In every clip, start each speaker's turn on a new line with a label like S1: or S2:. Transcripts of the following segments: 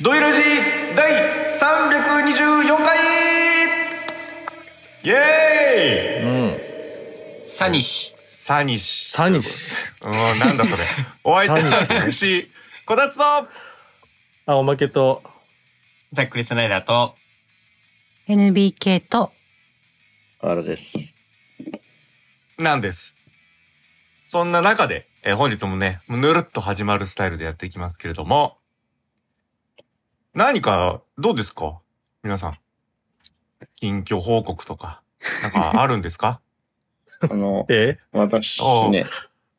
S1: ドイラジ第324回イエーイ
S2: うん。
S3: サニシ。
S1: サニシ。
S2: サニシ。
S1: うん、なんだそ れ。お相手は私、こたつと
S2: あ、おまけと、、
S3: ザックリスナイダーと、
S4: NBK と、
S5: あれです。
S1: なんです。そんな中で、えー本日もね、ぬるっと始まるスタイルでやっていきますけれども、何か、どうですか皆さん。近況報告とか、なんかあるんですか
S5: あの
S2: え
S5: 私
S1: おう
S5: ね、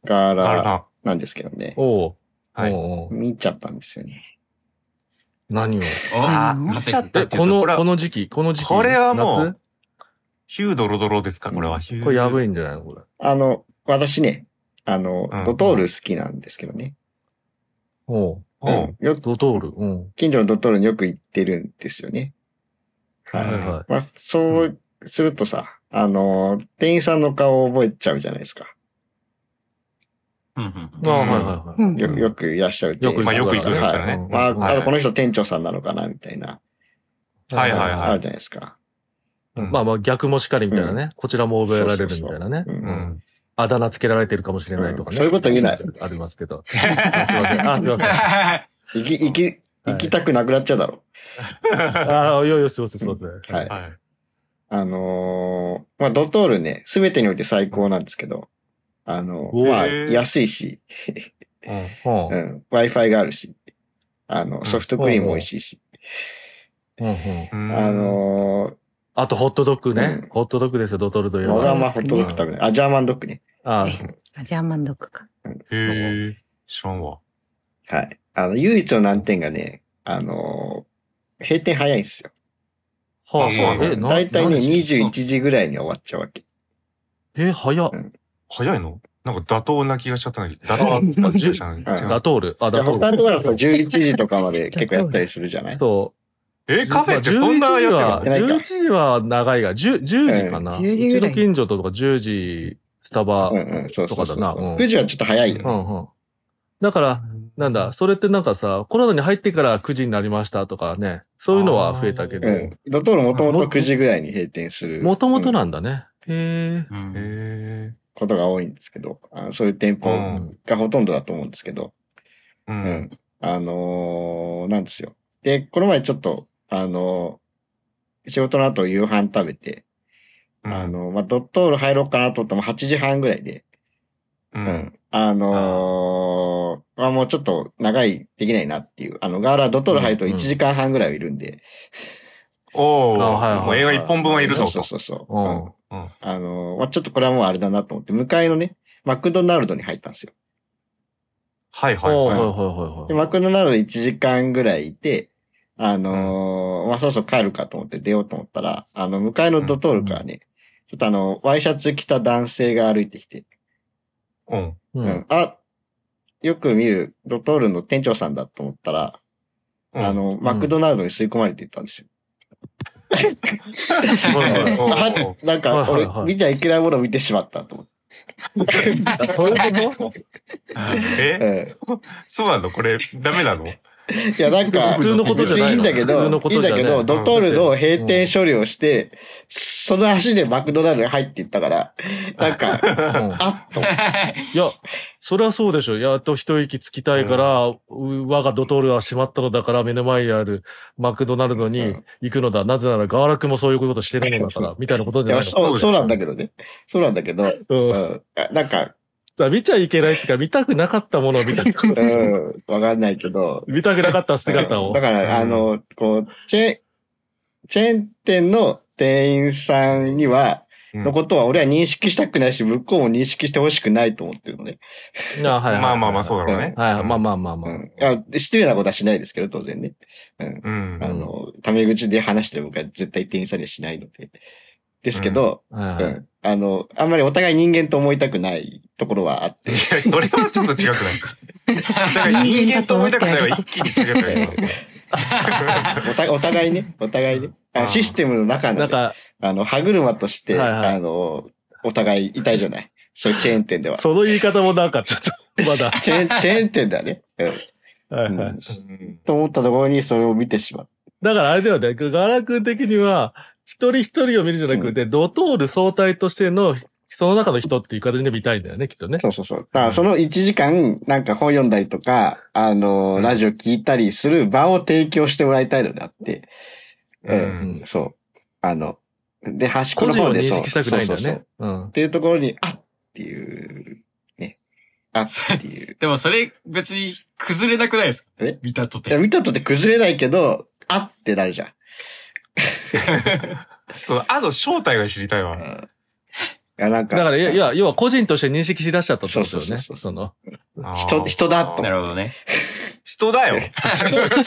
S5: ガー
S1: ガール
S5: ラ
S1: さ
S5: ー
S1: ん。
S5: なんですけどね、
S2: おう。
S1: はい
S2: おうおう
S5: 見ちゃったんですよね。
S2: 何を
S3: お
S1: あー
S3: 化
S1: 見
S3: 石
S1: ちゃった
S2: え、
S1: って
S2: こ
S1: いうと、
S2: の、
S1: これ
S2: こ
S1: は、
S2: の時期、この時期。
S1: これはもう
S2: 夏
S1: ヒュードロドロですかこれは。ヒュー
S2: これやばいんじゃないのこれ。
S5: あの、私ね、あの
S1: うん、
S5: ドトール好きなんですけどね。
S2: おう。
S1: おう
S5: よ
S2: ドトール。うん。
S5: 近所のドトールによく行ってるんですよね。
S2: はい
S5: はい。
S2: は
S5: まあ、そうするとさ、あの、店員さんの顔を覚えちゃうじゃないですか。
S3: うんうん
S2: い。あはいはいはい。
S5: よよくいらっしゃる店員さん
S2: よく
S1: 行く
S5: は
S1: よく行くよね
S5: い。ま
S2: うん
S5: あ、
S1: は
S5: あ
S1: い
S5: のこの人店長さんなのかな、みたいな、
S1: はいはいはい
S5: あるじゃないですか。
S1: うん
S2: まあまあ逆もしかりみたいなね。こちらも覚えられるみたいなね。
S5: う。
S1: うんん。
S2: あだ名つけられてるかもしれないとかね。
S5: うんそういうこと言うなよ。
S2: ありますけど。すいませんあ、すいません。
S5: 行き、行き、行きたくなくなっちゃうだろ
S2: あ、いやいや、すいません、すいません。
S5: う。はい。
S1: はい。
S5: あのーまあ、ドトールね、すべてにおいて最高なんですけど、あの
S2: おー
S5: まあ、
S1: へー
S5: 安いし、
S1: うん
S2: ほ
S5: う、
S2: うん
S5: Wi-Fi があるし、あの、ソフトクリーム美味しいし、
S2: うんうん。
S1: うん
S5: あの
S2: あと、ホットドッグね
S5: うん。
S2: ホットドッグですよ、ドトールとい
S5: ー、
S2: う
S5: まあ
S2: の
S5: 俺はあん
S2: は。
S5: まホットドッグ食べない。あ、ジャーマンドッグね。
S2: あ
S4: アジアマンドックか。
S1: へえ、知らんわ。
S5: はい。あの、唯一の難点がね、あのー閉店早いんですよ。
S2: は
S1: あそうなの
S2: え、な
S5: だいたいね、
S2: 何時
S5: 21時ぐらいに終わっちゃうわけ。
S2: え、早っ。
S1: 早いのなんか妥当な気がしちゃったんだけど。妥当な気がしちゃったんだけど違
S2: ダ
S1: う。
S2: トール。あ、
S5: いや
S2: ダトー
S5: 他のところはさ11時とかまで結構やったりするじゃな
S2: ル。
S5: い
S2: そ
S1: え、
S2: う。
S1: カフェってそんなやってる
S2: ま
S1: の
S2: あ
S5: やってない
S2: 11
S5: か
S2: 時は長いが、10, 10時かな。
S4: ええ10時ぐらいう
S2: ちの近所とか10時スタバ。
S5: う
S2: うんん
S5: うん、そうそうそう。
S2: とかだなうん
S5: 9時はちょっと早いよ。
S2: うん。だから、なんだ、それってなんかさ、コロナに入ってから9時になりましたとかね、そういうのは増えたけど
S5: う、ん。ドトールもともと9時ぐらいに閉店する。
S2: もともとなんだね。へ
S3: う
S1: へ
S3: ん
S1: え。
S5: ことが多いんですけど、あそういう店
S1: う
S2: え。
S5: 舗
S1: ん
S5: がほとんどだと思うんですけど、
S1: う。
S5: うんん。あのーなんですよ。で、この前ちょっと、あのー仕事の後夕飯食べて、あのーまあ、ドットール入ろうかなと思っても8時半ぐらいで、
S1: う、
S5: うんん。あのーまあ、もうちょっと長い、できないなっていう。あの、ガーラドットール入ると
S2: うん
S5: 1時間半ぐらいはいるんで。
S1: おお、
S2: あはいはい
S1: もう映画一本分はいる
S5: そ
S1: ぞと
S5: うそう。そうそう。
S2: う
S5: うん
S2: ん。
S5: あのーまあ、ちょっとこれはもうあれだなと思って、向かいのね、マクドナルドに入ったんですよ。
S1: はい
S2: はいはい
S1: はい。
S2: は
S5: で、
S2: いは
S5: マ
S2: い。
S5: クドナルド1時間ぐらいいて、あのーまあ、そろそろ帰るかと思って出ようと思ったら、あの、向かいのドトールからね、ちょっとあの、ワイシャツ着た男性が歩いてきて、
S1: うん。
S2: う
S5: うんん、あ、よく見るドトールの店長さんだと思ったら、
S1: うん
S5: あ、の、マクドナルドに吸い込まれていったんですよ。
S2: すごい
S1: うん
S2: ね
S1: そうそう
S5: あなんか、
S2: はい
S5: 俺
S2: はいはい、
S5: 見ちゃいけないものを見てしまったと思って。
S2: あそういうこと
S1: え
S5: え
S1: そうなのこれ、ダメなの
S5: えいや、なんか、
S2: 普通のことじゃないの
S5: 別にいいんだけ
S2: 普
S5: ど、
S2: 通のこ
S5: いいん
S2: とじゃ
S5: だ
S2: ない
S5: けど、ドトールの閉店処理をして、その足でマクドナルドに入っていったから、なんか、
S2: うん
S5: あっと。
S2: いや、そりゃそうでしょ。やっと一息つきたいから、う我がドトールは閉まったのだから、目の前にあるマクドナルドに行くのだ。なぜなら、ガーラ君もそういうことしてるのだから、みたいなこと
S5: い
S2: じゃな
S5: や、
S2: いの。
S5: そう、そうなんだけどね。そうなんだけど、うん。
S2: うん、だか
S5: あなんか、
S2: ら見ちゃいけないっていうか、見たくなかったものを見たく
S5: うん、わかんないけど。
S2: 見たくなかった姿
S5: う
S2: を。
S5: んだから、あの、こう、チェーン、チェーン店の店員さんには、
S1: うん
S5: のことは俺は認識したくないし、向こうも認識してほしくないと思ってるのね。
S2: あはいはい
S1: まあまあまあ、そうだろうね。
S2: はいはい、まあ
S1: ま
S2: まあまあま
S5: う
S2: あ。
S5: ん。いや失礼なことはしないですけど、当然ね。うん。
S1: あ。うん。
S5: あの、タメ口で話してる僕は絶対店員さんにはしないので。ですけど、
S2: は
S5: う
S2: い
S5: ん。
S2: はい
S5: あの、あんまりお互い人間と思いたくないところはあって。
S1: いや、これはちょっと違くないだ から人間と思いたくないは一気にすればいいの。
S5: おたお互いね、お互いね。あ
S1: うん
S5: のシステムの中
S2: な
S5: の
S2: ん
S5: ね、
S2: か、
S5: あの、歯車として、
S2: はいはい
S5: あの、お互いいたいじゃない。そういうチェーン店では。
S2: その言い方もなんかちょっと、まだ。
S5: チェーン、チェーン店だね。うん。
S2: はいはい。
S1: うん
S5: と思ったところにそれを見てしまう。
S2: だからあれだよね、ガラ君的には、一人一人を見るんじゃなくて、ドトール総体としての、その中の人っていう形で見たいんだよね、きっとね。
S5: そうそうそう。だからその1時間、なんか本読んだりとか、あの、ラジオ聞いたりする場を提供してもらいたいのであって、
S1: う
S2: うんん
S5: そう。あの、で、端っこ
S2: 個
S5: の
S2: 人を
S5: 方
S2: 認
S5: でそう。
S2: 識したくないんだよ
S5: そうそうそう
S2: ね。うん
S5: っ。ていうところに、あっっていう、ね。あっっていう。
S3: でもそれ別に崩れなくないですか
S5: え
S3: 見たと
S5: い
S3: て。
S5: や、見たとって崩れないけど、あってなるじゃん。
S1: そう、あの正体が知りたい
S5: うんい
S1: わ。
S5: や、なんか、
S2: だから、いや、いや要は個人として認識しだしちゃったってこと
S5: そう
S2: です
S5: そ
S2: よ
S5: う
S2: ね。
S5: そう
S2: その。
S1: あー
S5: 人人だと
S3: なるほどね。
S1: 人だよ。
S2: だから、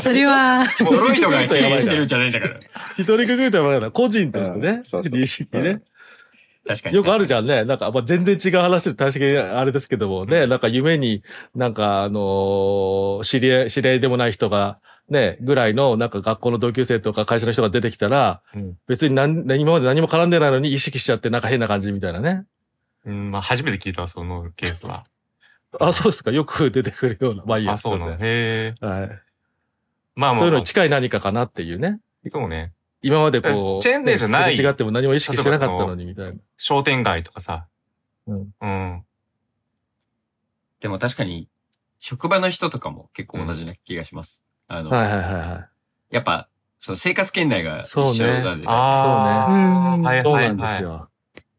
S4: それは、
S3: ドロイドが経営してるんじゃないんだから。
S2: 一人くぐりとは言わない個人として
S5: う
S2: ね
S5: ん、そうそう
S2: 認識ね。
S3: 確かに。
S2: よくあるじゃんね。なんか、まあ、全然違う話で、大してあれですけども、ね、なんか夢に、なんか、あのー知り合い、知り合いでもない人が、ね、ぐらいの、なんか学校の同級生とか会社の人が出てきたら、
S1: うん
S2: 別に何、何今まで何も絡んでないのに意識しちゃって、なんか変な感じみたいなね。
S1: うん、まあ初めて聞いたわそのケースは。
S2: あ、そうですか。よく出てくるような。まあいいや。
S1: あ、そうなの。
S2: すい
S1: へえ。
S2: ませんはい。
S1: まあ
S2: そ
S1: まあ
S2: ういう
S1: ま
S2: の
S1: あ
S2: に。近い何かかなっていうね。
S1: そうね。
S2: 今までこう、
S1: チェーン店じゃない
S2: ねすれ違っても何も意識してなかったのにみたいな。
S1: 商店街とかさ。
S2: うん。
S1: うん。
S3: でも確かに、職場の人とかも結構同じな気がします。あの、
S2: はいはいはいは
S3: やっぱ、その生活圏内が一
S2: そうね
S3: 緒なんで、
S1: ああ、
S4: うん
S1: はい
S2: い。そう
S1: はい
S2: なんで
S1: は
S2: す
S1: い。
S2: よ。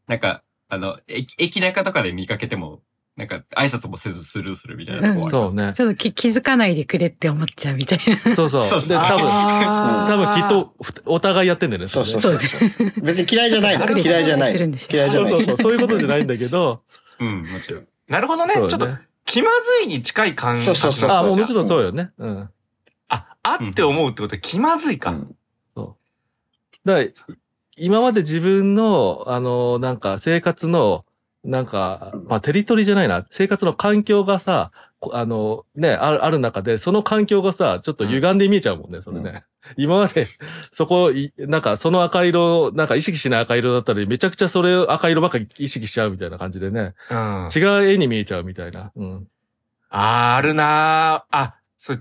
S3: なんか、あの、駅、駅中とかで見かけても、なんか挨拶もせずスルーするみたいなとこあります。
S2: そうね。
S4: ちょっとき気づかないでくれって思っちゃうみたいな。
S2: そうそう。
S3: そうそう
S2: で、多分、
S4: あー
S2: 多分きっと、ふたお互いやってんだよね。
S5: そうそう
S2: れね
S5: そう。別に嫌いじゃないの。
S4: 隠れち
S5: 嫌いじゃな
S4: してる
S5: い。
S4: んでしょ
S5: 嫌いじゃない。
S2: そうそうそう。そういうことじゃないんだけど、
S3: うん、もちろん。
S1: なるほどね。ち
S2: そう
S1: ょ
S2: ね
S1: っと気まずいに近い感
S5: そうそうそう
S2: あ、
S1: あ
S2: もう
S1: も
S2: も
S1: う
S2: ちろんそうよね。うん。
S1: あ、あって思うってことは気まずいか。
S5: うん
S2: だから、今まで自分の、あの、なんか生活の、なんか、まあ、テリトリーじゃないな、生活の環境がさ、こあの、ね、ある、ある中で、その環境がさ、ちょっと歪んで見えちゃうもんね、それね。今まで、そこ、いなんか、その赤色、なんか意識しない赤色だったり、めちゃくちゃそれ赤色ばっかり意識しちゃうみたいな感じでね、
S1: うん。
S2: 違う絵に見えちゃうみたいな。うん。
S1: あー、あるなー。あ、それ、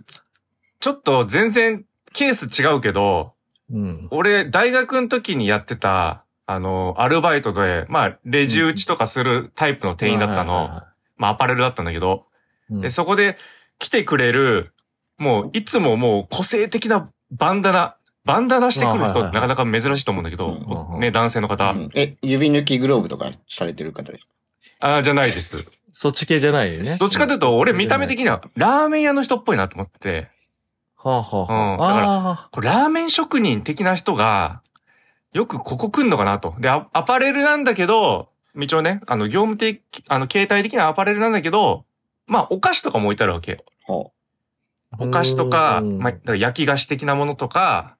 S1: ちょっと全然ケース違うけど、
S2: うん。
S1: 俺、大学の時にやってた、あの、アルバイトで、まあ、レジ打ちとかするタイプの店員だった
S2: はいはい
S1: の。
S2: は
S1: まあ、アパレルだったんだけど、
S2: い。うん
S1: で、そこで来てくれる、もう、いつももう個性的なバンダナ、バンダナしてくる
S2: あはい
S1: 人
S2: は
S1: っ
S2: い
S1: てなかなか珍しいと思うんだけど、
S5: うん
S2: うんうん
S1: ね、男性の方、
S5: うんえ、指抜きグローブとかされてる方ですか
S1: あーじゃないです。
S2: そっち系じゃないね。
S1: どっちかというと、俺見た目的には、ラーメン屋の人っぽいなと思ってて、
S2: はあはあは
S1: うんだから
S2: ああー。
S1: これラーメン職人的な人が、よくここ来んのかなと。で、アアパレルなんだけど、一応ね、あの、業務的、あの、携帯的なアパレルなんだけど、まあ、お菓子とかも置いてあるわけよ。
S5: ほ
S1: お菓子とか、
S2: うん
S1: まあ、だから焼き菓子的なものとか、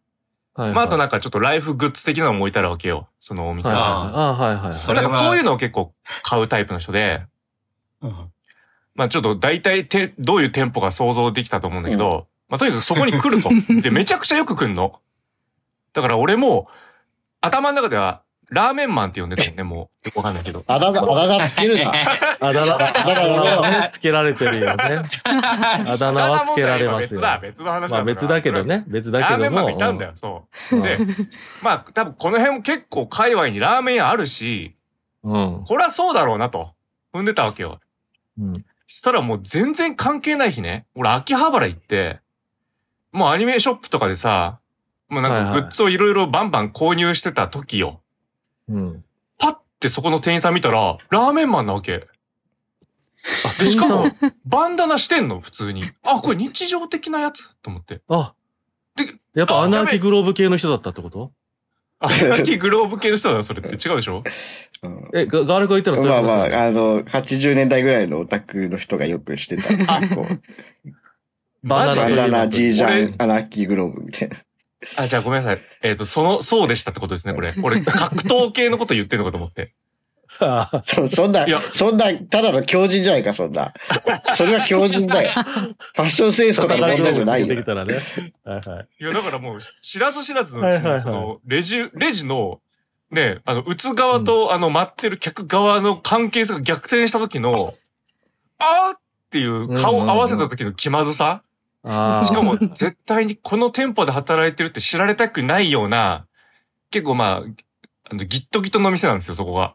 S2: はいはい
S1: まあ、あとなんかちょっとライフグッズ的なのも置いてあるわけよ。そのお店
S2: はい
S1: が。
S2: はいはいあーはいはいはい。
S3: そ
S1: なん
S3: れ
S1: か
S3: は
S1: こういうのを結構買うタイプの人で、
S3: うん
S1: まあ、ちょっと大体て、どういう店舗が想像できたと思うんだけど、まあ、とにかくそこに来る と。で、めちゃくちゃよく来んの。だから俺も、頭の中では、ラーメンマンって呼んでたもんね、もう。よくわかんないけど
S5: う。。あだ名、あだ名つけるな。
S2: あだ名、あだ名はつけられてるよ ね。あだ名はつけられますよ。
S1: あだ名問題は別だ、
S2: ま
S1: 別の話だか
S2: あ
S1: ら
S2: 別だけど。ね。別だ
S1: ラ
S2: け
S1: ーメ
S2: ど
S1: ンマン
S2: も。
S1: がいたんだよ、そ
S2: うん。
S1: う。で、まあ、多分この辺も結構界隈にラーメン屋あるし、
S2: うん。
S1: これはそうだろうなと、踏んでたわけよ。
S2: うん。
S1: したらもう全然関係ない日ね。俺、秋葉原行って、もうアニメショップとかでさ、もうなん
S2: はい
S1: か
S2: はい
S1: グッズをいろいろバンバン購入してた時よ。
S2: うん。
S1: パッてそこの店員さん見たら、ラーメンマンなわけ。で、しかも、バンダナしてんの、普通に。あ、これ日常的なやつと思って。
S2: あ
S1: で、
S2: やっぱアナーキグローブ系の人だったってこと
S1: あ、さっきグローブ系の人だな、それって。違うでしょ
S5: うん
S2: え、ガガールがいたらそれ
S5: まあま
S2: は
S5: あ、あの、80年代ぐらいのオタクの人がよくしてた。結構、
S2: バナナ
S5: バンダナ、ジージャ
S1: 俺
S5: ン、アナッキーグローブみたいな。
S1: あ、じゃあごめんなさい。えっ、と、その、そうでしたってことですね、これ。俺、格闘系のこと言ってんのかと思って。
S2: あ
S5: そ そんない
S1: や、
S5: そんな、ただの狂人じゃないか、そんな。それは狂人だよ。ファッションセンスとかの問題じゃない
S2: てき
S5: よ。
S2: たらね。はいはい。
S1: いや、だからもう、知らず知らずの
S2: は
S1: う
S2: い
S1: ち
S2: はいは
S1: に、
S2: い
S1: その、レジ、レジの、ね、あの、打つ側と、あの、待ってる客側の関係性が逆転した時の、あーっっていう顔合わせた時の気まずさ、
S2: あー
S1: しかも絶対にこの店舗で働いてるって知られたくないような、結構まあ、あのギットギットの店なんですよ、そこが。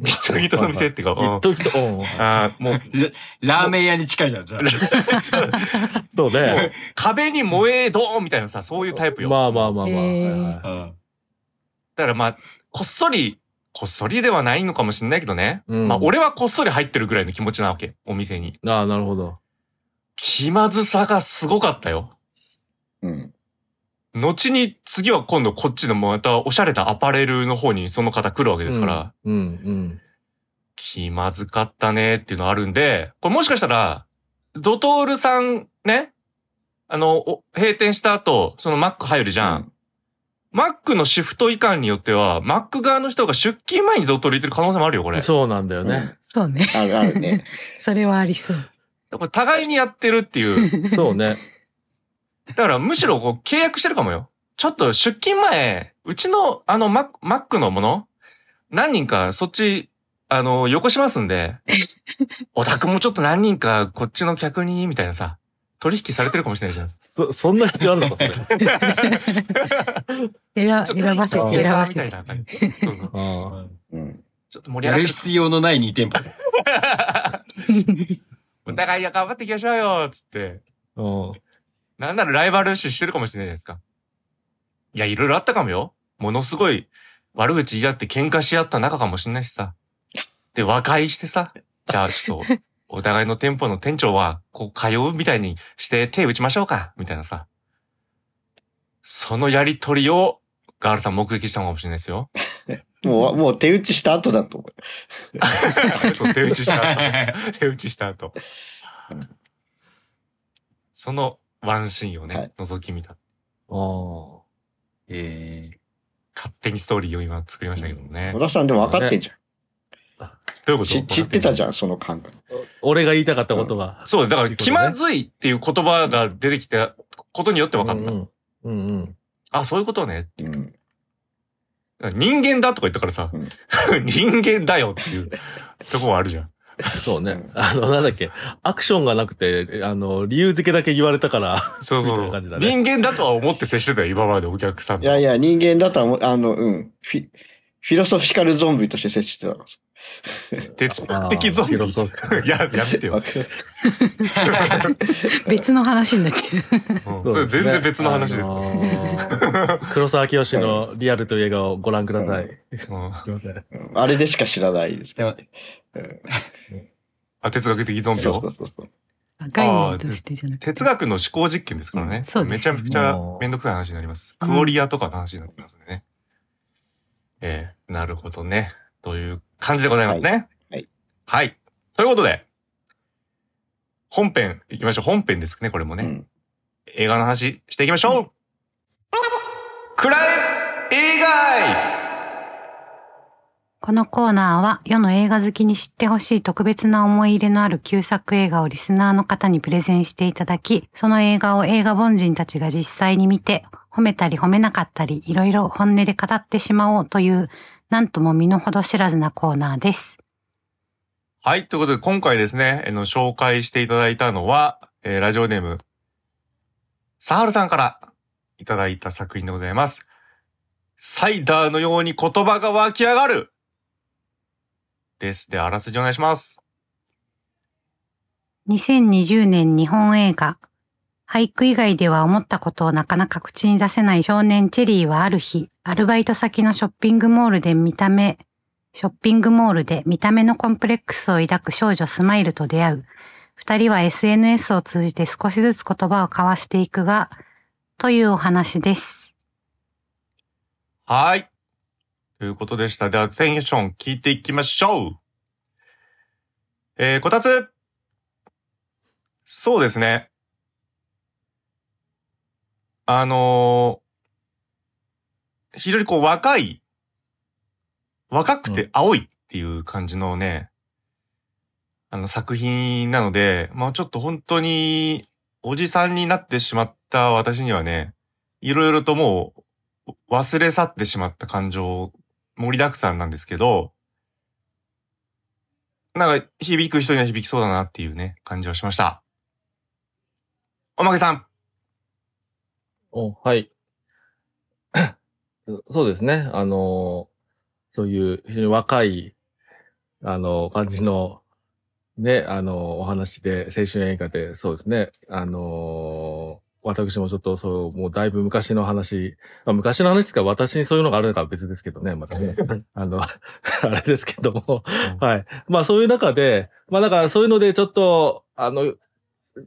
S1: ギットギットの店っていうか、
S2: ギッ
S1: うん
S2: トギット、うん。
S1: あーもう、
S3: ラーメン屋に近いじゃん、じゃあ。
S2: そうね。
S1: 壁に燃えドーンみたいなさ、そういうタイプよ。
S2: まあまあまあまあ。
S4: へー
S2: はいはい
S3: うん
S1: だからまあ、こっそり、こっそりではないのかもしれないけどね。
S2: うん
S1: まあ、俺はこっそり入ってるぐらいの気持ちなわけ、お店に。
S2: ああ、なるほど。
S1: 気まずさがすごかったよ。
S5: うん。
S1: 後に、次は今度こっちのまたおしゃれなアパレルの方にその方来るわけですから、
S2: うん、
S1: 気まずかったねっていうのあるんで、これもしかしたら、ドトールさんね、あの、お閉店した後、そのマック入るじゃん。マックのシフト移管によっては、マック側の人が出勤前にドトール行ってる可能性もあるよ、こ
S2: う
S1: れ。
S2: ん。そうなんだよ
S5: う
S2: ね。
S5: ん。
S4: そうね。
S5: あるあるね。
S4: それはありそう。
S1: これ互いにやってるっていう。
S2: そうね。
S1: だからむしろこう契約してるかもよ。ちょっと出勤前、うちのあのマックマックのもの、何人かそっち、あの、よこしますん で、お宅もちょっと何人かこっちの客に、みたいなさ、取引されてるかもしれないじゃないですか。
S2: そそんな必要あるのか、そ れ。
S4: 選
S1: ちょっと
S4: 選ばせて、選ばせ
S1: みたい
S4: て。
S1: な感じ。そうそう
S2: あ
S5: うん。
S1: ちょっと盛り
S3: や
S1: 上が
S3: る必要のない2店舗。
S1: お互いが頑張っていきましょうよ、つって。
S2: あ。うん。
S1: なんならライバル視してるかもしれないじゃないですか。いや、いろいろあったかもよ。ものすごい悪口言い合って喧嘩し合った仲かもしれないしさ。で、和解してさ。じゃあ、 ちょっと、お互いの店舗の店長は、こう、通うみたいにして手打ちましょうか、みたいなさ。そのやりとりを、ガールさん目撃したのかもしれないです よ。
S5: もう、もう手打ちした後だと思う。
S1: そう、手打ちした 後。手打ちした後
S5: うん。
S1: そのワンシーンをね、
S5: はい
S1: 覗き見た。
S2: あ
S3: ええ。
S1: 勝手にストーリーを今作りましたけどもね。
S5: 小田さんでも分かってんじ
S1: どういう
S5: ゃ
S1: こ
S5: ん。
S1: と
S5: し知ってたじ
S1: ゃん。
S5: ゃん、その感覚。
S2: 俺が言いたかったことが。
S1: そう、だから気まずいっていう言葉が出てきたことによって分かった。
S2: うんうん。うんうん
S1: あ、そういうことね。
S5: うん。
S1: 人間だとか言ったからさ、
S5: う
S1: 人間だよっていうとこはあるじゃん。
S2: そう
S5: う
S2: ね
S5: ん。
S2: あの、なんだっけ。アクションがなくて、あの、理由付けだけ言われ たから。
S1: そうそ
S2: みたいな
S1: う。
S2: 感じだね
S1: 人間だとは思って接してたよ、今までお客さん
S5: い
S1: と。
S5: やいや、人間だとは思う、あの、うん。フィ、フィロソフィカルゾンビとして接してたから。
S1: 哲
S2: あ
S1: 学
S2: ー
S1: 的ゾン
S2: フィロ
S1: ビ。
S2: ソフィカル
S1: いや、やめ てよ。
S4: 別の話になっちゃう。
S1: うんそれ全然別の話です。
S2: あのー 黒沢清のリアルという映画をご覧ください。
S1: うん
S2: すいません
S5: うんあれでしか知らないです。
S3: でも
S5: うん
S1: あ哲学的ゾンビ
S5: そうそ
S1: を
S5: う。そうそう。
S4: 概念としてじゃなくて。
S1: 哲学の思考実験ですからね。
S4: そうで
S1: め
S4: す
S1: ちゃ
S4: ね
S1: くちゃめんどくさい話になります。クオリアとかの話になってますんでね。ええなるほどね。という感じでございますね。
S5: はい。
S1: はい。ということで、本編行きましょう。本編ですね、これもね。
S5: うん
S1: 映画の話していきましょう、暗い映画愛
S4: このコーナーは世の映画好きに知ってほしい特別な思い入れのある旧作映画をリスナーの方にプレゼンしていただき、その映画を映画凡人たちが実際に見て、褒めたり褒めなかったり、いろいろ本音で語ってしまおうという、なんとも身の程知らずなコーナーです。
S1: はい。ということで、今回ですね、あの、紹介していただいたのは、えーラジオネーム、サハルさんからいただいた作品でございます。サイダーのように言葉が湧き上がるです。で、あらすじお願いします。
S4: 2020年日本映画。俳句以外では思ったことをなかなか口に出せない少年チェリーはある日、アルバイト先のショッピングモールで見た目、ショッピングモールで見た目のコンプレックスを抱く少女スマイルと出会う。二人は SNS を通じて少しずつ言葉を交わしていくが、というお話です。
S1: はい。ということでした。では、テンション聞いていきましょう。えー、こたつそうですね。あのー非常にこう若い、若くて青いっていう感じのね、あの作品なので、まあちょっと本当におじさんになってしまった私にはね、いろいろともう忘れ去ってしまった感情盛りだくさんなんですけど、なんか、響く人には響きそうだなっていうね、感じはしました。おまけさん。
S2: お、はい。 そうですね。あのーそういう非常に若い、あのー感じの、ね、あのーお話で、青春演歌で、そうですね。あのー私もちょっと、そう、もうだいぶ昔の話、まあ、昔の話ですから、私にそういうのがあるのかは別ですけどね、また ね。あの、あれですけども、はい。まあそういう中で、まあだからそういうのでちょっと、あの、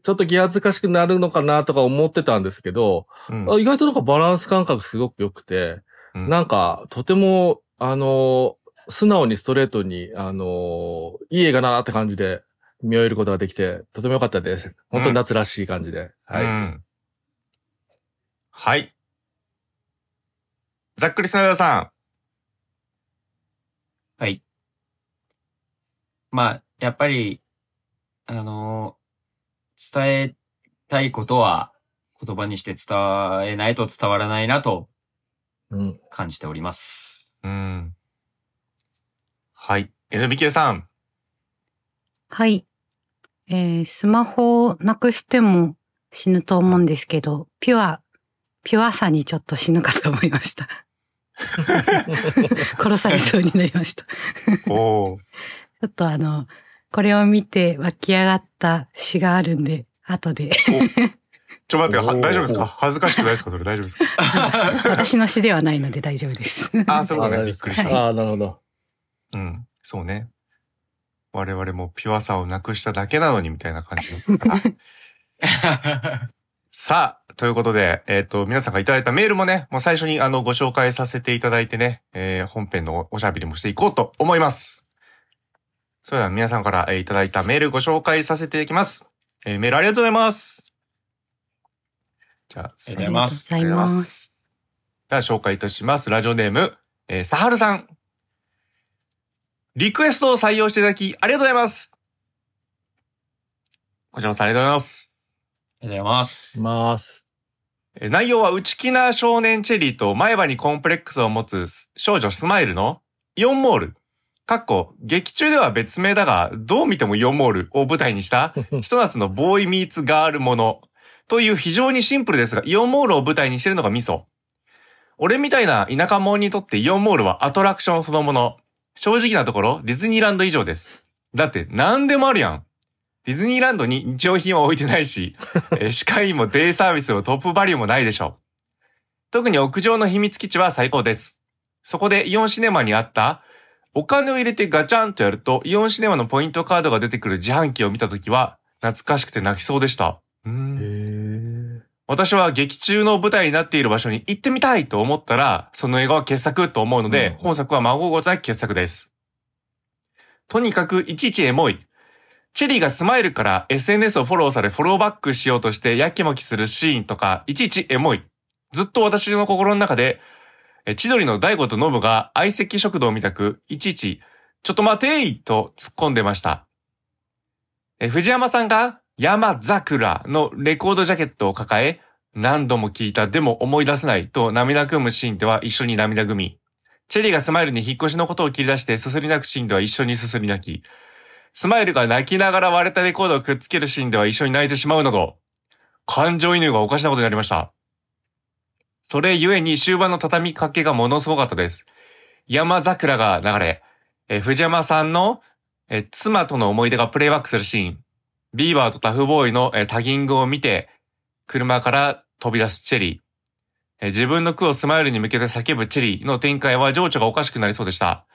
S2: ちょっと気恥ずかしくなるのかなとか思ってたんですけど、
S1: うん
S2: あ意外となんかバランス感覚すごく良くて、
S1: うん
S2: なんかとても、あの、素直にストレートに、あの、いい映画だなって感じで見終えることができて、とても良かったです。本当に夏らしい感じで。はい。
S1: うんはい。ざっくりスナダーさ
S3: はい。まあ、やっぱり、あのー伝えたいことは言葉にして伝えないと伝わらないなと
S2: うん。
S3: 感じております。
S1: ん。うん。はい。NBK さん。
S4: はい。えースマホをなくしても死ぬと思うんですけど、ピュア、ピュアさにちょっと死ぬかと思いま した。殺されそうになりました。ち
S1: おー。
S4: ょっとあの、これを見て湧き上がった詩があるんで、後 で。
S1: ちょ、待って、は
S2: おー
S1: 大丈夫ですか恥ずかしくないですかそれ大丈夫ですか
S4: 私の詩ではないので大丈夫です。
S1: あー、そういうこと
S2: あ
S1: ね。
S2: ー
S1: びっくりした。
S2: ああ、なるほど。
S1: うん。そうね。我々もピュアさをなくしただけなのにみたいな感じだった。さあ、ということで、えっ、と、皆さんがいただいたメールもね、もう最初にあの、ご紹介させていただいてね、えー本編のおしゃべりもしていこうと思います。それでは皆さんから、えーいただいたメールご紹介させていただきます。えーメールありがとうございます。じゃあ、早
S3: りが
S1: 速
S3: とうございます
S4: ありがとうございます。
S1: では紹介いたします。ラジオネーム、えー、サハルさん。リクエストを採用していただき、ありがとうございます。こちらこそありがとうございます。
S3: ありがとうございます
S2: し。ます。
S1: えー内容は内気な少年チェリーと前歯にコンプレックスを持つ少女スマイルのイオンモール。かっこ、劇中では別名だが、どう見てもイオンモールを舞台にした、ひと夏のボーイミーツガールもの。という非常にシンプルですが、イオンモールを舞台にしてるのがミソ。俺みたいな田舎者にとってイオンモールはアトラクションそのもの。正直なところ、ディズニーランド以上です。だって何でもあるやん。ディズニーランドに日用品は置いてないし、えー歯科医もデイサービスもトップバリューもないでしょう。特に屋上の秘密基地は最高です。そこでイオンシネマにあった、お金を入れてガチャンとやると、イオンシネマのポイントカードが出てくる自販機を見たときは、懐かしくて泣きそうでした。うーん
S2: え。
S1: 私は劇中の舞台になっている場所に行ってみたいと思ったら、その映画は傑作と思うので、
S3: うん
S1: 本作は孫ごとなき傑作です。とにかく、いちいちエモい。チェリーがスマイルから SNS をフォローされフォローバックしようとしてやきもきするシーンとか、いちいちエモい。ずっと私の心の中で、え千鳥の大悟とノブが相席食堂を見たく、いちいち、ちょっと待てーと突っ込んでました。え藤山さんが、山桜のレコードジャケットを抱え、何度も聞いた、でも思い出せないと涙ぐむシーンでは一緒に涙ぐみ。チェリーがスマイルに引っ越しのことを切り出してすすり泣くシーンでは一緒にすすり泣き。スマイルが泣きながら割れたレコードをくっつけるシーンでは一緒に泣いてしまうなど、感情移入がおかしなことになりました。それゆえに終盤の畳みかけがものすごかったです。山桜が流れ、えー藤山さんの、えー妻との思い出がプレイバックするシーン、ビーバーとタフボーイの、えータギングを見て、車から飛び出すチェリー。えー自分の句をスマイルに向けて叫ぶチェリーの展開は情緒がおかしくなりそうでした。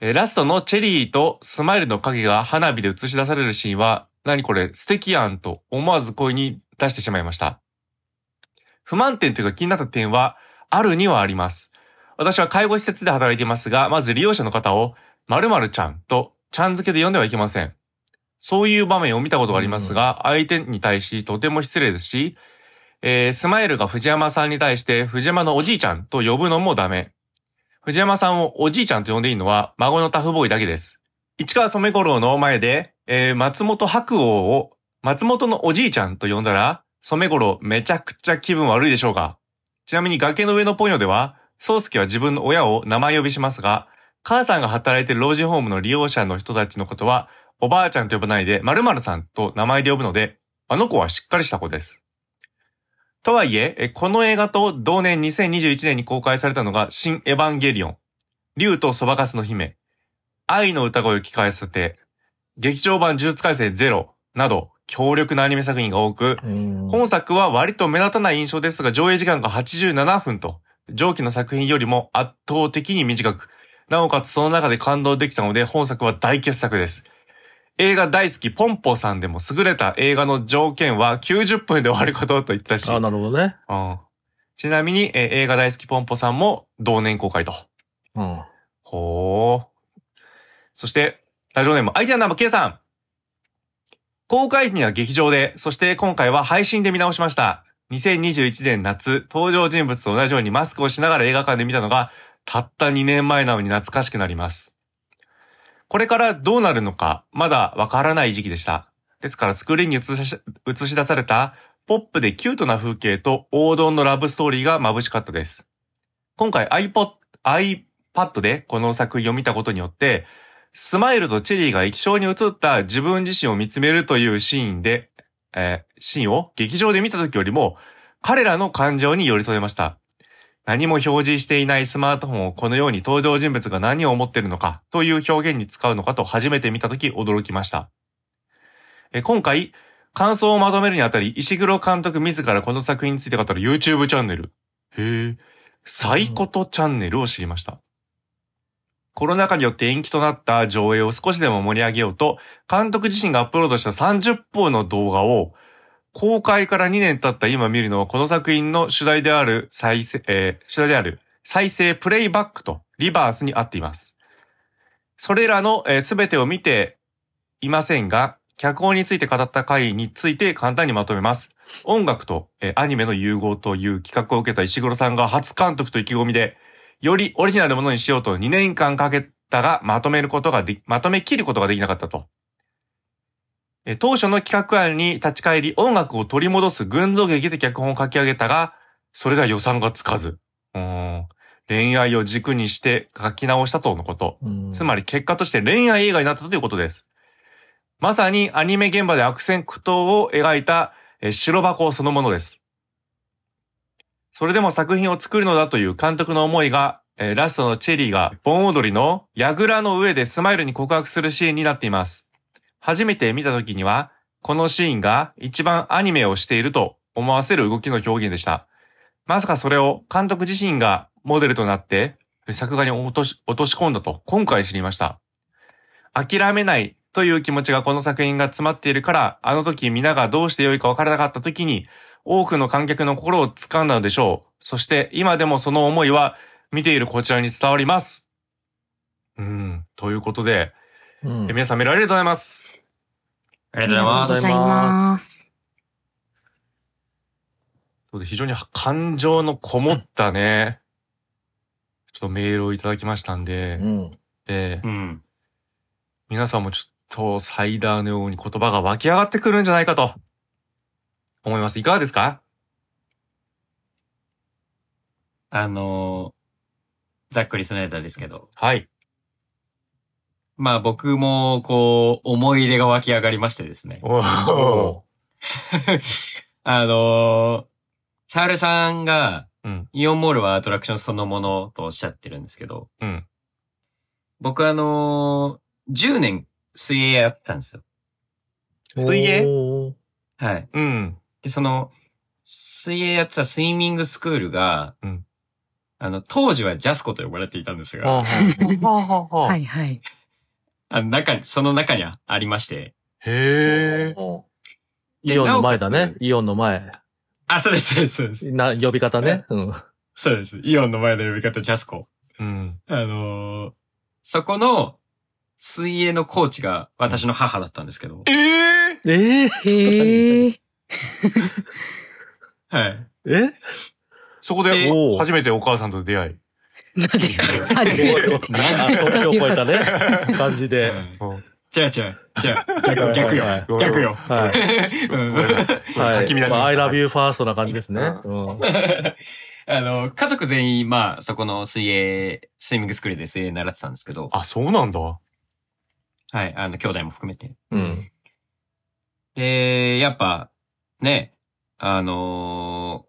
S1: えーラストのチェリーとスマイルの影が花火で映し出されるシーンは、何これ素敵やんと思わず声に出してしまいました。不満点というか気になった点は、あるにはあります。私は介護施設で働いていますが、まず利用者の方を、〇〇ちゃんとちゃん付けで呼んではいけません。そういう場面を見たことがありますが、相手に対しとても失礼ですし、えースマイルが藤山さんに対して藤山のおじいちゃんと呼ぶのもダメ。藤山さんをおじいちゃんと呼んでいいのは孫のタフボーイだけです。市川染五郎の前で、えー松本白鸚を松本のおじいちゃんと呼んだら、染五郎めちゃくちゃ気分悪いでしょうが。ちなみに崖の上のポニョでは、宗介は自分の親を名前呼びしますが、母さんが働いてる老人ホームの利用者の人たちのことは、おばあちゃんと呼ばないで、〇〇さんと名前で呼ぶので、あの子はしっかりした子です。とはいえ、えこの映画と同年2021年に公開されたのが、新エヴァンゲリオン、竜とそばかすの姫、愛の歌声を聞かせて、劇場版呪術改正ゼロなど、強力なアニメ作品が多く、
S2: うん
S1: 本作は割と目立たない印象ですが、上映時間が87分と、上記の作品よりも圧倒的に短く、なおかつその中で感動できたので、本作は大傑作です。映画大好きポンポさんでも優れた映画の条件は90分で終わることと言ったし、
S2: あ、なるほどね。
S1: うんちなみに、えー映画大好きポンポさんも同年公開と。
S2: うん。
S1: ほう。そして、ラジオネーム、アイデアナンバー K さん。公開時には劇場で、そして今回は配信で見直しました。2021年夏、登場人物と同じようにマスクをしながら映画館で見たのが、たった2年前なのに懐かしくなります。これからどうなるのか、まだわからない時期でした。ですからスクリーンに映し映し出された、ポップでキュートな風景と王道のラブストーリーが眩しかったです。今回 iPod、iPod パッドでこの作品を見たことによって、スマイルとチェリーが液晶に映った自分自身を見つめるというシーンで、えーシーンを劇場で見た時よりも、彼らの感情に寄り添えました。何も表示していないスマートフォンをこのように登場人物が何を思っているのかという表現に使うのかと初めて見た時驚きました。えー今回、感想をまとめるにあたり、石黒監督自らこの作品について語る YouTube チャンネル。へえ、サイコトチャンネルを知りました。コロナ禍によって延期となった上映を少しでも盛り上げようと、監督自身がアップロードした30本の動画を、公開から2年経った今見るのは、この作品の主題である再生、えー主題である再生プレイバックとリバースに合っています。それらのすべ、全てを見ていませんが、脚本について語った回について簡単にまとめます。音楽と、えーアニメの融合という企画を受けた石黒さんが初監督と意気込みで、よりオリジナルなものにしようと2年間かけたが、まとめることができ、まとめきることができなかったと。えー当初の企画案に立ち返り、音楽を取り戻す群像劇で脚本を書き上げたが、それが予算がつかず。うーん恋愛を軸にして書き直したとのこと。
S2: うん
S1: つまり結果として恋愛映画になったということです。まさにアニメ現場で悪戦苦闘を描いたえー白箱そのものです。それでも作品を作るのだという監督の思いが、えーラストのチェリーが盆踊りの櫓の上でスマイルに告白するシーンになっています。初めて見た時には、このシーンが一番アニメをしていると思わせる動きの表現でした。まさかそれを監督自身がモデルとなって作画に落とし落とし込んだと今回知りました。諦めないという気持ちがこの作品が詰まっているから、あの時皆がどうしてよいか分からなかった時に、多くの観客の心を掴んだのでしょう。そして今でもその思いは見ているこちらに伝わります。うん、ということで、
S2: うん
S1: え皆さんメールありがとうございます。
S3: ありがとうございます。
S4: ありがとうございます。
S1: ということで非常に感情のこもったね、ちょっとメールをいただきましたんで、
S2: うん。
S1: で
S3: うん。
S1: 皆さんもちょっとサイダーのように言葉が湧き上がってくるんじゃないかと思います。いかがですか
S3: あのーざっくりスナイダーですけど。
S1: はい。
S3: まあ僕も、こう、思い入れが湧き上がりましてですね。
S1: お
S2: お
S3: あのー、サールさんが、
S1: うん。
S3: イオンモールはアトラクションそのものとおっしゃってるんですけど、
S1: うん。
S3: 僕あのー、10年水泳やってたんですよ。
S1: 水泳
S2: おー
S3: はい。
S1: うん。
S3: で、その、水泳やってたスイミングスクールが、
S1: うん
S3: あの、当時はジャスコと呼ばれていたんですが、
S1: ははは
S4: はいはい。
S3: あの中に、その中にあありまして、
S1: へえ。
S2: うん
S3: で
S2: イオンの前だ
S3: なお
S2: ね
S3: かつ。
S2: イオンの前。
S3: あ、そうです、そうです、そうです。
S2: な、呼び方ね。うん。
S3: そうです。イオンの前の呼び方ジャスコ。
S1: うん。
S3: あのーそこの、水泳のコーチが私の母だったんですけど、
S1: ええ
S2: ええ
S4: へえ。
S3: はい。
S2: え
S1: そこで
S3: え
S1: お初めてお母さんと出会い。
S4: なんで初めて。
S2: 東京を超えたね。感じで。
S1: うん
S3: 違う違う。違う。逆、逆よ。
S2: はい
S3: 逆よ。
S2: はい。
S3: うん
S2: は
S1: 君だ
S2: い。
S1: け
S2: まあ、I love you first な感じですね。うん。
S3: あの、家族全員、まあ、そこの水泳、スイミングスクールで水泳習ってたんですけど、
S1: あ、そうなんだ。
S3: はい、あの、兄弟も含めて。
S2: うん。
S3: で、やっぱ、ね、あのー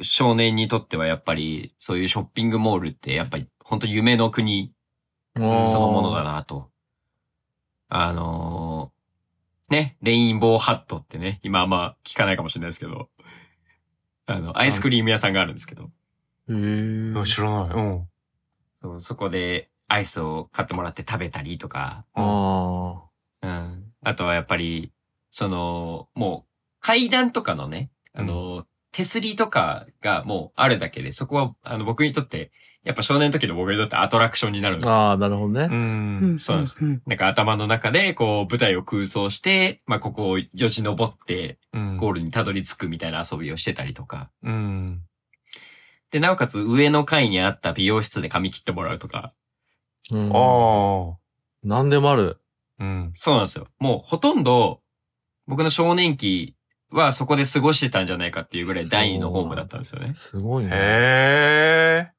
S3: 少年にとってはやっぱり、そういうショッピングモールって、やっぱり、本当夢の国
S2: もう
S3: そのものだ。なと。あのーね、レインボーハットってね、今あんま聞かないかもしれないですけど、あの、アイスクリーム屋さんがあるんですけど、
S1: う
S2: へ
S1: ん
S2: ー
S1: 知らない。うん。
S3: そうそこでアイスを買ってもらって食べたりとか、
S2: あ
S3: うん。あとはやっぱり、その、もう、階段とかのね、あの、手すりとかがもうあるだけで、そこは、あの、僕にとって、やっぱ少年の時の僕にとってアトラクションになるの
S2: あ。ああ、なるほど
S1: う
S2: ね。
S1: ん。
S3: そうなんです
S4: ね。
S3: なんか頭の中で、こう、舞台を空想して、まあ、ここをよじ登って、
S1: うん
S3: ゴールにたどり着くみたいな遊びをしてたりとか。
S1: うん。
S3: で、なおかつ上の階にあった美容室で髪切ってもらうとか。
S2: うん
S1: あ
S2: 何でもある。
S1: あ。うん。
S3: そうなんですよ。もうほとんど、僕の少年期はそこで過ごしてたんじゃないかっていうぐらい第二のホームだったんですよね。
S2: すごいね。
S1: へえ。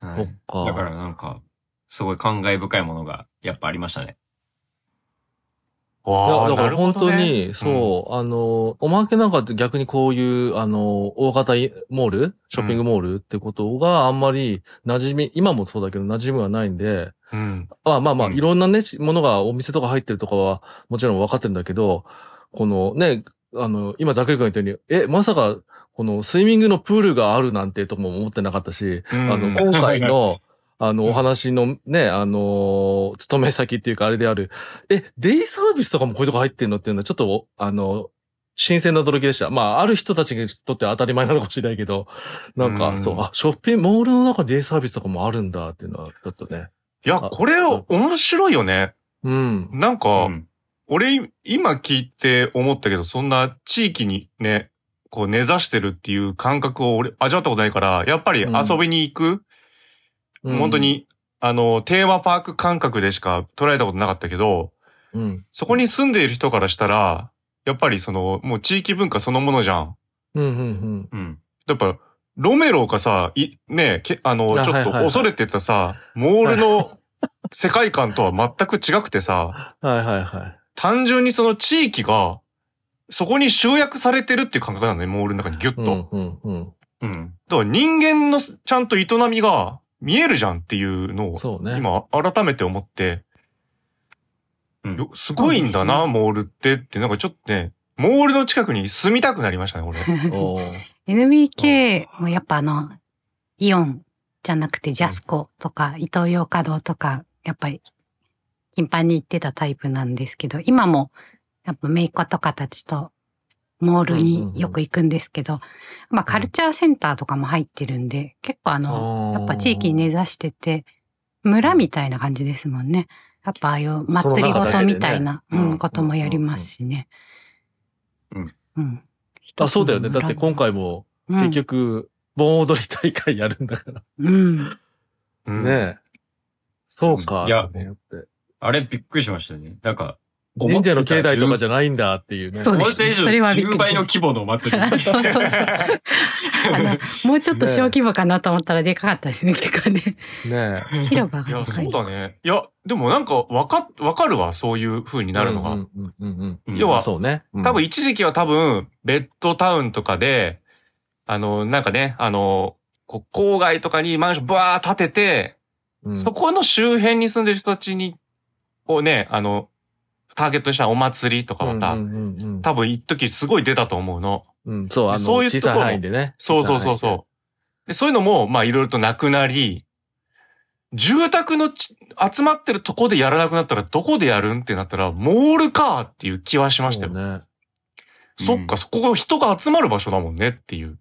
S2: そ
S3: は
S2: っ
S3: い
S2: か。
S3: だからなんか、すごい感慨深いものがやっぱありましたね。
S2: い
S1: わ
S2: や、
S1: あ、
S2: だ
S1: な
S2: から
S1: る
S2: 本
S1: ほど
S2: 当
S1: ね。
S2: に、そう、あの、おまけなんかって逆にこういう、あの、大型いモールショッピングモールってことがあんまり馴染み、今もそうだけど馴染みはないんで、
S1: うん。
S2: まあまあまあ、
S1: うん
S2: いろんなね、ものがお店とか入ってるとかは、もちろん分かってるんだけど、このね、あの、今ざっくりくんが言ったように、え、まさか、このスイミングのプールがあるなんてとも思ってなかったし、
S1: うん
S2: あの、
S1: うん
S2: 今回の、あの、お話のね、あの、勤め先っていうかあれである、え、デイサービスとかもこういうとこ入ってんのっていうのはちょっと、あの、新鮮な驚きでした。まあ、ある人たちにとっては当たり前なのかもしれないけど、 なん
S1: う
S2: か、
S1: ん
S2: そう、あ、ショッピング、モールの中にデイサービスとかもあるんだっていうのは、ちょっとね。
S1: いや、これ面白いよね。
S2: うん。
S1: なんか、
S3: うん
S1: 俺、今聞いて思ったけど、そんな地域にね、こう根ざしてるっていう感覚を俺、味わったことないから、やっぱり
S2: うん
S1: 遊びに行く、
S2: うん
S1: 本当。に、あの、テーマパーク感覚でしか捉えたことなかったけど、
S2: うん。
S1: そこに住んでいる人からしたら、やっぱりその、もう地域文化そのものじゃん。
S2: うんうん
S3: うん。
S1: やっぱ、ロメロがさ、い、ねえけ、あの、
S2: あ
S1: ちょ
S2: は
S1: っ
S2: いは
S1: と
S2: いはい
S1: 恐れてたさ、モールの世界観とは全く違くてさ、
S2: うん。はいはいはい。
S1: 単純にその地域が、そこに集約されてるっていう感覚なのね、モールの中にギュッと。
S2: う
S1: だ
S2: んうんうん。
S3: うん。
S1: から人間のちゃんと営みが見えるじゃんっていうのを、
S2: そうね。
S1: 今改めて思って、
S3: うん
S1: よすごいんだな、モールってって、なんかちょっとね、モールの近くに住みたくなりましたね、俺。
S2: おー
S4: NBK もやっぱあの、イオンじゃなくてジャスコとか、イトーヨーカドーとか、やっぱり頻繁に行ってたタイプなんですけど、今もやっぱメイコとかたちとモールによく行くんですけど、まあカルチャーセンターとかも入ってるんで、結構あの、
S2: あー
S4: やっぱ地域に根ざしてて、村みたいな感じですもんね。やっぱああいう祭りごとみたいな、
S2: その中だけでね
S4: うん、こともやりますしね。
S3: うん。
S4: うん。
S2: あ、そうだよね。だって今回も結
S4: うん
S2: 局、盆踊り大会やるんだから。
S4: うん。
S1: うん
S2: ねえ。そうか。
S3: いや
S2: と思って
S3: あれびっくりしましたね。なんか、思
S2: 神
S3: って
S2: 社
S3: た
S2: の境内とかじゃないんだっていうね。
S4: そう
S3: 思
S4: で
S3: っ
S4: す
S3: た以
S4: ね。
S3: 上
S4: それはびっく
S3: 10
S4: り
S3: 倍の規
S4: し
S3: 模のお祭り。
S4: た そうそうそう。あの、もうちょっと小規模かなと思ったらでかかったですね、結 構ね。
S2: ねえ。
S4: 広場
S1: い
S4: が
S1: や、
S4: でか
S1: そ
S4: い。
S1: うだね。いや、でもなんか、わか、わかるわ、そういう風になるの
S2: う
S1: が。
S2: んうんうんうんうん。
S1: 要は
S2: そうね。うん
S1: 多分、一時期は多分、ベッドタウンとかで、あの、なんかね、あの、こう郊外とかにマンションバー建てて、
S2: うん
S1: そこの周辺に住んでる人たちに、をね、あの、ターゲットにしたお祭りとかはさ、
S2: うんうんうんうん
S1: 多分一時すごい出たと思うの。
S2: うんそう、あの、
S1: そういうと
S2: 小
S1: こ
S2: さい範囲でね。
S1: そうそうそう
S2: 小さ
S1: そう。でそういうのも、まあいろいろとなくなり、住宅のち集まってるとこでやらなくなったらどこでやるんってなったら、モールかっていう気はしま
S2: い
S1: した
S2: 範囲で
S1: よ。
S2: そうね。
S3: うね
S1: そっか、そこが人が集まる場所だもんねっていう。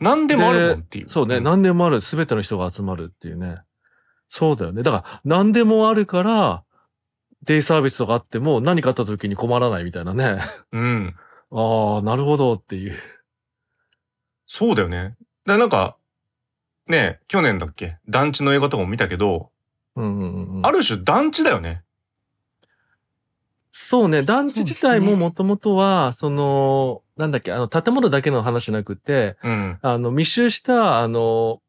S1: 何でもあるもんっていう。
S2: そうね、何でもある、すべての人が集まるっていうね。そうだよね。だから、何でもあるから、デイサービスとかあっても、何かあった時に困らないみたいなね。
S1: うん。
S2: ああ、なるほどっていう。
S1: そうだよね。だなんか、ね去年だっけ団地の映画とかも見たけど、
S2: うんうんうん。
S1: ある種団地だよね。
S2: そうね、団地自体も
S4: そうですね
S2: もともとは、その、なんだっけ、あの、建物だけの話じゃなくて、
S1: うん。
S2: あの、密集した、あの、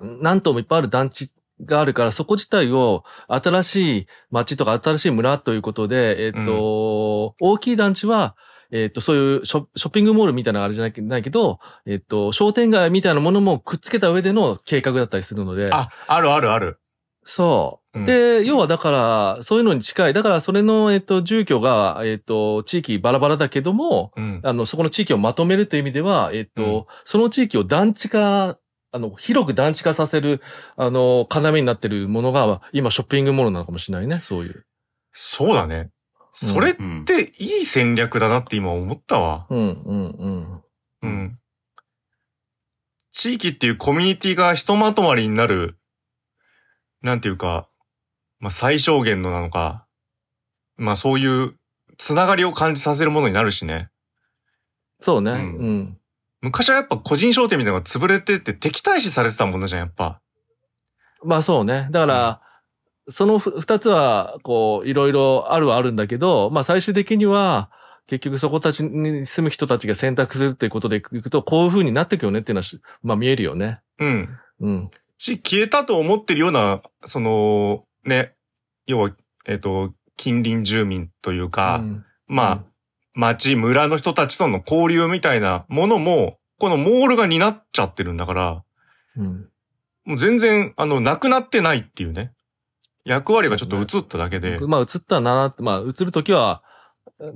S2: 何棟もいっぱいある団地があるから、そこ自体を新しい町とか新しい村ということで、えっ、と、大きい団地は、えっ、と、そういうショショッピングモールみたいなのあれじゃなきないけど、えっ、と、商店街みたいなものもくっつけた上での計画だったりするので。
S1: あ、あるあるある。
S2: そう。
S1: うん
S2: で、要はだから、そういうのに近い。だから、それの、えっと、住居が、えっと、地域バラバラだけども、
S1: うん。
S2: あの、そこの地域をまとめるという意味では、えっと、
S1: うん
S2: その地域を団地化、あの、広く団地化させる、あの、要になってるものが、今、ショッピングモールなのかもしれないね、そういう。
S1: そうだね。それっ
S3: うん。
S1: ていい戦略だなって今思ったわ。
S2: うん、うん、うん。
S1: うん。地域っていうコミュニティがひとまとまりになる、なんていうか、まあ最小限のなのか、まあそういうつながりを感じさせるものになるしね。
S2: そうね。う
S3: うんん。
S1: 昔はやっぱ個人商店みたいなのが潰れてって敵対視されてたものじゃん、やっぱ。
S2: まあ、そうね。だから、そのふ二つは、こう、いろいろあるはあるんだけど、まあ最終的には、結局そこたちに住む人たちが選択するっていうことでいくと、こういう風になっていくよねっていうのはし、まあ見えるよね。
S1: うん。
S2: うん。
S1: し、消えたと思ってるような、その、ね、要は、えっ、と、近隣住民というか、
S2: うん
S1: まあ、
S2: うん
S1: 町、村の人たちとの交流みたいなものも、このモールが担っちゃってるんだから、
S2: うん。
S1: もう全然、あの、なくなってないっていうね。役割がちょっと移っただけで。
S2: まあ映ったな、まあ映るときは、うん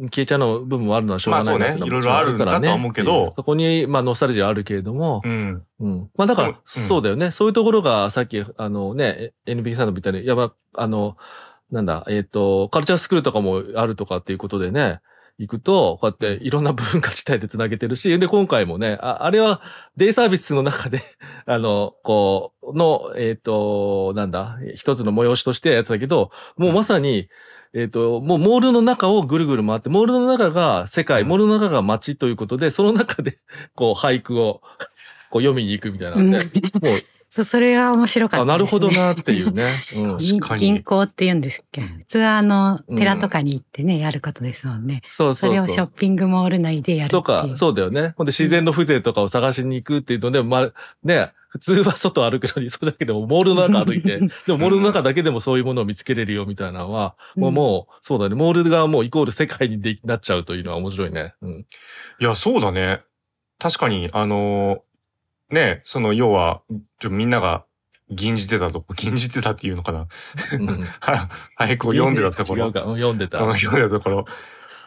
S2: 消えちゃうの部分もあるのはしょうがない
S1: ま
S2: な
S1: あ
S2: って
S1: そうね
S2: のも
S1: いろいろあるんだとは
S2: からね
S1: 思うけど
S2: っていそこに、まあノスタルジーはあるけれども
S1: う、ん。
S2: うん。まあだか
S1: で
S2: ら
S1: も、うん
S2: そうだよね。そういうところが、さっき、あのね、え NB さんのみたいに、やば、あの、なんだ、えっ、と、カルチャースクールとかもあるとかっていうことでね、行くと、こうやっていろんな文化自体で繋げてるし、で、今回もね、ああれはデイサービスの中で、あの、こう、の、えっ、と、なんだ、一つの催しとしてやってたけど、もうまさに、えっ、と、もうモールの中をぐるぐる回って、モールの中が世界、
S1: うん
S2: モールの中が街ということで、その中で、こう、俳句を、こう、読みに行くみたいな
S4: うん
S2: ね。もう、
S4: そうそれが面白かった
S2: あ、
S4: です、ね。
S2: なるほどなっていうね。うん。
S1: 確かに
S4: 銀行って言うんですっけ
S1: うん
S4: 普通はあの
S2: うん
S4: 寺とかに行ってね、やることですもんね
S2: そう
S4: そ
S2: そう
S4: れをシ
S2: そ
S4: ョッ
S2: う。
S4: ピングモール内でやるって
S2: と
S4: いう
S2: か、そうだよね。ほんで自然の風情とかを探しに行くっていうので、まあ、ね、普通は外歩くのに、そうだけでも、モールの中歩いて、でもモールの中だけでもそういうものを見つけれるよみたいなのは、もう、
S4: うん
S2: もう、そうだね。モールがもうイコール世界にでなっちゃうというのは面白いね。うん。
S1: いや、そうだね。確かに、あのーね、その、要は、ちょみんなが、吟じてたと こ、吟じてたっていうのかな。
S2: うん、
S1: は俳句を読んでたとこ
S2: 違
S1: ろ
S2: う。かうん読んでた。
S1: あの読んでたところ。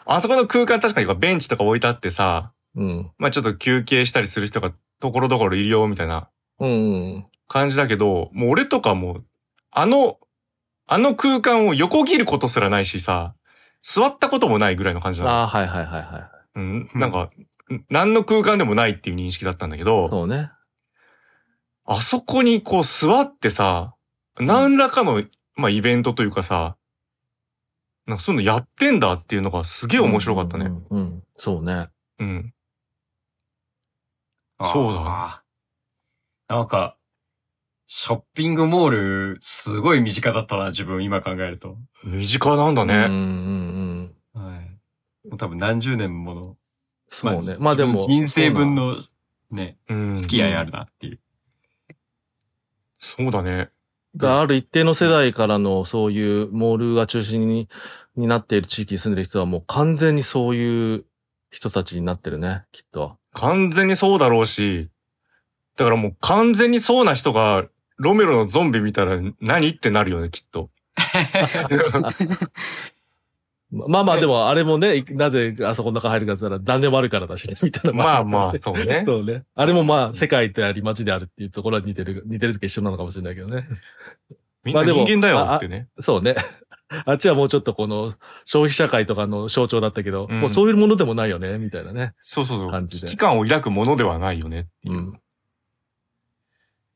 S1: あそこの空間確かにベンチとか置いてあってさ、
S2: うん。
S1: まあちょっと休憩したりする人がところどころいるよ、みたいな
S2: うん。
S1: 感じだけど、もう俺とかも、あの、あの空間を横切ることすらないしさ、座ったこともないぐらいの感じなの。
S2: ああ、はいはいはいは
S1: うん、なんか、ん何の空間でもないっていう認識だったんだけ
S2: い。
S1: ど、
S2: そうね。
S1: あそこにこう座ってさ、何らかの、まあイベントというかさ、なんかそういうのやってんだっていうのがすげえ面白かったね。
S2: うんうんうん。そうね。
S1: うん。
S3: あー
S1: そうだ。
S3: なんか、ショッピングモール、すごい身近だったな、自分、今考えると。
S1: 身近なんだ
S2: うんうんう
S1: ね。
S2: ん。
S3: はい。もう多分何十年もの。
S2: そうね。まあでも。
S3: 人生分の、ね、
S1: うん。
S3: 付き合いあるなっていう。
S1: そうだね。
S2: がある一定の世代からのそういうモールが中心にになっている地域に住んでる人はもう完全にそういう人たちになってるね、きっと。
S1: 完全にそうだろうし、だからもう完全にそうな人が、ロメロのゾンビ見たら何ってなるよね、きっ と。
S2: まあまあでもあれもね、なぜあそこの中入るかって言ったら何でもあるからだしね、みたいな。
S1: まあまあ、そうね。
S2: そうね。あれもまあ世界であり街であるっていうところは似てる、似てるけど一緒なのかもしれないけどね。
S1: みんな
S2: まあでも
S1: 人間だよってね。
S2: そうね。 あっちはもうちょっとこの消費社会とかの象徴だったけど、
S1: うん
S2: もうそういうものでもないよね、みたいなね。
S1: そうそうそう。
S2: 感じ
S1: 危
S2: で
S1: 機感を抱くものではないよね。
S2: うん。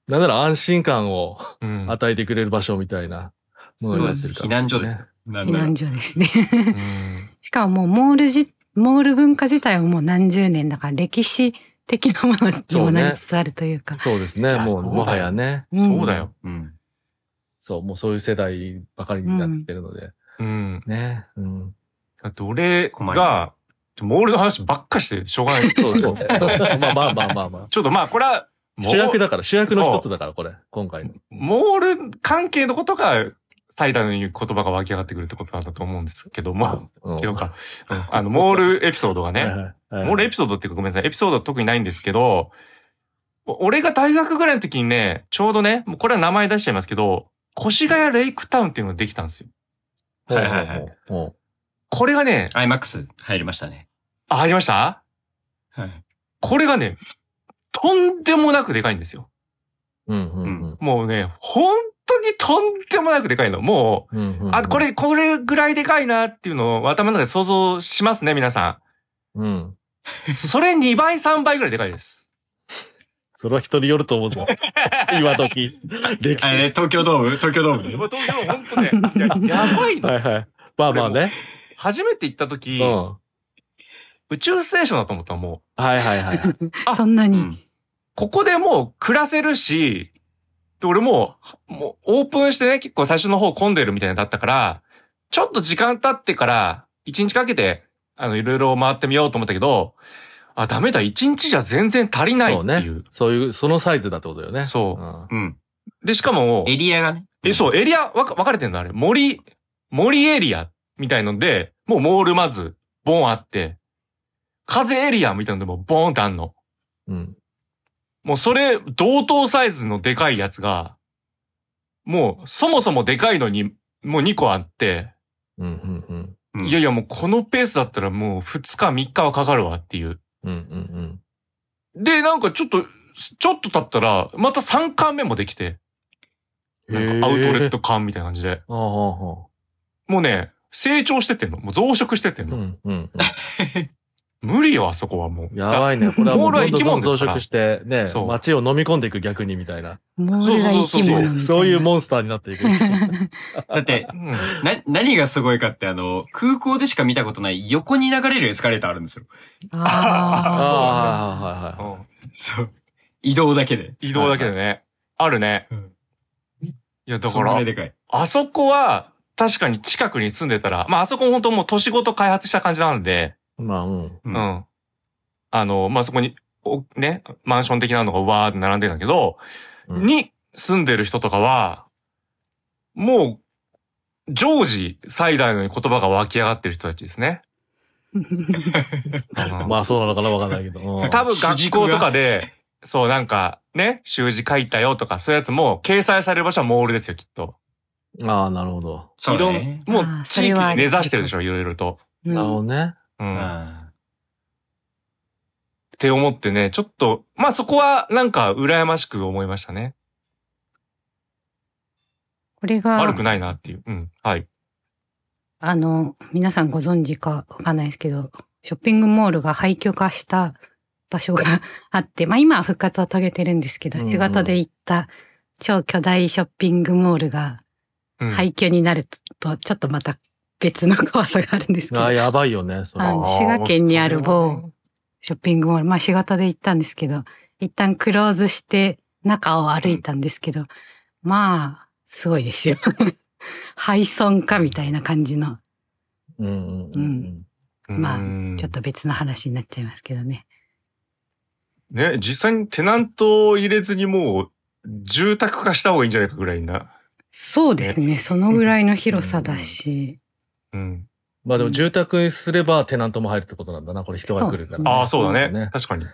S2: なんなら安心感を
S1: うん。
S2: 与えてくれる場所みたいなものになってるから、
S3: 避難所です。避
S4: 避難所ですね
S1: うん
S4: しかももうモールじモール文化自体はもう何十年だから歴史的なものにもなりつつあるというか
S2: そうですね。
S1: いや
S2: も
S1: そう
S2: う、
S1: だよ
S2: もはやね。
S4: ん
S1: そうだよ。
S3: うん。
S2: そう、もうそういう世代ばかりになってきてるので。
S1: うん。
S2: ね。うん。
S1: だって俺
S3: 困りま
S1: が、モールの話ばっかしてしょうが ない。
S2: そうそう。まあまあまあまあまあ。
S1: ちょっとまあこれは、モ
S2: 主役
S1: ー
S2: だから、主役の一つだから、これ、今回の。
S1: モール関係のことが、最大の言う言葉が湧き上がってくるってことなんだと思うんですけども、
S2: うん
S1: 違うか。うん あの、モールエピソードがね、
S2: はい
S1: もう俺エピソードっていうかごめんなさい、エピソードは特にないんですけど、お俺が大学ぐらいの時にね、ちょうどね、もうこれは名前出しちゃいますけど、越谷レイクタウンっていうのができたんですよ。
S3: はいはいはい。
S2: も
S1: これがね、
S3: IMAX 入りましたね。
S1: あ、入りました
S3: はい。
S1: これがね、とんでもなくでかいんですよ。
S2: う。うんうん
S1: もうね、本当にとんでもなくでかいの。も
S2: うんうんう
S1: う、
S2: ん。
S1: あ、こ。れ、これぐらいでかいなっていうのを頭の中で想像しますね、皆さ
S2: うん。
S1: ん。それ2倍、3倍ぐらいでかいです。
S2: それは人によると思うぞ。今時。歴
S3: あ
S2: 史。
S3: れ、東京ドーム東京ドーム
S1: もう東京本当ね、いややばいの。
S2: はいはい。まあまあね。
S1: 初めて行った
S2: う
S1: 時、
S2: ん。は
S1: 宇宙ステーションだと思ったらもう、
S2: いはいはいはい。
S1: あ
S4: そんな
S3: う
S4: に。
S3: ん。
S1: ここでもう暮らせるし、で、俺もう、もうオープンしてね、結構最初の方混んでるみたいなのだったから、ちょっと時間経ってから、一日かけて、あの、いろいろ回ってみようと思ったけど、あ、ダメだ、一日じゃ全然足りないっ
S2: そう
S1: て
S2: ね
S1: いう。。
S2: そういう、そのサイズだってことよね。
S1: そう
S2: うん。
S3: うん。
S1: で、しかも、
S3: エリアがね。
S1: え、そう、エリア、わか、分かれてんのあれ。森、森エリアみたいので、もうモールまず、ボンあって、風エリアみたいのでもボーンってあんの。
S2: うん。
S1: もうそれ、同等サイズのでかいやつが、もう、そもそもでかいのに、もう2個あって、
S2: うんうんうん。
S3: うん。
S1: いやいやもうこのペースだったらもう2日3日はかかるわっていう。
S2: うんうん
S1: で、なんかちょっと、ちょっと経ったら、また3巻目もできて、
S2: うん。
S1: なんかアウトレッ
S2: へー。
S1: ト缶みたいな感じで。
S2: ああ、あ
S1: もうね、成長してってんの。もう増殖してってん
S2: あ、う
S1: の。
S2: んうん
S1: 無理よ、あそこはも
S2: うん。
S1: う。
S2: やばい ね。これは
S1: モ
S2: も
S1: ー
S2: う
S1: ル
S2: ど
S1: は
S2: んどんどん
S1: 生き物で
S2: 増
S1: すから
S2: 殖して、ね
S1: そ、う
S2: 街を飲み込んでいく逆にみたいな。
S4: モールが生き
S1: そう
S4: 物
S1: そう
S4: みたいな。
S2: そういうモンスターにな っていく。
S3: だって、
S1: うん
S3: な、何がすごいかって、あの、空港でしか見たことない横に流れるエスカレーターあるんですよ。
S4: ああ。
S2: ああ、はいはいはいはい。
S1: うん
S3: そう。移動だけで。
S1: 移動だけでね。あるね
S3: うん。
S1: いや、だ
S3: そ
S1: か
S3: んぐ
S1: ら
S3: らい、でかい。
S1: あそこは、確かに近くに住んでたら、まああそこも本当もう都市ごと開発した感じなんで、
S2: まあ、うん。
S3: う
S1: う。ん。あの、まあそこに、おね、マンション的なのがわーって並んでるんだけど、
S2: うん
S1: に住んでる人とかは、もう、常時最大の言葉が湧き上がってる人たちですね。うん
S2: まあ、そうなのかなわかんないけど。うん
S1: 多分
S3: 主
S1: 学
S3: 軸が
S1: 校とかで、そうなんか、ね、習字書いたよとか、そういうやつも掲載される場所はモールですよ、きっと。
S2: ああ、なるほど。
S3: そうだね
S1: い。ろん
S4: あ
S1: も
S4: ー
S1: う
S4: そ
S1: 地
S4: れ
S1: 域
S4: はあ
S1: に
S4: り
S1: 根ざしてるでしょ、いろいろと。
S4: うん
S2: なるほどね。
S1: うん。
S3: あ
S1: って思ってね、ちょっと、まあそこはなんか羨ましく思いましたね。
S4: これが。
S1: 悪くないなっていう。うん。はい。
S4: あの、皆さんご存知かわかんないですけど、ショッピングモールが廃墟化した場所があって、まあ今は復活を遂げてるんですけど、
S2: うんうん
S4: 仕事で行った超巨大ショッピングモールが
S1: うん、
S4: 廃墟になると、ちょっとまた別の怖さがあるんですけ
S2: ああ、
S4: ど、
S2: やばいよね、それ。
S4: あ
S2: は
S4: の滋賀県にある某
S1: う
S4: ショッピングモール、まあ仕事で行ったんですけど、一旦クローズして中を歩いたんですけど、まあ、すごいですよ。 廃村化みたいな感じの、
S2: うんうんう。
S4: うんまあ
S1: ん
S4: ちょっと別の話になっちゃいますけどね。
S1: ね、実際にテナントを入れずにもう、住宅化した方がいいんじゃないかぐらいな。
S4: そうですね。そのぐらいの広さだし。
S1: うん。
S2: まあでも住宅にすればテナントも入るってことなんだな、これ人が来るから、
S1: ああ、そうだ
S2: そうだ
S1: ね
S2: ね。
S1: 確かに。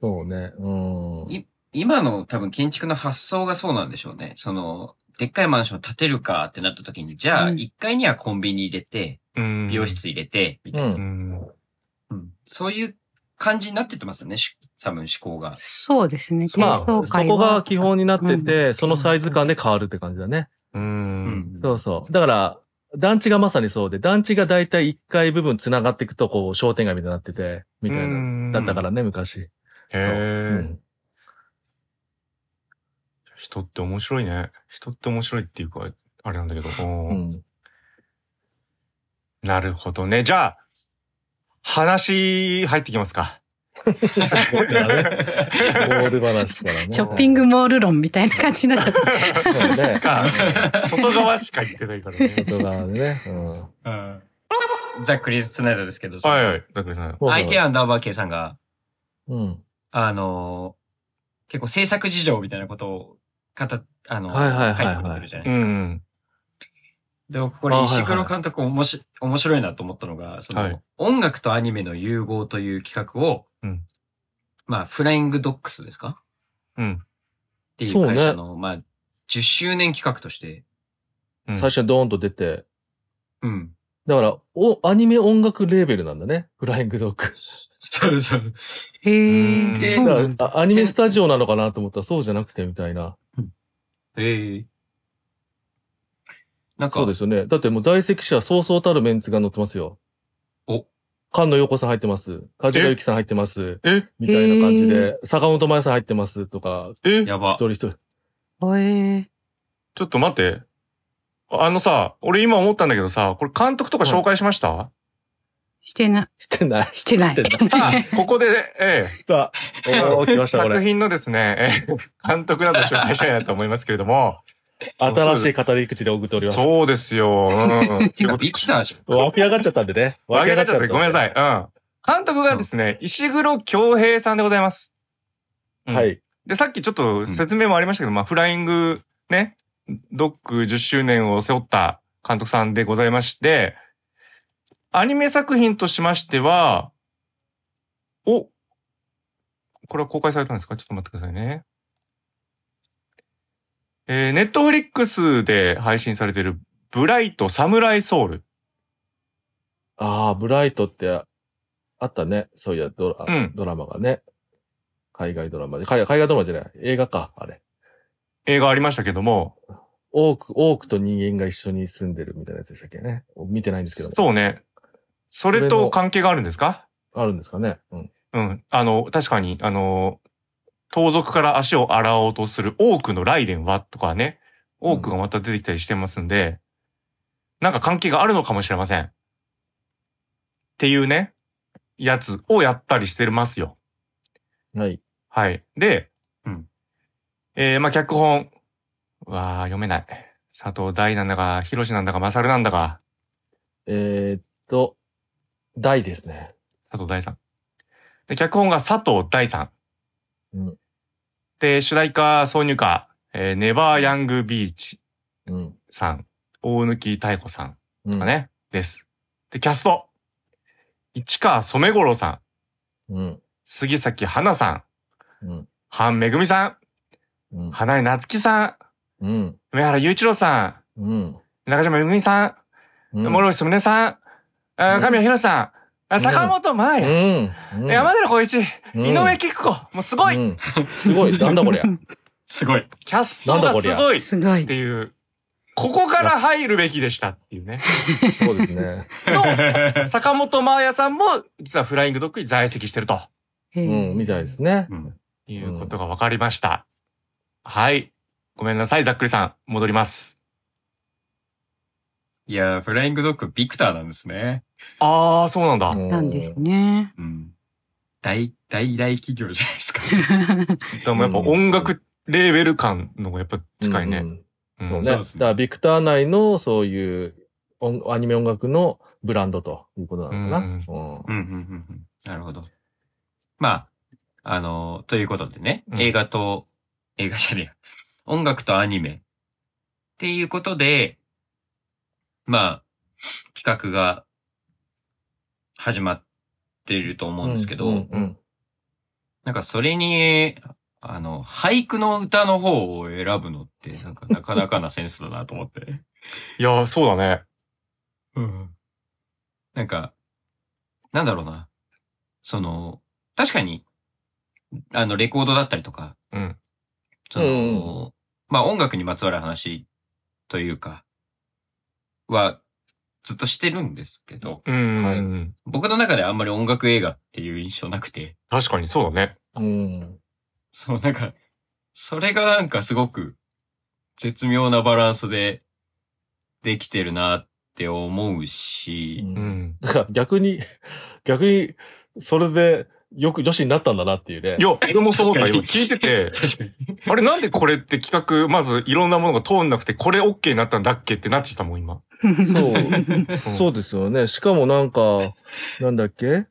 S2: そうね。うん。
S3: い今の多分建築の発想がそうなんでしょうね。その、でっかいマンション建てるかってなった時に、じゃあ
S4: うん
S3: 1階にはコンビニ入れて、
S1: うん。
S3: 美容。室入れて、みた
S2: う。
S3: いな。
S1: うんん。
S3: うんそういう感じになってってますよね、し多分思考が。
S4: そうですね。
S2: まあ、
S4: 低
S2: そ
S4: 層階は
S2: こが基本になってて、そのサイズ感で変わるって感じだね。
S1: う。
S3: うん
S2: そうそう。だから、団地がまさにそうで、団地がだいたい1階部分繋がっていくと、こう、商店街みたいになってて、みたいな、
S1: な
S2: だったからね、昔。
S1: へ
S2: う
S1: え。
S2: ん
S1: 人って面白いね。人って面白いっていうか、あれなんだけど。
S2: う
S1: うん
S2: ん。
S1: なるほどね。じゃあ、話入ってきますか。
S2: ボール話からね。
S4: ショッピングモール論みたいな感じになっちゃった。
S2: そうね。
S1: か、 外側しか言ってないからね。
S2: 外側でね。うん。
S3: うんザ・クリス・スナイダーですけど、そ の
S1: はいはい。だからさ、
S3: IT アンダーバー K さんが、
S2: うん。
S3: あのー結構制作事情みたいなことを、かた、あの、
S2: はいはいはいはい
S3: 書いてくれてるじゃないうですか。
S1: ん。
S3: で、僕こ
S2: あ
S3: れ
S2: はい
S3: 石黒監督おもし、面白いなと思ったのが、その、
S1: はい
S3: 音楽とアニメの融合という企画を、
S1: うん
S3: まあ、フライングドックスですか
S1: うん。
S3: っていう会社の、まあ、10周年企画として、
S1: うん
S2: 最初にドーンと出て。
S3: うん。
S2: だから、お、アニメ音楽レーベルなんだね。フライングドッグ。
S3: そうそう。
S4: へ
S1: う
S4: え。
S1: ん
S4: そうな
S2: だ
S4: ん
S2: か
S4: だ。
S2: らあアニメスタジオなのかなと思ったらそうじゃなくてみたいな。
S3: ええなんか、
S2: そうですよね。だってもう在籍者そうそうたるメンツが載ってますよ。
S3: お
S2: 菅野陽子さん入ってます。梶川由紀さん入ってます。
S1: え
S2: みたいな感じ
S4: へ
S2: で、坂本真也さん入ってますとか、
S1: え
S3: やば
S2: 一。人一人。
S4: へえ。
S1: ちょっと待って。あのさ、俺今思ったんだけどさ、これ監督とか紹介しました、
S4: してな、
S2: してない。
S4: してない
S2: して。な
S1: さあ、ここで、ええ、
S2: さあ、おー来ました、こ
S1: 作
S2: れ。
S1: 品のですね、ええ、監督など紹介したいなと思いますけれども、
S2: 新しい語り口で送っております。
S1: そうですよ。 うん。
S3: てか、ビキナーじ
S2: 湧き上がっちゃったんでね。
S1: わけがちゃって、ごめんなさ
S2: い。
S1: い。うん。監督がですね、石黒京平さんでございます。うん
S2: はい。
S1: で、さっきちょっと説明もありましたけど、まあ、フライング、ね、ドック10周年を背負った監督さんでございまして、アニメ作品としましては、おこれは公開されたんですかちょっと待ってくださいね。えー、ネットフリックスで配信されている、ブライト・サムライ・ソウル。
S2: ああ、ブライトって、あったね。そういや、ドラ,、
S1: うん
S2: ドラマがね。海外ドラマで。海外海外ドラマじゃない。映画か、あれ。
S1: 映画ありましたけども、
S2: 多く、多くと人間が一緒に住んでるみたいなやつでしたっけね。見てないんですけども。
S1: そうね。それ
S2: それ
S1: と
S2: の
S1: 関係があるんですか
S2: あるんですかね。うん。
S1: うん。あの、確かに、あの、盗賊から足を洗おうとする多くの雷電はとかね、多くがまた出てきたりしてますんで、なんか関係があるのかもしれません。っていうね、やつをやったりしてますよ。
S2: はい。
S1: はい。で、
S3: うん
S1: えー、まあ、脚本。うわあ読めない。佐藤大なんだか、広志なんだか、勝なんだか、
S2: えー、っと、大ですね。
S1: 佐藤大さん。で、脚本が佐藤大さん。
S2: うん
S1: で、主題歌、挿入歌、えーネバーヤングビーチ
S2: うん。
S1: さん、大貫妙子さん
S2: うん。
S1: とか。ね、です。で、キャスト、市川染五郎さん、
S2: うん。
S1: 杉咲花さん、
S2: うん。
S1: 半めぐみさん、
S2: うん。
S1: 花江夏樹さ
S2: うん。
S1: ん、梅原雄一郎さ
S2: うん。
S1: ん、中島めぐみさん、
S2: うん。
S1: 諸星すむねさん、あ
S2: うん
S1: 神谷博さん、あ坂本真
S2: う
S1: 綾、
S2: ん。うん
S1: 山寺宏一、
S2: うん
S1: 井上貴子、もうすごい、
S2: うんすごい。なんだこりゃ。
S3: すごい。
S1: キャストがす
S2: なんだ
S1: ごいっ
S4: すごい
S1: て。いう、ここから入るべきでしたっていう ね。
S2: そうですね。
S1: の、坂本真綾さんも、実はフライングドッグに在籍してると
S4: う
S2: うん。みたいですね。
S3: うん
S1: いうことが分かりました。はい。ごめんなさい、ざっくりさん。戻ります。
S3: いやー、フライングドッグ、ビクターなんですね。
S1: あー、そうなんだ。
S4: なんですね。
S3: うん。大、大大企業じゃないですか。
S1: でもやっぱ音楽レーベル感の方がやっぱ近い
S2: うん
S1: ね。。
S2: うん
S1: ん
S2: そうね。
S3: そう
S2: だ
S3: で
S2: か
S3: すね
S2: ら、ビクター内のそういう音アニメ音楽のブランドということなのかな。うん
S3: うん、うん、うんうん。なるほど。まあ、あのーということでね、
S1: うん
S3: 映画と、映画じゃねえや音楽とアニメ。っていうことで、まあ、企画が始まっていると思うんですけど、
S2: うんうん
S3: なんかそれに、あの、俳句の歌の方を選ぶのって、なんかなかなかなセンスだなと思って。
S1: いやー、そうだね。
S3: うん。なんか、なんだろうな。その、確かに、あの、レコードだったりとか、
S1: うん。
S3: その、
S2: うん
S3: まあ音楽にまつわる話というか、は、ずっとしてるんですけど、
S1: うん。
S2: はい
S3: 僕の中であんまり音楽映画っていう印象なくて、
S1: 確かにそうだね。
S2: うん。
S3: そう、なんか、それがなんかすごく、絶妙なバランスで、できてるなって思うし、
S1: うん。
S2: だから逆に、逆に、それでよく女子になったんだなっていうね
S1: い。や、俺もそう思った。今聞いてて、
S3: 確かに。
S1: あれなんでこれって企画、まずいろんなものが通んなくて、これ OK になったんだっけってなっちゃったもん、今。
S2: そう。
S1: うん
S2: そうですよね。しかもなん か、なんだっけ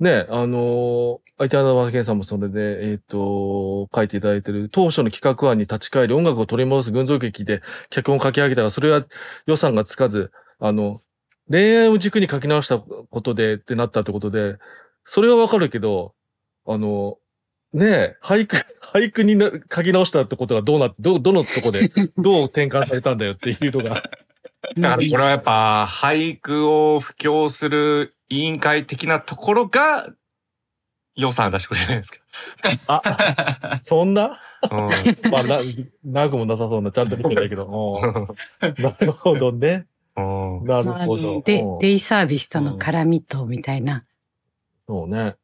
S2: ね、あのー、相手穴場健さんもそれで、えっ、と、書いていただいてる、当初の企画案に立ち返り音楽を取り戻す群像劇で脚本を書き上げたら、それは予算がつかず、あの、恋愛を軸に書き直したことでってなったってことで、それはわかるけど、あの、ねえ、俳句、 俳句にな書き直したってことがどうな、ど、どのとこで、どう転換されたんだよっていうのが。
S1: だからこれはやっぱ、俳句を布教する委員会的なところが、予算出してくれるじゃないですか。
S2: あ、そんな
S1: うん
S2: まあ、な、なくもなさそうな、ちゃんと見てないけど。うんなるほどね。
S1: うん
S2: なる
S4: まあ
S2: ほど。
S4: で
S2: うん、
S4: デイサービスとの絡みと、みたいな、
S2: そうね。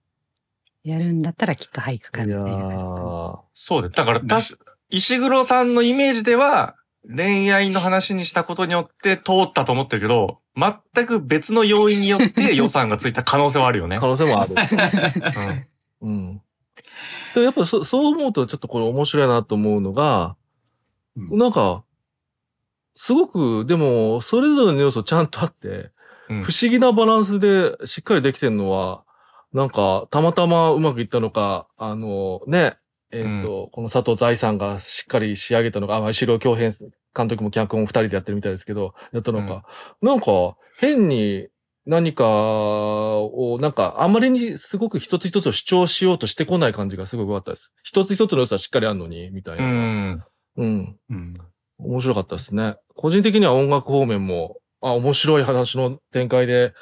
S4: やるんだったらきっと俳句
S2: い
S4: か
S2: や
S4: みたいな感
S2: ー
S1: そうです。だから、たし、石黒さんのイメージでは、恋愛の話にしたことによって通ったと思ってるけど、全く別の要因によって予算がついた可能性はあるよね
S2: 可。能性もある。
S1: うん
S2: うん。でもやっぱそそう思うとちょっとこれ面白いなと思うのが、
S3: うん
S2: なんか、すごく、でも、それぞれの要素ちゃんとあって、
S1: うん
S2: 不思議なバランスでしっかりできてるのは、なんか、たまたまうまくいったのか、あの、ね、えっ、と、この佐藤財さんがしっかり仕上げたのか、あまあ、石郎京平監督も脚本二人でやってるみたいですけど、やったのか、なんか、変に何かを、なんか、あまりにすごく一つ一つを主張しようとしてこない感じがすごく良かったです。一つ一つの良さはしっかりあるのに、みたいうな。
S1: ん。
S2: うん。
S3: うん。
S2: 面白かったですね。個人的には音楽方面も、あ、面白い話の展開で、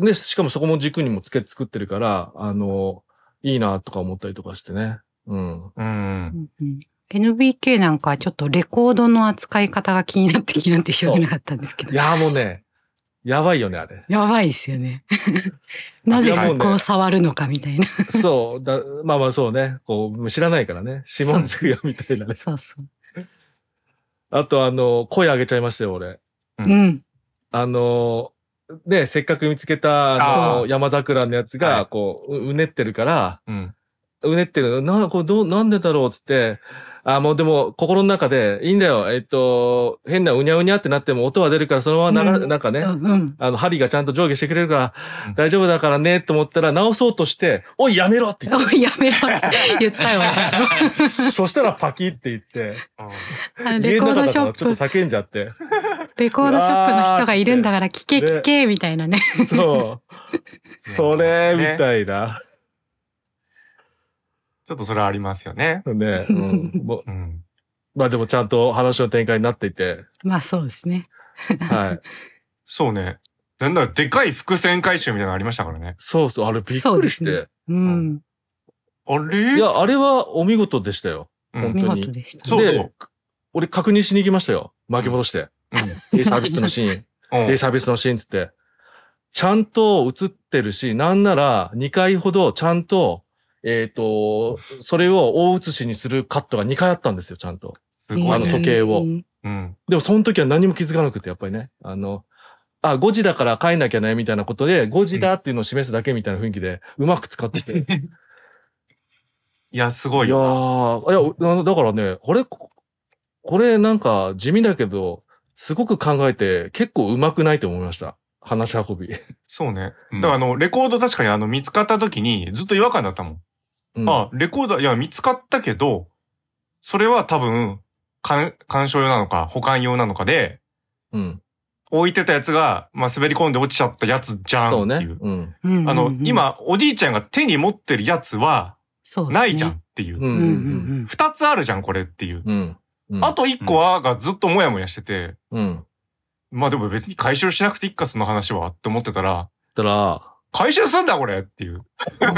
S2: ね、しかもそこも軸にもつけ、作ってるから、あの、いいなとか思ったりとかしてね。うん。
S1: うん。
S4: じ。うんうん NBK なんかはちょっとレコードの扱い方が気になって気になってしょうがなかったんですけど
S2: い。やーもうね、やばいよね、あ れ。
S4: やばいですよね。なぜそこを触るのかみたいな。
S2: そう、だ、まあまあそうね。こう、知らないからね。指紋つくよ、みたいなね。
S4: そうそう。
S2: あと、あの、声上げちゃいましたよ、俺。
S4: うん。
S2: あの、ね、せっかく見つけた、あ
S1: あ
S2: の、
S1: ー
S2: 山桜のやつ
S1: は
S2: が
S1: い、
S2: こう、ううねってるから、
S1: うん。
S2: うねってるの。な、これどう、なんでだろうっつって、あ、もうでも、心の中で、いいんだよ。えっと、変なうにゃうにゃってなっても音は出るから、そのままな、
S4: うん
S2: なんかね、
S4: うん。
S2: あの、針がちゃんと上下してくれるか
S1: う
S2: ら
S1: ん、
S2: 大丈夫だからね、と思ったら、直そうとして、おい、やめろって言っ
S4: おいやめろって言ったよ、私も。
S2: て。 そしたらパキって言って、
S4: あの
S2: 家
S4: レコ
S2: の中
S4: ード
S2: だ
S4: シ
S2: か
S4: ョ
S2: ら
S4: ッ
S2: ちょっ
S4: プ、
S2: と叫んじゃって。
S4: レコードショップの人がいるんだから聞け聞け、みたいなね。
S2: そう。 それ、み
S1: い。
S2: たいな。
S1: ちょっとそれはありますよね。
S2: ね、うんもう
S1: うん。
S2: まあでもちゃんと話の展開になってい て、
S4: まあそうですね。
S2: はい。
S1: そうね。なんだろう、でかい伏線回収みたいなのありましたからね。
S2: そうそう、あれびっくりし
S4: そうで
S2: て。
S4: うん。
S1: あれ
S2: いや、あれはお見事でしたよ。
S1: うん
S2: 本
S4: 見
S2: 当
S4: 事
S2: に。
S4: でした。
S1: そうそ
S2: で
S1: う、
S2: 俺確認しに行きましたよ。巻き戻して。
S1: うん
S2: デイサービスのシーン。
S1: うん
S2: デイサービスのシーンつって。ちゃんと映ってるし、なんなら2回ほどちゃんと、えっ、と、それを大写しにするカットが2回あったんですよ、ちゃんと。
S1: すご
S2: あ
S1: い
S2: の
S1: ね。
S2: 時計を
S4: うん
S1: うん。
S2: でもその時は何も気づかなくて、やっぱりね。あの、あ、5時だから帰んなきゃね、みたいなことで、5時だっていうのを示すだけみたいな雰囲気で、うまく使ってて。いや
S1: いや、すごい
S2: ー、いや
S1: よ。
S2: あだからね、これ、ここれなんか地味だけど、すごく考えて、結構うまくないと思いました。話し運び。
S1: そうね。
S3: う
S1: だ
S3: ん
S1: からあの、レコード確かにあの、見つかった時にずっと違和感だったもん。
S2: うん
S1: あ、レコーダー、いや、見つかったけど、それは多分、鑑鑑賞用なのか、保管用なのかで、
S2: うん。
S1: 置いてたやつが、まあ、滑り込んで落ちちゃったやつじゃ
S2: そうん
S1: っ
S2: ね
S1: ていう。。
S2: うん。
S4: うん
S1: あ
S4: う
S1: の
S4: ん、
S1: 今、おじいちゃんが手に持ってるやつは、ないじゃん。っていうう。
S4: そ
S2: ん
S4: うですねうん
S1: 二、つあるじゃん、これっていう。
S2: うん。うん。うん
S1: あと一個は、がずっともやもやしてて、
S2: うん。
S1: まあでも別に回収しなくていいか、その話は、って思ってたら、
S2: たら、
S1: 回収すんだ、これっていう。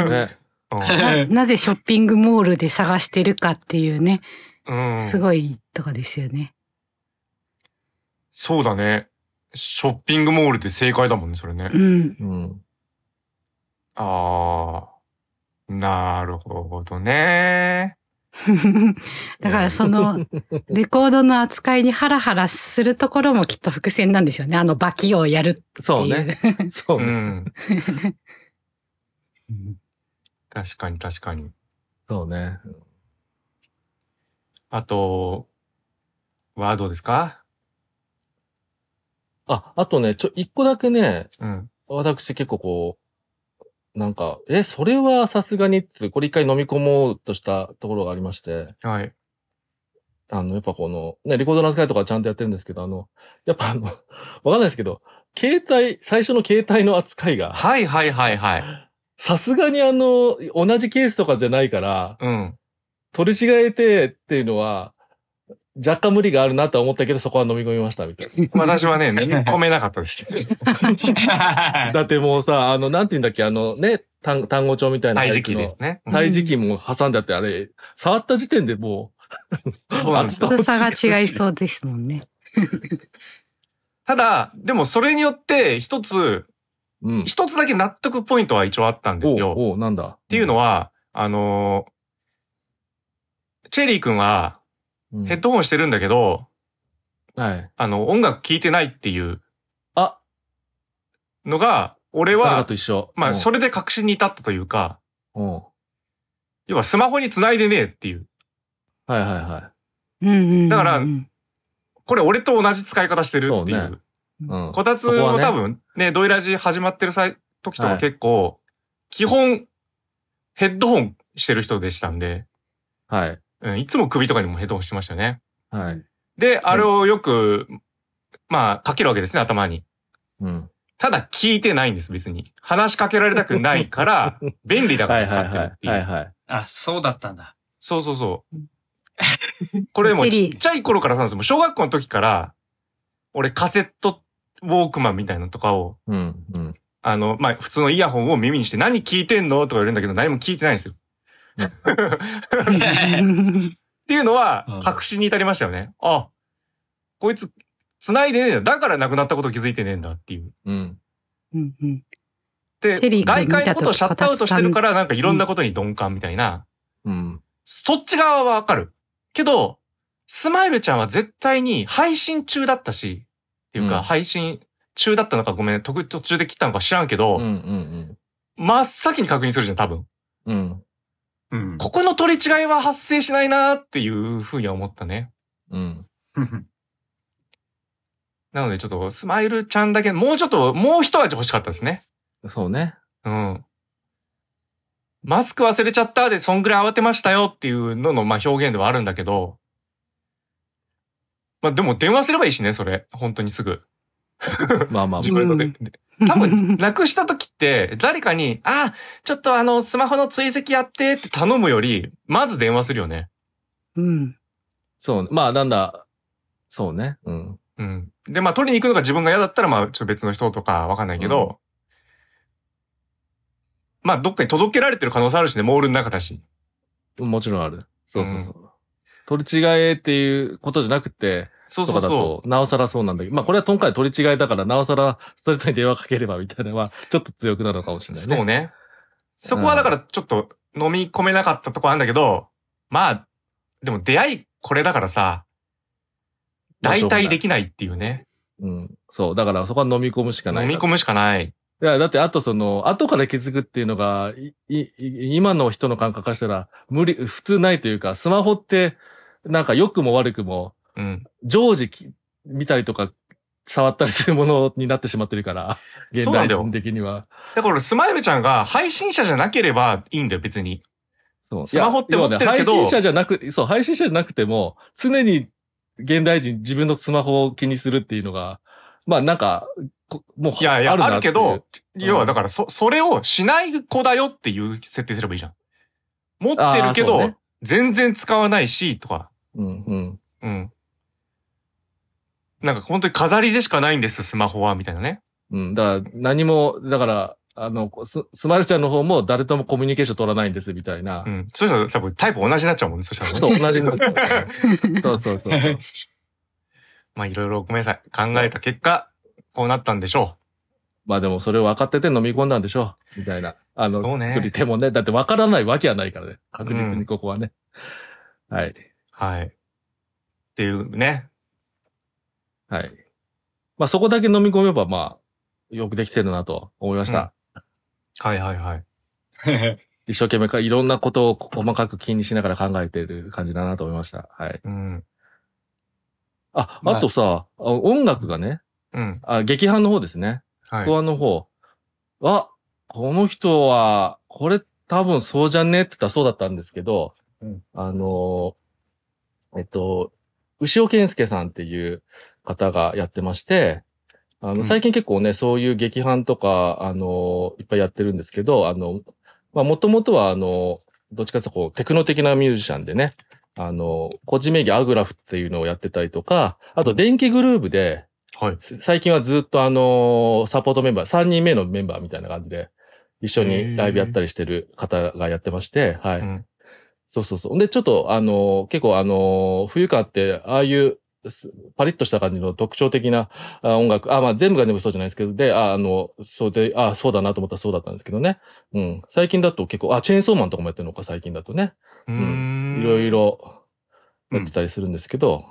S2: ね、
S1: う
S4: ななぜショッピングモールで探してるかっていうね、
S1: ん。うん
S4: すごいとこですよね。
S1: そうだね。ショッピングモールで正解だもんね、それね。
S4: うん。
S2: うん。
S1: ああ、なるほどね。
S4: だからその、レコードの扱いにハラハラするところもきっ と伏線なんでしょうね。あの、バキをやるってい う。
S2: そうね。そう
S1: う
S2: ね。
S1: ん。確かに確かに。
S2: そうね。
S1: あと、はどうですか
S2: あ、あとね、ちょ、一個だけね、
S1: うん。
S2: 私結構こう、なんか、え、それはさすがにっつう、これ一回飲み込もうとしたところがありまして、
S1: はい。
S2: あの、やっぱこの、ね、レコードの扱いとかちゃんとやってるんですけど、あの、やっぱあの、わ かんないですけど、携帯、最初の携帯の扱いが、
S1: はいはいはいはい。
S2: さすがにあの、同じケースとかじゃないから、
S1: うん。
S2: 取り違えてっていうのは、若干無理があるなとは思ったけど、そこは飲み込みました、みたいな。
S1: 私はね、飲み込めなかったです けど。
S2: だってもうさ、あの、なんて言うんだっけ、あのね、単単語帳みたいな
S1: 大
S2: タ
S1: 時
S2: イプ
S1: 期
S2: の
S1: ですね。
S2: 体磁器も挟んであって、あれ、触った時点でも
S1: そうなんですよ
S2: 厚
S4: 差が違いそうですもんね。
S1: ただ、でもそれによって一つ、
S2: う、うん。
S1: 一つだけ納得ポイントは一応あったんですよ。っ
S2: おうおうなんだ。って
S1: いうのは、あのーチェリー君は
S2: うん、
S1: ヘッドホンしてるんだけど、
S2: はい。
S1: あの、音楽聴いてないっていう
S2: あ、
S1: のが、俺
S2: 誰か
S1: は
S2: と、一緒。
S1: まあ、そ
S2: れ。
S1: れで確信に至ったというか、
S2: うん。はい
S1: 要はスマホに繋いでねえっていう。
S2: はいは
S4: うんうんうんうん
S1: だから
S4: うん
S1: これ俺と同じ使い方してるってい
S2: そう
S1: う
S2: ね。い。うん。
S1: こたつ
S2: そこは
S1: も
S2: ね
S1: 多分ね、ドイラジ始まってる際時と
S2: は
S1: か
S2: い
S1: 結構、基本、ヘッドホンしてる人でしたんで、
S2: はい。
S1: うん、いつも首とかにもヘッドホンしてましたよね。
S2: はい。
S1: で、あれをよく、まあ、かけるわけですね、頭に。
S2: うん。
S1: ただ聞いてないんです、別に。話しかけられたくない から、便利だか
S2: は
S1: ら
S2: い
S1: 使
S2: は
S1: っ
S2: い
S1: てるっ
S2: は
S1: て
S2: い。
S1: いう。
S2: はいはい。
S3: あ、そうだったんだ。
S1: そうそうそう。これでもちっちゃい頃からそうなんですよ。小学校の時から、俺カセットウォークマンみたいなのとかを、
S2: うん。うん。
S1: あの、まあ、普通のイヤホンを耳にして何聞いてんのとか言われるんだけど、何も聞いてないんですよ。っていうの
S3: う
S1: は
S3: ん、
S1: 確信に至りましたよね。あ、こいつ、繋いでねえんだ。だから亡くなったこと気づいてねえんだっていう。
S2: うん。
S4: うんうん
S1: で
S4: テリ、ーが
S1: 外
S4: 見た
S1: 界のことを
S4: 時
S1: シャットアウトしてるから、なんかいろんなことに鈍感みたいな。
S2: うん。
S1: そっち側はわかる。けど、スマイルちゃんは絶対に配信中だったし、っていう
S2: うん
S1: か、配信中だったのかごめん、途途中で切ったのか知らんけ
S2: うん。う
S1: ど、
S2: ん。
S1: 真っ先に確認するじゃん、多分。
S2: うん。
S3: うん。
S1: ここの取り違いは発生しないなーっていうふうには思ったね。
S2: うん。
S1: なのでちょっと、スマイルちゃんだけ、もうちょっと、もう一味欲しかったですね。
S2: そうね。
S1: うん。マスク忘れちゃったで、そんぐらい慌てましたよっていうのの、まあ、表現ではあるんだけど。まあ、でも電話すればいいしね、それ。本当にすぐ。
S2: まあまあ
S1: 自分ので。
S4: うん
S1: で多 分、なくした時って、誰かに、あ、ちょっとあの、スマホの追跡やってって頼むより、まず電話するよね。
S4: うん
S2: そうね。まあ、なんだ。そうね。うん。
S1: うん。で、まあ、取りに行くのが自分が嫌だったら、まあ、ちょっと別の人とかわかんないけど、まあ、どっかに届けられてる可能性あるしね、モールの中だし。
S2: もちろんある。そうそうそう。取り違えっていうことじゃなくて、
S1: そう
S2: と
S1: そ
S2: か
S1: う
S2: だ
S1: そ
S2: と、なおさらそうなんだけど、まあこれは今回取り違えだから、なおさらストレートに電話かければみたいなのは、ちょっと強くなるのかもし
S1: う。
S2: れないね。
S1: そうね。そこはだから、ちょっと飲み込めなかったとこあるんだけど、まあ、でも出会いこれだからさ、
S2: まあしょ
S1: 代
S2: うがない
S1: 替できないっていうね。
S2: うん。そう。だからそこは飲み込むしかない。
S1: 飲み込むしかない。
S2: いや、だってあとその、後から気づくっていうのが、い、い、い今の人の感覚からしたら、無理、普通ないというか、スマホって、なんか良くも悪くも、
S1: うん。
S2: 常時き見たりとか、触ったりするものになってしまってるから、現
S1: そうなん
S2: 代
S1: だよ
S2: 人的には。
S1: だから、スマイルちゃんが配信者じゃなければいいんだよ、別に。
S2: そう。
S1: スマホって持ってるけど
S2: いや要はね配信者じゃなく、そう、配信者じゃなくても、常に現代人自分のスマホを気にするっていうのが、まあなんか、こもう、
S1: いやいや、
S2: な
S1: あるけ
S2: っていう
S1: ど、、要はだ
S2: か
S1: から、そ、それをしない子だよっていう設定すればいいじゃん。持ってるけ
S2: あーそう
S1: ど
S2: ね、
S1: 全然使わないし、とか。
S2: うんうん。
S1: うん。なんか本当に飾りでしかないんです、スマホは、みたいなね。
S2: うん。だから、何も、だから、あの、ススマイルちゃんの方も誰ともコミュニケーション取らないんです、みたいな
S1: う。ん。そしたら多分タイプ同じになっちゃうもんね、そしたらね。
S2: そう、同 じの。そうそうそう。
S1: まあいろいろごめんなさい。考えた結果、こうなったんでしょ
S2: まあでも、それを分かってて飲み込んだんでしょう、みたいな。あの、
S1: そうね
S2: 作り手もね、だって分からないわけはないからね。確実にここはね。はい。
S1: う。はい。っていうね。
S2: はい。まあそこだけ飲み込めば、まあ、よくできてるなと思いました。
S1: はいはいはい。
S2: 一生懸命か、いろんなことを細かく気にしながら考えてる感じだなと思いました。はい。
S1: うん。
S2: あ、
S3: まあ
S2: あとさ、あ音楽がね、
S1: うん。
S2: あ、劇版の方ですね。
S1: はい。
S2: 公安の方。あ、この人は、これ多分そうじゃねって言ったらそうだったんですけど、
S1: うん
S2: あのー、えっと、牛尾健介さんっていう方がやってまして、あ
S1: うん
S2: の、最近結構ね、そういう劇版とか、あのー、いっぱいやってるんですけど、あの、まあ、もともとは、あの、どっちかというとこう、テクノ的なミュージシャンでね、あの、個人名義アグラフっていうのをやってたりとか、あと、電気グルーブで、
S1: はい。
S2: 最近はずっとあのーサポートメンバー、3人目のメンバーみたいな感じで、一緒にライブやったりしてる方がやってまして、はい。
S1: うん
S2: そうそうそう。で、ちょっとあのー結構あのー冬感って、ああいう、すパリッとした感じの特徴的なあ音楽。あ、まあ全部が全部そうじゃないですけど、で、あ、あの、そうで、あ、そうだなと思ったらそうだったんですけどね。うん。最近だと結構、あ、チェーンソーマンとかもやってるのか、最近だとね。
S1: うーん
S2: いろいろやってたりするんですけど、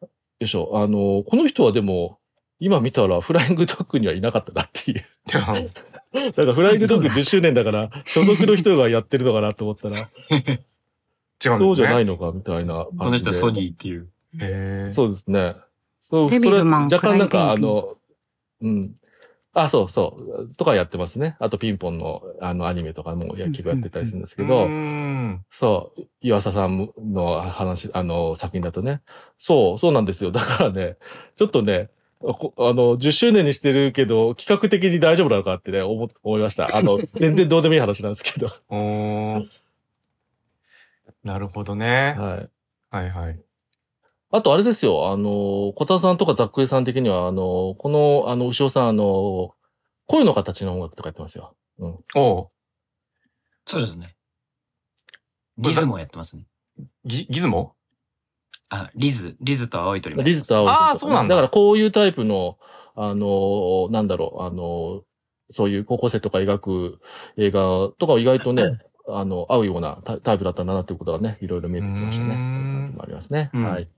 S2: よいしょ、あの、この人はでも、今見たらフライングドッグにはいなかったなっていう。 だからフライングドッグ10周年だから、所属の人がやってるのかなと思ったら、
S1: 違うんですね。。
S2: そうじゃないいのかみたいな
S3: この人はソ
S2: ー。
S3: ニーっていう。
S1: へえ。
S2: そうですね。そう、
S4: デ
S2: そ
S4: ビ
S2: れ
S4: ルマン
S2: 若干なんか、あ
S4: クライベイビー
S2: の、うん。あ、そうそう。とかやってますね。あとピンポンのあのアニメとかも結構やってたりするんですけど、
S1: うーん。
S2: そう、岩佐さんの話、あの、作品だとね。そう、そうなんですよ。だからね、ちょっとね、こあの、10周年にしてるけど、企画的に大丈夫なのかってね、思、思いました。あの、全然どうでもいい話なんですけど。
S1: おーなるほどね。
S2: は
S1: は
S2: い。
S1: いはい。
S2: あと、あれですよ。あの、小田さんとかざっくりさん的には、あの、この、あの、牛尾さん、あの、声の形の音楽とかやってますよ。
S1: おう
S3: そうですね。リズもやってますね。
S1: ギギズモ
S3: あ、リズ、リズと青い鳥もやって
S2: リ
S3: ます
S2: ズと青い
S1: あーそうなんだ
S2: だから、こういうタイプの、あの、なんだろう、あの、そういう高校生とか描く映画とかは意外とね、あの、合うようなタタイプだったんだなっていうことがね、いろいろ見えてきましたね。
S1: う
S2: っ
S1: ーん
S2: ていう感じもありますね。
S3: うん
S2: はい。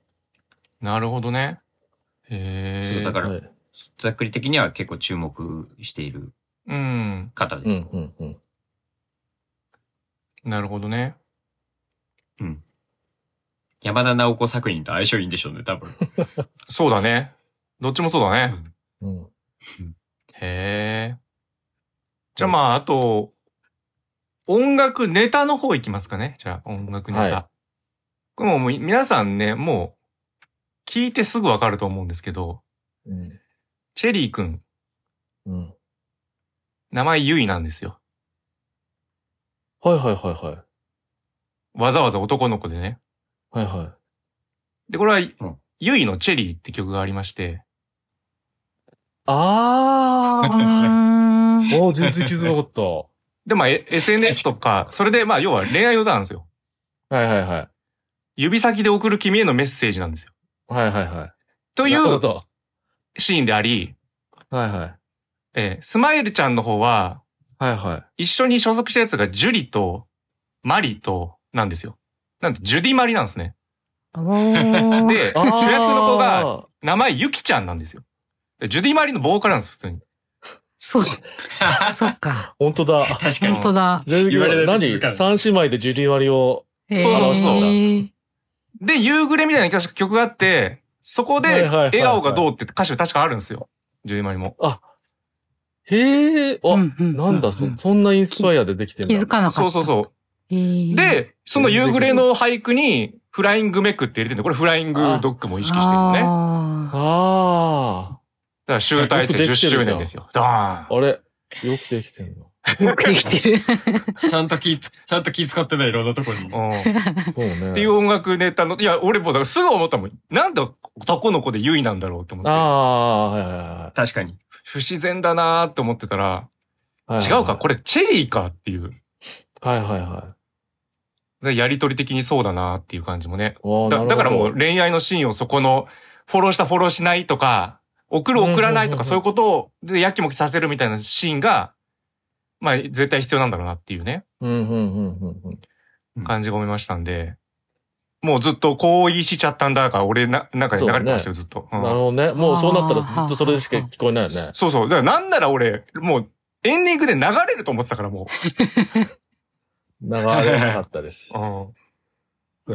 S1: なるほどね。へえ。
S3: そうだから
S2: はい
S3: ざっくり的には結構注目している
S1: うん。
S3: 方
S2: う
S3: です。
S2: ん、うん、うん。
S1: なるほどね。
S3: 山田直子作品と相性いいんでしょうね、多分。
S1: そうだね。どっちもそうだね。
S2: うん、
S1: へえ。じゃあまあ、あと、音楽ネタの方いきますかね。じゃあ、音楽ネタ。
S2: は
S1: これももう皆さんね、もう、聞いてすぐわかると思うんですけど、
S2: うん、
S1: チェリーくん、
S2: うん。
S1: 名前ユイなんですよ。
S2: はいはいはいはい。
S1: わざわざ男の子でね。
S2: はいは
S1: で、これは、
S3: ん
S1: ユイのチェリーって曲がありまして、
S4: う
S2: あ
S4: ーん
S2: ー。もう全然気づかなかった。
S1: で、まあ、え SNS とか、それで、まあ、要は恋愛歌なんですよ。
S2: はいはいはい。
S1: 指先で送る君へのメッセージなんですよ。
S2: はいはいはい。
S1: とい
S2: なるほ
S1: う
S2: ど
S1: シーンであり、
S2: はいはい。
S1: えースマイルちゃんの方は、
S2: はいはい。
S1: 一緒に所属したやつがジュリとマリとなんですよ。なんで、ジュディマリなんですね。
S4: おー
S1: で、主
S2: あー
S1: 役の子が、名前ユキちゃんなんですよ。でジュディマリのボーカルなんです、普通に。
S4: そうだ。そっ か。
S2: 本当だ。
S3: 確かに
S4: 本。当だ。
S2: 全
S3: 言われ
S2: 然、
S3: ないと気づ
S2: 何
S3: かない
S2: 三姉妹でジュリ割りを
S4: えー
S1: そう
S2: そう
S1: で、夕暮れみたいな曲があって、そこ
S2: はい
S1: で、
S2: はいはいはい
S1: 笑顔がどうって歌詞が確かあるんですよ。ジュディマリも。
S2: へえ、あ、
S4: うんうん
S2: なんだ、
S4: う
S2: そ
S4: ん、
S2: そんなインスパイアでできてるん
S4: 気
S2: だ。
S4: づかなかった。。
S1: そうそうそうう。
S4: で、
S1: で、その夕暮れの俳句に、フライングメックって入れてるんで、これフライングドッグも意識してるのね。だか
S4: あ
S2: あ
S1: ら集大成
S2: よくで
S1: 10
S2: きてる
S1: 周
S2: な
S1: 年ですよ。ドー
S2: あ、
S1: ン
S2: あれ、よくできてるの。
S4: あ、よくできてる。
S3: ちゃんと気つ、ちゃんと気使ってない、いろんなところに。
S1: うん。
S2: そうね。
S1: っていう音楽ネタの、いや、俺もだからすぐ思ったもん。なんで男の子で優位なんだろうと思って。
S2: ああー、はいはいは
S3: 確かに。
S1: 不自然だなーって思ってたら、
S2: いはい。
S1: 違うか、これチェリーかっていう。
S2: れ。はいはいはい。
S1: でやりとり的にそうだなーっていう感じもね。
S2: おーなる
S1: だ
S2: ほど
S1: だからもう、恋愛のシーンをそこの、フォローしたフォローしないとか、送る送らないとか
S2: うんうんうんうん
S1: そういうことを、で、やきもきさせるみたいなシーンが、まあ、絶対必要なんだろうなっていうね、
S2: うんうんうんうんうん。
S1: 感じが思いましたんで、もうずっと、好意しちゃったんだが、俺な、中に流れてましたよ、ずっと。うん
S2: なるほどね。もうそうなったらずっとそれしか聞こえないよね。
S1: そうそう。だからなんなら俺、もうエンディングで流れると思ってたからも
S2: 流れなかったです。
S1: う。うん。
S2: ね、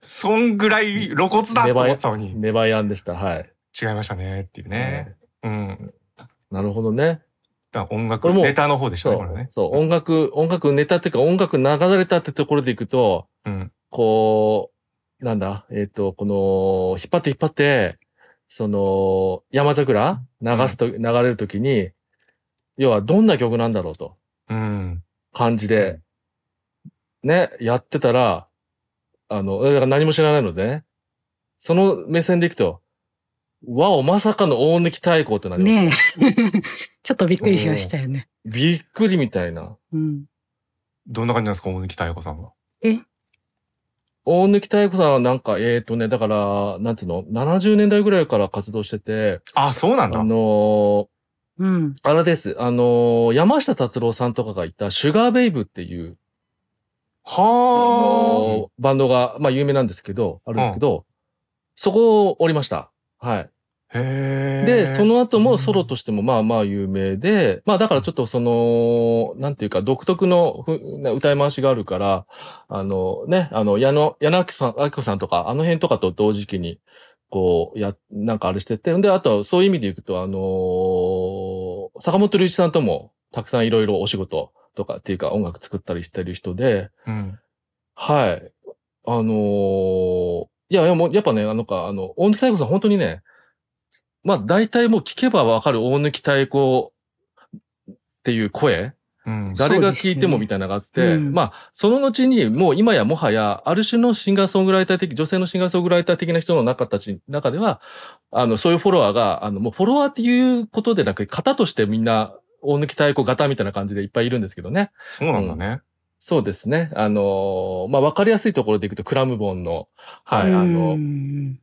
S1: そんぐらい露骨だと思ってたのに、
S2: ネバヤンでした。はい。
S1: 違いましたねっていうね。うん。
S2: なるほどね。
S1: だから音
S2: こ
S1: 楽、
S2: れも
S1: ネタの方でした
S2: そ
S1: ね、これ
S2: う
S1: ね。。
S2: そう、音楽、音楽ネタっていうか音楽流れたってところでいくと、
S1: うん。
S2: こう、なんだ、えっ、と、この、引っ張って引っ張って、その、山桜流すと、流れるときに、要はどんな曲なんだろうと、
S1: うん。
S2: 感じで、ね、やってたら、あの、だから何も知らないのでね、その目線でいくと、わお、まさかの大貫太鼓ってなります、
S4: ねえ。ちょっとびっくりしましたよね。
S2: びっくりみたいな。
S4: うん。
S1: どんな感じなんですか、大貫妙子さんは。
S2: 大貫妙子さんはなんか、えっ、とね、だから、なんつうの、70年代ぐらいから活動してて、
S1: あ、そうな
S2: あ
S1: んだ。
S2: の
S4: うん。
S2: ーあれです、あのー山下達郎さんとかがいた、シュガーベイブっていう、あ
S1: は
S2: のーバンドが、まあ有名なんですけど、あるんですけど、そこをおりました。はい。
S1: あ。へえ。
S2: で、そ、の後もソロとしてもまあまあ有名で、まあだからちょっとその、なんていうか独特のふな歌い回しがあるから、あのね、あの、矢野、矢野明子さん、明子さんとか、あの辺とかと同時期に、こう、や、なんかあれしてて、んで、あとそういう意味でいくと、あのー坂本龍一さんともたくさんいろいろお仕事とかっていうか音楽作ったりしてる人で、
S1: うん。
S2: はい。あのーいや、いや、もう、やっぱね、あのか、あの、大貫太鼓さん、本当にね、まあ、大体もう聞けばわかる大貫太鼓っていう声、
S1: うん。
S2: 誰が聞いてもみたいなのがあって、
S4: うん
S2: まあ、その後に、もう今やもはや、ある種のシンガーソングライター的、女性のシンガーソングライター的な人の中たち、中では、あの、そういうフォロワーが、あの、もうフォロワーっていうことでなく、型としてみんな、大貫太鼓型みたいな感じでいっぱいいるんですけどね。
S1: そうなんだね。
S2: そうですね。あのーまあ、わかりやすいところでいくと、クラムボンの、はい、あ
S4: う
S2: の、
S4: ん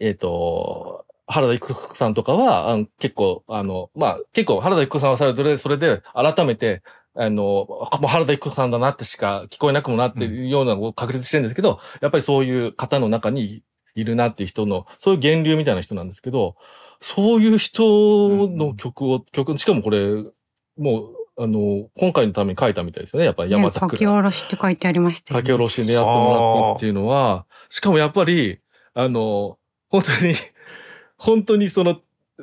S2: えっ、と、原田育子さんとかは、あの結構、あの、まあ、結構、原田育子さんはそれで、それで、改めて、あの、あもう原田育子さんだなってしか聞こえなくもなっていうようなのを確立してるんですけど、やっぱりそういう方の中にいるなっていう人の、そういう源流みたいな人なんですけど、そういう人の曲を、曲、しかもこれ、もう、あの、今回のために書いたみたいですよね、やっぱり山
S4: ね
S2: 桜。
S4: 書き下ろしって書いてありましたよ
S2: 書
S4: ね
S2: き下ろしでやってもらったっていうのは、しかもやっぱり、あの、本当に、 本当にその、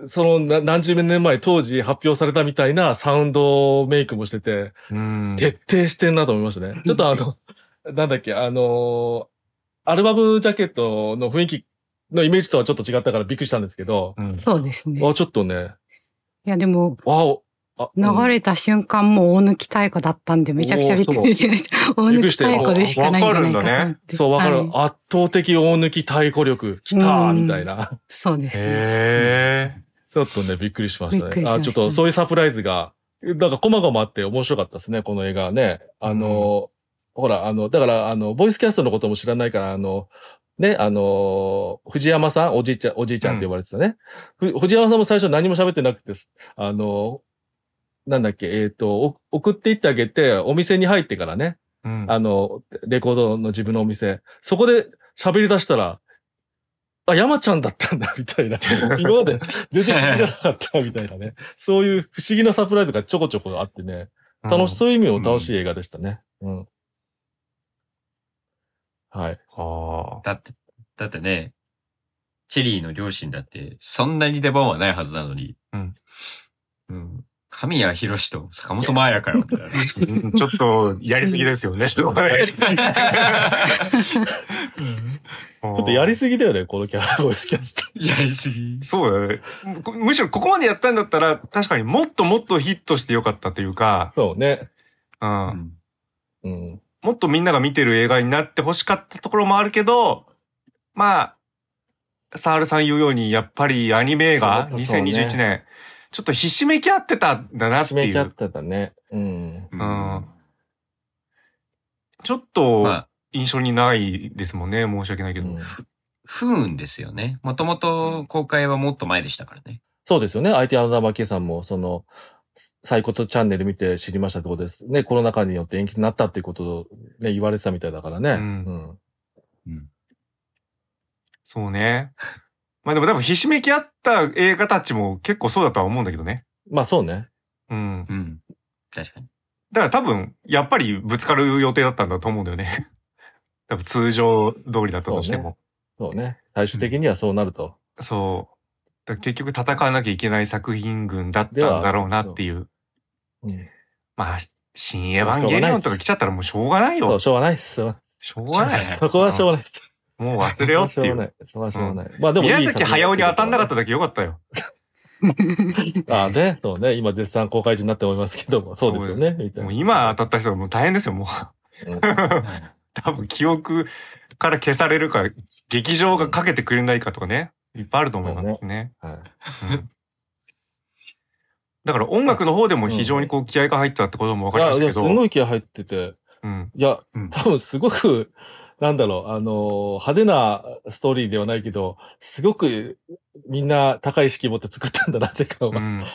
S2: そのな何十年前当時発表されたみたいなサウンドメイクもしてて、
S1: うん。
S2: 徹底してんなと思いました ね。ちょっとあの、なんだっけ、あの、アルバムジャケットの雰囲気のイメージとはちょっと違ったからびっくりしたんですけど、
S1: うん
S4: そうですね。
S2: あ、ちょっとね、
S4: いや、でも、
S2: わお、あ、
S4: 流れた瞬間もう大貫太鼓だったんで、めちゃくちゃびっくりしました。 大
S2: びっく
S4: 貫
S2: りし
S4: 太
S2: たよ
S4: 鼓でしかないんじゃないかなって。
S2: そう、わかる。
S4: はい
S2: 圧倒的大抜き太鼓力、きたー
S4: うん
S2: みたいな。
S4: そうですね。
S1: へえ。
S2: ちょっとね、びっくりしました
S4: びっくりし
S2: ね。
S4: まし
S2: あ、
S4: た
S2: ちょっとそういうサプライズが、なんか細々あって面白かったですね、この映画はね。あの、ほら、あの、だから、あの、ボイスキャストのことも知らないから、あの、ね、あの、藤山さん、おじいちゃん、おじいちゃんって呼ばれてたね。ふ藤山さんも最初何も喋ってなくて、あの、なんだっけ、えっ、と、お送っていってあげて、お店に入ってからね、
S1: うん。
S2: あの、レコードの自分のお店、そこで喋り出したら、あ、山ちゃんだったんだ、み たいな。今まで全然気づかなかった、みたいなね。そういう不思議なサプライズがちょこちょこあってね、楽し、そういう意味も楽しい映画でしたね。うん。は
S1: う
S2: い。
S1: ん。あ
S3: だって、だってね、チェリーの両親だって、そんなに出番はないはずなのに。
S1: うん。
S3: うん。神谷博士と坂本真綾かよ。みたいな
S1: あうんちょっと、やりすぎですよ ね。ちょっと
S2: ちょっとやり
S1: す
S2: すぎだよね、このキャ ラ、ボイスキャスト。
S3: やりすぎ。
S1: そうだね。こむしろここまでやったんだったら、確かにもっともっとヒットしてよかったというか、
S2: そうね。
S1: う。
S3: うんん。
S2: うん。
S1: もっとみんなが見てる映画になってほしかったところもあるけど、まあ、サールさん言うように、やっぱりアニメ映画、
S2: そうそうね
S1: 2021年、ちょっとひしめき合ってたんだなって
S2: 締め
S1: い
S2: き合っ
S1: う。
S2: てたね。うん。
S3: うん
S1: んちょっ
S3: ま
S1: と
S3: あ、
S1: 印象にないですもんね。申し訳ないけど。
S2: うん
S3: 不運ですよね。もともと公開はもっと前でしたからね。
S2: そうですよね。IT アナザーバーケイさんも、その、サイコトチャンネル見て知りましたってことです。ね、コロナ禍によって延期になったっていうことを、ね、言われてたみたいだからね。
S1: うん
S2: うん
S1: そうね。まあでも多分ひしめき合った映画たちも結構そうだとは思うんだけどね。
S2: まあそうね。
S1: うん。
S3: うん。確かに。
S1: だから多分、やっぱりぶつかる予定だったんだと思うんだよね。 多分通常通りだったとしても。
S2: そうね。最終的にはそうなると。
S1: そう,、だから結局戦わなきゃいけない作品群だったんだろうなっていう。
S2: うん。
S1: まあ、新エヴァンゲリオンとか来ちゃったらもうしょうがない
S2: そう、
S1: よ。
S2: しょうがないっす。
S1: しょうがない。
S2: そこはしょうがないっす。
S1: もう忘れようって
S2: そこはし
S1: い
S2: ょうが
S1: う。
S2: ない。そこはしょうがない。まあでもいい
S1: 宮崎駿に当たんなかった
S2: っ
S1: だけよかったよ。
S2: た。ああね、そうね。今絶賛公開中になっておりますけども、そうですよね。みたい
S1: も
S2: な
S1: う今当たった人はもう大変ですよ、もう。
S2: うん
S1: 多分記憶から消されるか、劇場がかけてくれないかとかね、いっぱいあると思いますしね。
S2: はい。
S1: うん だから音楽の方でも非常にこう気合が入ってたってこともわかりま
S2: い
S1: し
S2: や
S1: た
S2: で
S1: け
S2: もす
S1: ど、
S2: ごい気合入ってて、
S1: うん、
S2: いや
S1: うん、
S2: 多分すごく、なんだろう、あのー、派手なストーリーではないけど、すごくみんな高い意識持って作ったんだなっていう感
S1: う
S2: は
S1: ん、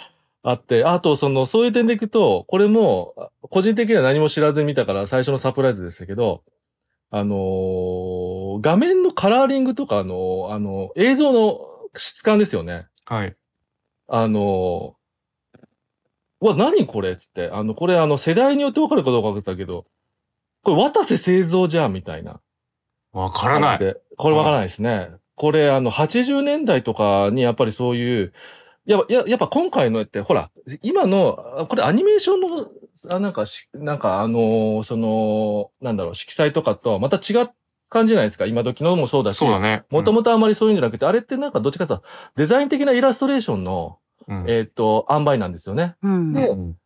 S2: あって、あと、その、そういう点でいくと、これも、あ個人的には何も知らずに見たから最初のサプライズでしたけど、あのー画面のカラーリングとかの、あの映像の質感ですよね。
S1: はい。
S2: あのー、うわ、何これっつって、あの、これあの、世代によってわかるかどうか分かったけど、これ渡瀬製造じゃんみたいな。
S1: わからない。
S2: でこれわからないですね。これあの、80年代とかにやっぱりそういう、やっぱ、ややっぱ今回のって、ほら、今の、あこれアニメーションの、あなんかし、なんかあのーその、なんだろう、色彩とかとはまた違う感じじゃないですか。今時のもそうだし、
S1: そうだね。
S2: もともとあんまりそういうんじゃなくて、あれってなんかどっちかというとデザイン的なイラストレーションの、
S1: うん、
S2: えっ、と、塩梅なんですよね。
S4: うん。
S2: で
S1: うん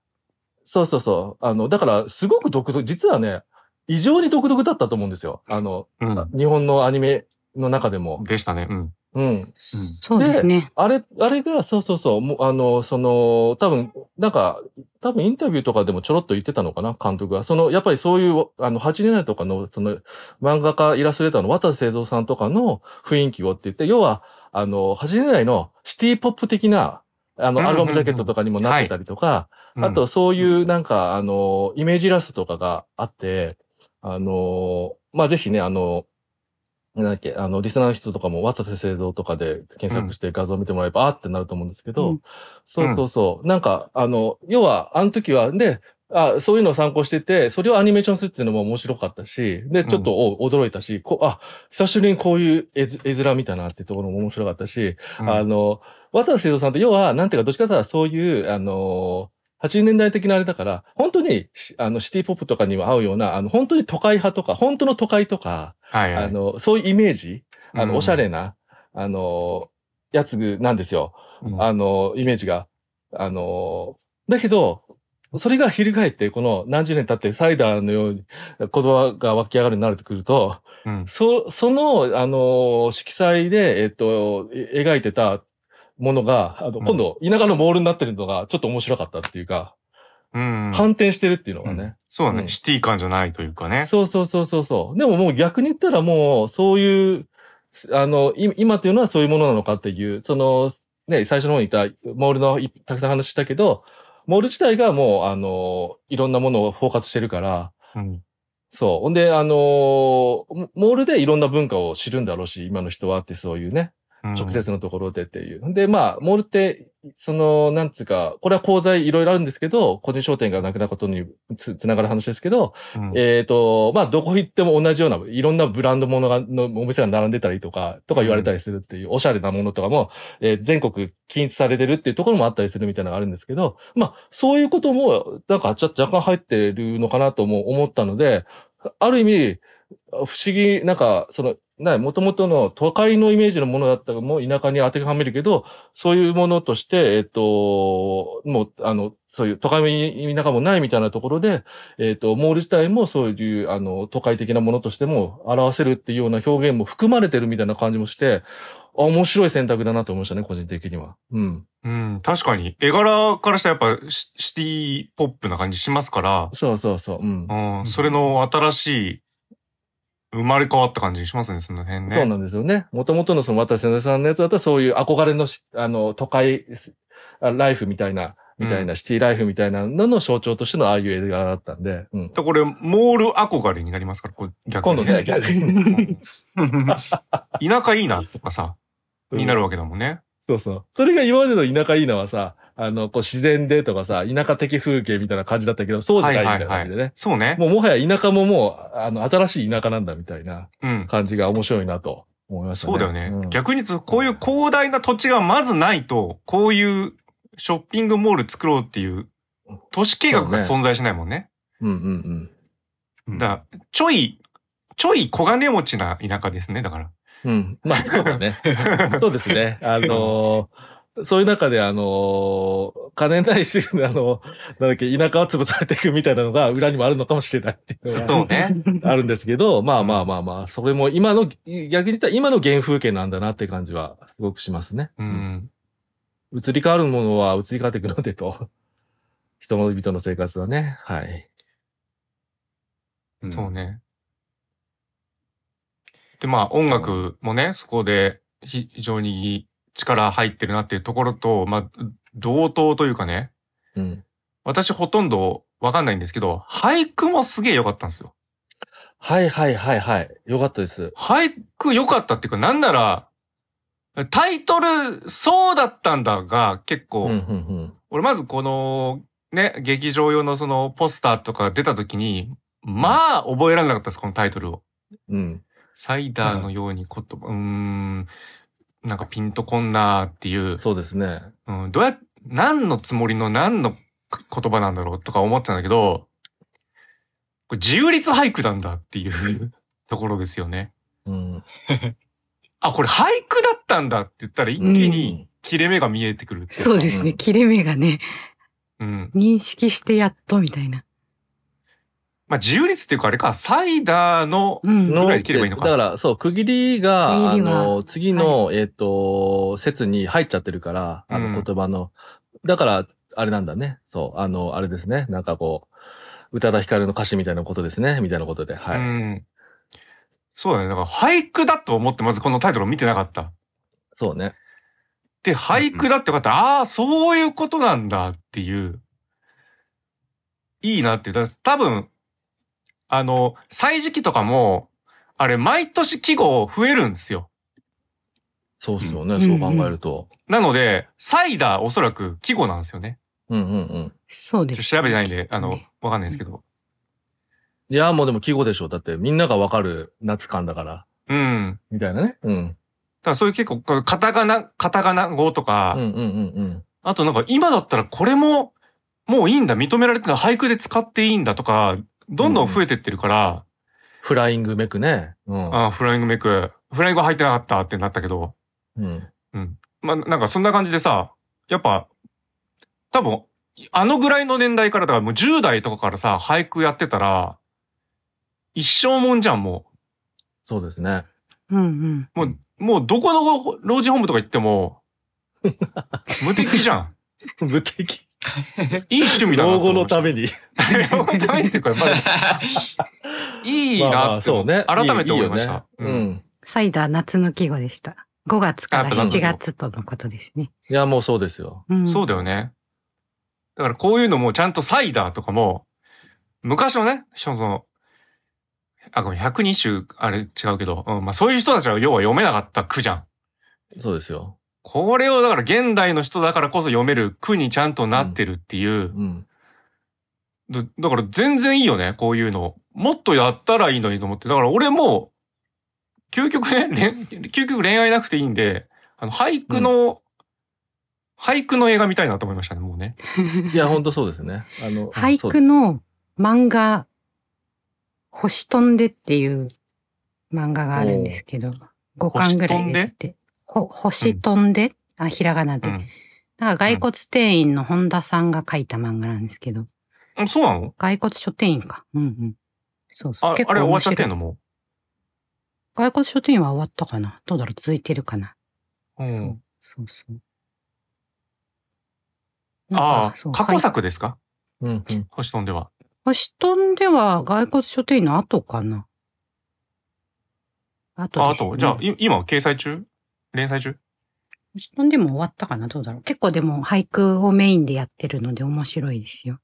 S2: そうそうそう。あの、だから、すごく独特、実はね、異常に独特だったと思うんですよ。あの、
S1: うん
S2: 日本のアニメの中でも。
S1: でしたね。うん。
S2: うん。
S4: そうですね。
S2: あれ、あれが、そうそうそう、もう、あの、その、多分なんか、多分インタビューとかでもちょろっと言ってたのかな、監督が。その、やっぱりそういう、あの、8年代とかの、その、漫画家、イラストレーターの渡瀬製造さんとかの雰囲気をって言って、要は、あの、8年代のシティポップ的な、あ
S1: うんうんう
S2: の、
S1: ん
S2: アルバムジャケットとかにもなってたりとか、
S1: うん
S2: あと、、そういうなんか、あの、イメージイラストとかがあって、あの、まあ、ぜひね、あの、なんだっけ、あの、リスナーの人とかも、渡瀬製造とかで検索して画像見てもらえば、あーってなると思うんですけど、
S4: うん
S2: そうそうそう、なんか、あの、要は、あの時は、で、あそういうのを参考してて、それをアニメーションするっていうのも面白かったし、で、ちょっと、お驚いたし、こあ、久しぶりにこういう絵ず絵面見たなっていうところも面白かったし、
S1: うん
S2: あの、渡瀬製造さんって要は、なんていうか、どっちかさ、そういう、あのー、80年代的なあれだから、本当にし、あの、シティポップとかにも合うような、あの、本当に都会派とか、本当の都会とか、
S1: はいはい、
S2: あの、そういうイメージ、あ
S1: うん
S2: の、おしゃれな、あのー、やつなんですよ。
S1: うん
S2: あの、イメージが。あの、だけど、それが翻って、この何十年経ってサイダーのように言葉が湧き上がるようになってくると、
S1: うん
S2: そ、その、あの、色彩で、えっと、え描いてたものが、あの、
S1: うん
S2: 今度、田舎のモールになってるのが、ちょっと面白かったっていうか、
S1: うん
S2: 反転してるっていうのがね。
S1: そうだね、
S2: うん
S1: シティ感じゃないというかね。
S2: そうそうそうそうそう。でももう逆に言ったらもう、そういう、あの、い今というのはそういうものなのかっていう、その、ね、最初の方にいたモールのいたくさん話したけど、モール自体がもう、あの、いろんなものを包括してるから、
S1: うん
S2: そう。ほんで、あの、モモールでいろんな文化を知るんだろうし、今の人はってそういうね。
S1: うん
S2: 直接のところでっていう。で、まあ、モールって、その、なんつうか、これは講座いろいろあるんですけど、個人商店がなくなることにつつながる話ですけど、
S1: うん
S2: えっ、と、まあ、どこ行っても同じような、いろんなブランドものが、のお店が並んでたりとか、とか言われたりするっていう、おしゃれなものとかも、えー全国禁止されてるっていうところもあったりするみたいなのがあるんですけど、まあ、そういうことも、なんか、ちょ若干入ってるのかなとも思ったので、ある意味、不思議、なんか、その、な、もともとの都会のイメージのものだったのも田舎に当てはめるけど、そういうものとして、えっ、と、もう、あの、そういう都会も田舎もないみたいなところで、えっ、と、モール自体もそういう、あの、都会的なものとしても表せるっていうような表現も含まれてるみたいな感じもして、あ、面白い選択だなと思いましたね、個人的には。うん。
S1: うん、確かに。絵柄からしたらやっぱシシティポップな感じしますから、
S2: そうそうそう。うん。
S1: うん、それの新しい、生まれ変わった感じしますね、その辺ね。
S2: そうなんですよね。もともとのその渡瀬さんのやつだったらそういう憧れのし、あの、都会あライフみたいな、みたいな、シティライフみたいなのの象徴としてのああいう映画だったんで、うん。
S1: でこれ、モール憧れになりますから、こう逆
S2: 今度
S1: に、
S2: ね、逆に。
S1: うん田舎いいなとかさ、になるわけだもんね。
S2: そうそう。それが今までの田舎いいのはさ、あの、こう自然でとかさ、田舎的風景みたいな感じだったけど、そうじゃないみたいな感じでね。
S1: そうね。
S2: もうもはや田舎ももう、あの、新しい田舎なんだみたいな
S1: うん。
S2: 感じが面白いなと思いましたね。
S1: そうだよね。
S2: ん
S1: 逆に言うと、こういう広大な土地がまずないと、こういうショッピングモール作ろうっていう、都市計画が
S2: そ
S1: 存在しないもんね。
S2: うんうん
S3: うん
S1: だから、ちょい、ちょい小金持ちな田舎ですね、だから。
S2: うん。うん。まあ、そう だね。 そうですね。あのーそういう中で、あのー金ないし、あのなんだっけ、田舎は潰されていくみたいなのが裏にもあるのかもしれないっていうのが
S1: そうね。
S2: あるんですけど、まあまあまあまあ、それも今の、逆に言ったら今の原風景なんだなって感じはすごくしますね。
S1: うん。
S2: 移り変わるものは移り変わっていくのでと。人々の生活はね。はい。
S3: うん
S1: そうね。で、まあ音楽もね、そこで非非常に力入ってるなっていうところと、まあ、同等というかね、
S2: うん。
S1: 私ほとんどわかんないんですけど、俳句もすげえ良かったんですよ。
S2: はいはいはいはい。よかったです。
S1: 俳句良かったっていうか、なんなら、タイトル、そうだったんだが、結
S2: う
S1: 構、
S2: んうん
S1: 俺まずこの、ね、劇場用のそのポスターとか出た時に、まあ覚えられなかったです、このタイトルを。
S2: うん。うん。
S1: サイダーのように言葉、うーん、なんかピンとこんなーっていう、
S2: そうですね。
S1: うん、どうや、何のつもりの何の言葉なんだろうとか思ってたんだけど、これ自由律俳句なんだっていうところですよね。
S2: うん。
S1: あ、これ俳句だったんだって言ったら一気に切れ目が見えてくるってい
S4: そうですね。切れ目がね、
S1: うん。
S4: 認識してやっとみたいな。
S1: まあ自由律っていうかあれか、サイダーの、
S4: うん。
S1: ぐらい切ればいいのか
S2: だから、そう、区切りが、
S4: 区切りは
S2: あの、次の、えっ、と、説に入っちゃってるから、あ
S1: う
S2: の
S1: ん
S2: 言葉の、だから、あれなんだね。そう、あの、あれですね。なんかこう、宇多田ヒカルの歌詞みたいなことですね、みたいなことで、はい。
S1: うん。そうだね。だから俳句だと思ってまずこのタイトルを見てなかった。
S2: そうね。
S1: で、俳句だって分かったら、ああ、そういうことなんだっていう、いいなっていう。だから多分、あの、歳時期とかも、あれ、毎年季語増えるんですよ。
S2: そうっすよね、
S4: うん
S2: そう考えると。
S1: なので、サイダーおそらく季語なんですよね。
S2: うんうんうん。
S4: そう
S1: ちょ
S4: で
S1: っと
S4: す。
S1: 調べてないんで、あの
S4: ね、
S1: わかんないですけど。
S2: いや、もうでも季語でしょ。だって、みんながわかる夏感だから、
S1: うん。
S2: みたいなね。うん。
S1: だからそういう結構、こうカタカナ、カタカナ語とか、
S2: うんうんうん
S1: あとなんか今だったらこれも、もういいんだ、認められてる俳句で使っていいんだとか、どんどん増えてってるから、
S2: フライングメクね。うん。
S1: あフライングメイク。フライング入ってなかったってなったけど、
S2: うん。
S1: まあ、なんかそんな感じでさ、やっぱ、多分、あのぐらいの年代から、だからもう10代とかからさ、俳句やってたら、一生もんじゃん、も
S2: そうですね。
S4: うんうん。
S1: う。もう、もうどこの老人ホームとか行って も、無敵じゃん。
S2: 無敵。
S1: いい趣味だな
S2: 老
S1: と思
S2: 後
S1: いまし
S2: の
S1: た。
S2: ために。
S1: 老後のため にっていうか、まあ、いい
S2: まあま
S1: な
S2: あ
S1: って思
S2: そう
S1: う、
S2: ね。
S1: 改めて思いました。
S2: いい
S1: う
S2: よねうんん。
S4: サイダー夏の季語でした。5月から
S1: あやっぱ
S4: 7月とのことですね。
S2: いや、もうそうですよ。
S4: うん、
S1: そうだよね。だからこういうのもちゃんとサイダーとかも、昔のね、その、あ、ごめん、120、あれ違うけど、うん、まあそういう人たちは要は読めなかった句じゃん。
S2: そうですよ。
S1: これをだから現代の人だからこそ読める句にちゃんとなってるっていう。
S2: うん。
S1: だだから全然いいよね、こういうの。もっとやったらいいのにと思って。だから俺も、究極ね、恋究極恋愛なくていいんで、あの、俳句の、俳句の映画見たいなと思いましたね、もうね。
S2: いや、ほんとそうですね。あの、
S4: 俳
S2: そうで
S4: 句
S2: す
S4: の漫画、星飛んでっていう漫画があるんですけど、5巻ぐらい入れてて。ほ星飛んで、あ、ひらがな
S1: う
S4: で。
S1: ん
S4: なんか骸骨店員の本田さんが書いた漫画なんですけど、
S1: うん。そうなの
S4: 骸骨書店員か。うんうん。そうそう。
S1: ああれ終わっちゃってんの
S4: の
S1: も
S4: 骸骨書店員は終わったかなどうだろう続いてるかな、
S1: う。う
S4: そ
S1: ん
S4: う、そうそう。なん
S1: あ
S4: かそ
S1: あ、
S4: う
S1: 過去作ですか
S2: うん、うん。
S1: 星飛んでは。
S4: 星飛んでは骸骨書店員の後かな後
S1: あ、あ
S4: です、ね。
S1: と、じゃあ、い今、掲載中連載中
S4: 星飛んでも終わったかなどうだろう結構でも俳句をメインでやってるので面白いですよ。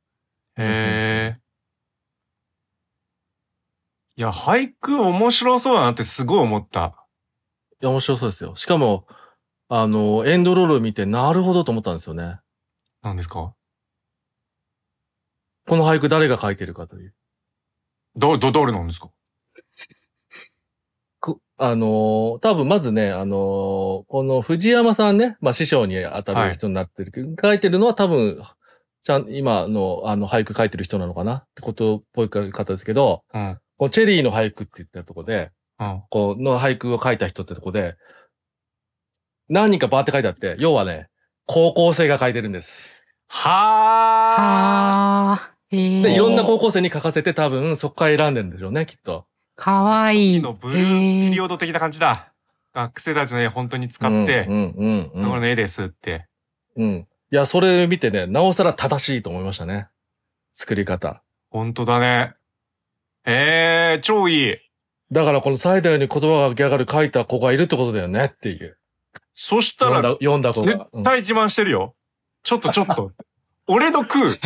S1: へえ。いや、俳句面白そうだなってすごい思った。
S2: いや、面白そうですよ。しかも、あの、エンドロール見て、なるほどと思ったんですよね。
S1: 何ですか
S2: この俳句誰が書いてるかという。
S1: ど、ど、どれなんですか
S2: くあのー多分まずね、あのーこの藤山さんね、まあ師匠に当たる人になってるけど、書いてるのは多分、ちゃん、今のあの俳句書いてる人なのかなってことっぽい方ですけど、
S1: うん。
S2: このチェリーの俳句って言ったとこで、
S1: うん。
S2: こう、の俳句を書いた人ってとこで、何人かバーって書いてあって、要はね、高校生が書いてるんです。
S1: はあ。
S4: あー。え
S2: で、
S4: え
S2: いろんな高校生に書かせて多分そこから選んでるんでしょうね、きっと。
S4: かわいい。
S1: 初期のブル
S4: え
S1: ー
S4: え
S1: ピリオド的な感じだ。学生たちの絵本当に使って
S2: う、ん、うん、う
S1: こ
S2: ん
S1: の絵ですって。
S2: うん。うん。いや、それ見てね、なおさら正しいと思いましたね。作り方。
S1: 本当だね。ええー、超いい。
S2: だからこの最大に言葉が浮き上がる書いた子がいるってことだよねっていう。
S1: そした
S2: 読
S1: ら、
S2: んだ
S1: 絶
S2: 読んだ子が。うん
S1: 対自慢してるよ。ちょっとちょっ と。俺の食う、映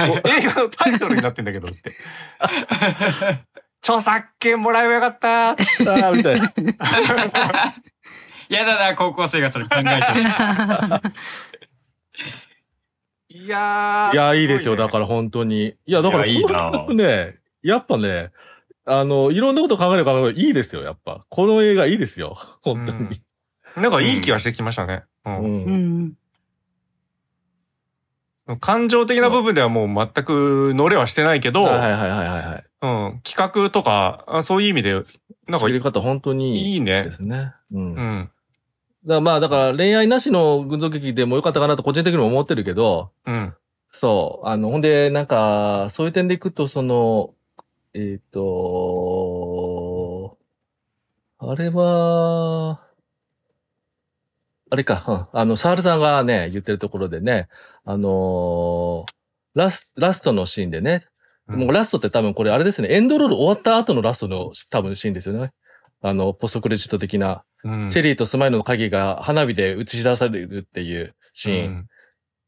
S1: 画のタイトルになってんだけどって。著作権もらえばよかった。
S2: あーみ たいな。
S3: やだな、高校生がそれ考えちゃう。
S1: いやー。
S2: いや、いいですよ。だ
S1: ら。
S2: から本当に。いや、だから
S3: いやいい
S2: この
S3: な
S2: 企画ね、やっぱね、あの、いろんなこと考える考えるいいですよ、やっぱ。この映画いいですよ。本当に。
S1: なんかいい気がしてきましたね。う。
S2: うんん。
S4: うん。
S1: 感情的な部分ではもう全く乗れはしてないけど、
S2: はいはいはいはいはいはい。
S1: うん、企画とか、あそういう意味で、なんか
S2: 作
S1: い
S2: り方本当にいい
S1: いね
S2: で。すね。うん。
S1: う
S2: だか
S1: ん。
S2: らまあ、だから恋愛なしの群像劇でもよかったかなと個人的にも思ってるけど、
S1: うん。
S2: そう。あの、ほんで、なんか、そういう点でいくと、その、えっ、と、あれは、あれか、うんあの、サールさんがね、言ってるところでね、あのーラス、ラストのシーンでね、
S1: うん
S2: もうラストって多分これあれですね、エンドロール終わった後のラストの多分シーンですよね。あの、ポストクレジット的な、
S1: うん
S2: チェリーとスマイルの影が花火で映し出されるっていうシーン。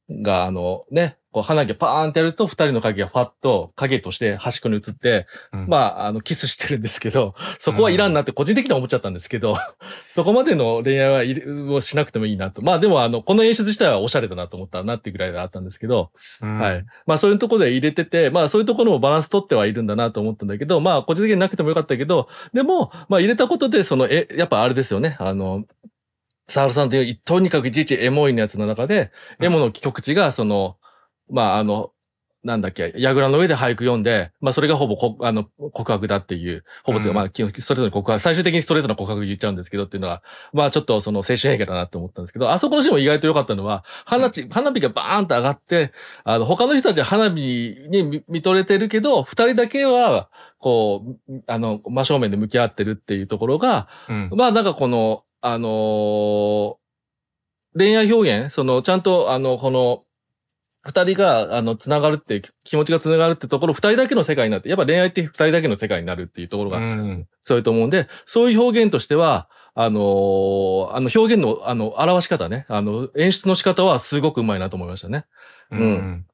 S2: が、あの、ね、こう花毛パーンってやると、二人の影がファッと影として端っこに映って、
S1: うん
S2: まあ、あの、キスしてるんですけど、そこはいらんなって個人的には思っちゃったんですけど、 そこまでの恋愛はいるをしなくてもいいなと。まあでも、あの、この演出自体はおしゃれだなと思ったなってぐらいだったんですけど、
S1: うん
S2: はい。まあそういうところで入れてて、まあそういうところもバランス取ってはいるんだなと思ったんだけど、まあ個人的になくてもよかったけど、でも、まあ入れたことで、その、え、やっぱあれですよね、あの、サールさんという、とにかくいちいちエモいのやつの中で、
S1: うん
S2: エモの極地が、その、まああの、なんだっけ、矢倉の上で俳句読んで、まあそれがほぼこあの告白だっていう、ほぼつうか、
S1: うん
S2: まあ基本ストレートの告白、最終的にストレートの告白言っちゃうんですけどっていうのは、まあちょっとその青春映画だなと思ったんですけど、あそこのシーンも意外と良かったのは、花ち、花火がバーンと上がって、あの、他の人たちは花火に見見とれてるけど、二人だけは、こう、あの、真正面で向き合ってるっていうところが、
S1: うん
S2: まあなんかこの、あのー恋愛表現、その、ちゃんと、あの、この、二人が、あの、つながるっていう、気持ちがつながるってところ、二人だけの世界になって、やっぱ恋愛って二人だけの世界になるっていうところ
S1: う
S2: が、
S1: ん。
S2: そういうと思うんで、そういう表現としては、あのーあの表現の、あの、表し方ね、あの、演出の仕方はすごくうまいなと思いましたね。
S1: う。
S2: うん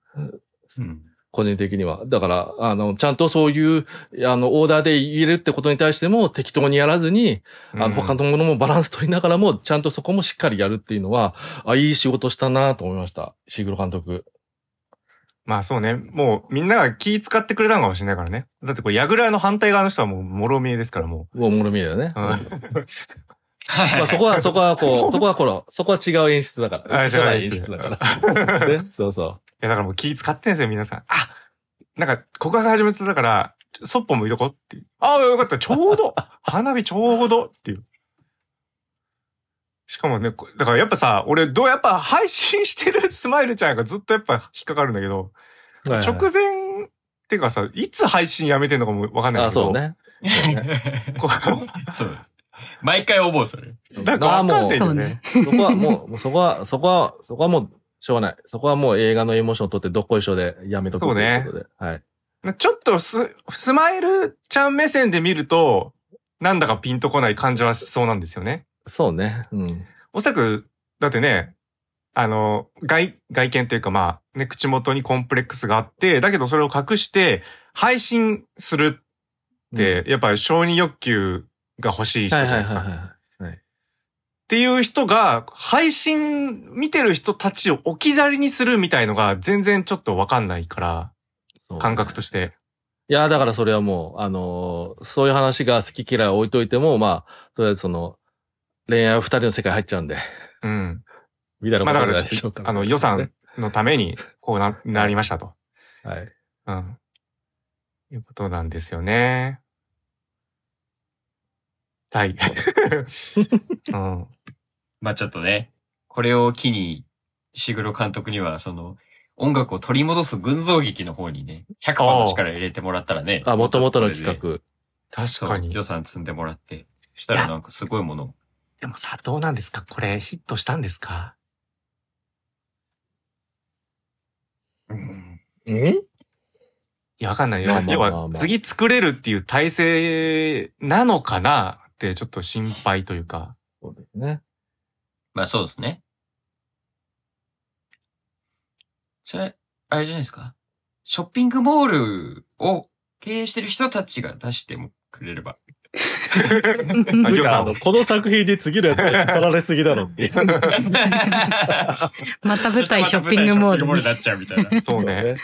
S3: うん
S2: 個人的には。だから、あの、ちゃんとそういう、あの、オーダーで入れるってことに対しても適当にやらずに、あの、他のものもバランス取りながらも、ちゃんとそこもしっかりやるっていうのは、あ、いい仕事したなと思いました。シグロ監督。
S1: まあそうね。もうみんなが気使ってくれたのかもしれないからね。だってこれ、矢倉の反対側の人はもう、もろ見えですから、も
S2: もう、もろみだよね。
S1: う。 うん
S2: まあ、そこ は、そこは、こう、そこは、この、そこは違う演出だから。
S1: あ違う
S2: 演
S1: 演
S2: 出
S1: 出
S2: だから。ね、そうそ
S1: いや、だからもう気使ってんすよ、皆さん。あなんか、告白始めてだから、ちょそっぽ向いとこっていう。ああ、よかった、ちょう ど花火ちょうどっていう。しかもね、こだからやっぱさ、俺、どう、やっぱ配信してるスマイルちゃんがずっとやっぱ引っかかるんだけど、
S2: う。はいはい
S1: 直前、っていうかさ、いつ配信やめてんのかもわかんないん
S2: あ、
S1: だけど。
S2: そうね。
S1: こ
S3: そう。毎回思う、それ。
S1: う。なんかわかんないんだ
S4: そ
S1: よ
S4: う
S1: ね
S4: ね。。
S2: そこはもう、もうそこは、そこは、そこはもう、しょうがない。そこはもう映画のエモーションを取ってどっこいしょでやめとく
S1: そう
S2: とい
S1: ね
S2: うことで。はい。
S1: ちょっとス、スマイルちゃん目線で見ると、なんだかピンとこない感じはしそうなんですよね。
S2: そうね。うん。
S1: おそらく、だってね、あの、外、外見というかまあ、ね、口元にコンプレックスがあって、だけどそれを隠して、配信するって、やっぱり承認欲求が欲しい人
S2: は
S1: じ
S2: い
S1: ゃな
S2: はい
S1: で
S2: い
S1: す
S2: はい
S1: か。
S2: はい。
S1: っていう人が、配信見てる人たちを置き去りにするみたいのが全然ちょっとわかんないから、
S2: そう
S1: 感覚として。
S2: いや、だからそれはもう、あのーそういう話が好き嫌い置いといても、まあ、とりあえずその、恋愛は二人の世界入っちゃうんで、
S1: うん。
S2: みたいな
S1: ま
S2: こ
S1: あだか
S2: とにな
S1: ら
S2: っちゃうか、ら。
S1: あの予算のために、こう な、なりましたと。
S2: はい。
S1: うん。いうことなんですよね。 はい。うん。
S3: まあちょっとね、これを機に、石黒監督には、その、音楽を取り戻す群像劇の方にね、100%の力入れてもらったらね。
S2: あ、もともとの
S3: これで
S2: 企画。
S1: 確
S3: そう
S1: かに
S3: 予。算積んでもらって。そしたらなんかすごいもの。
S1: でもさ、どうなんですかこれヒットしたんですか
S3: うん。
S5: ん
S1: いや、わかんない。
S2: まあ
S1: よ
S2: まあ
S1: 要
S2: まあまあ
S1: は、次作れるっていう体制なのかなって、ちょっと心配というか。
S2: そうですね。
S3: まあそうですね。それ、あれじゃないですか。ショッピングモールを経営してる人たちが出してもくれれ
S1: あ
S3: ば。
S2: て
S1: ヒロ
S2: か
S1: さ
S2: あ
S1: ん
S2: の、この作品で次の やつ引っ張られすぎだろ っていう
S4: また舞台ショッピングモール
S3: そしたらまた舞台ショッピングモール
S4: に
S3: になっちゃうみたいな。
S1: そうね。。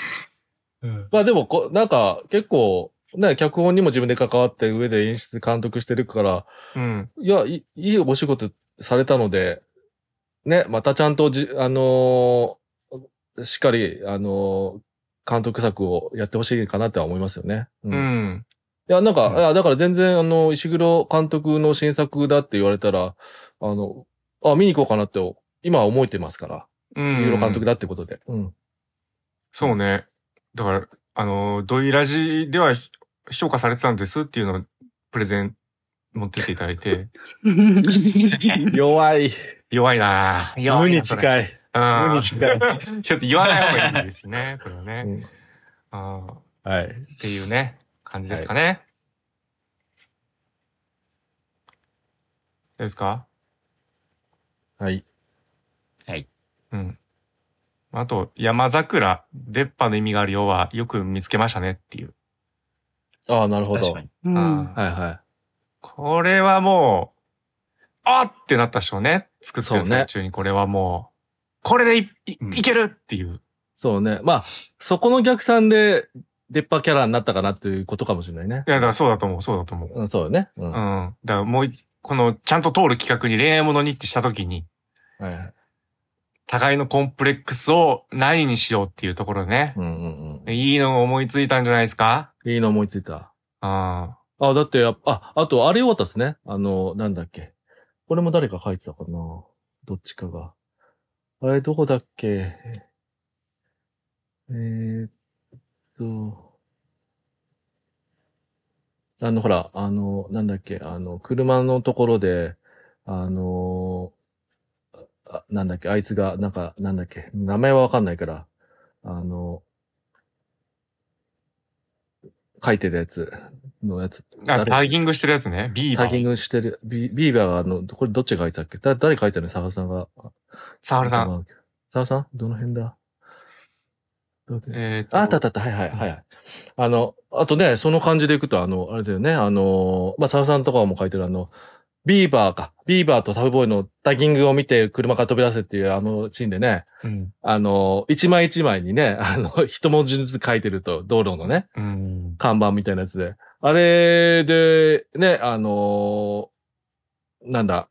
S2: まあでもこ、なんか、結構、ね、脚本にも自分で関わって上で演出監督してるから、
S1: うん。
S2: いや、いいいお仕事されたので、ね、またちゃんとじ、あのーしっかり、あのー監督作をやってほしいかなとは思いますよね。う
S1: う。
S2: い
S1: ん。
S2: や、なんか、
S1: うん
S2: いや、だから全然、あの、石黒監督の新作だって言われたら、あの、あ、見に行こうかなって、今は思えてますから。
S1: うん。
S2: 石黒監督だってことで。うん。
S1: そうね。だから、あの、ドイラジではひ評価されてたんですっていうのをプレゼン持ってきていただいて。
S2: 弱い。
S1: 弱いなぁ。
S2: 無に
S1: い。
S2: 近い。
S1: うん
S2: 無に近い。
S1: ちょっと言わない方がいいですね。それは
S2: う
S1: ね。
S2: ん
S1: あーっ
S2: はい。
S1: ていうね、感じですかね。どうですか
S2: はい。
S1: うん。あと、山桜、出っ歯の意味があるようは、よく見つけましたねっていう。
S2: ああ、なるほど。
S3: 確か
S2: はい
S3: に。
S4: うん
S1: あー
S2: は
S1: これはもう、あっってなったでしょうね。作ってる
S2: そうね
S1: 最中にこれはもう、これでいい
S3: うん
S1: いけるっていう。
S2: い。そうね。まあ、そこの逆算で、出っ歯キャラになったかなっていうことかもしれないね
S1: い。や、だからそうだと思う、そうだと思う。
S2: うん、そうよね。うん。
S1: う
S2: は
S1: ん。だからもうい、この、ちゃんと通る企画に恋愛ものにってしたときに、
S2: いはい。
S1: 互いのコンプレックスを何にしようっていうところね
S2: う。んうんう
S1: いいのを思いついたんじゃないですか
S2: ん。いいの思いついた。
S1: うん。
S2: あ、だってやっぱ、あ、あと、あれよかったですね。あの、なんだっけ。これも誰か書いてたかな。どっちかが。あれ、どこだっけ。えーっと。あの、ほら、あの、なんだっけ、あの、車のところで、あのあ、なんだっけ、あいつが、なんか、なんだっけ、名前はわかんないから、あの、書いてたやつのやつ。
S1: あ、
S2: 誰
S1: タギングしてるやつね。ビー
S2: タ
S1: バ
S2: ッキン
S1: ー。
S2: グしてる。ビビーバーがあの、これどっちが書いてたっけだ誰書いてるのサハさんが。
S1: サハルさん。。
S2: サハさんどの辺だどの辺
S1: えーっと
S2: ああったあったあった。はいはいはい。あの、あとね、その感じでいくと、あの、あれだよね。あの、まあ、サハさんとかも書いてるあの、ビーバーか。ビーバーとサブボーイのタッキングを見て車から飛び出せっていうあのシーンでね、
S1: うん。
S2: あの、一枚一枚にね、あの、一文字ずつ書いてると、道路のね。
S1: うん。
S2: 看板みたいなやつで。あれで、ね、あのーなんだ、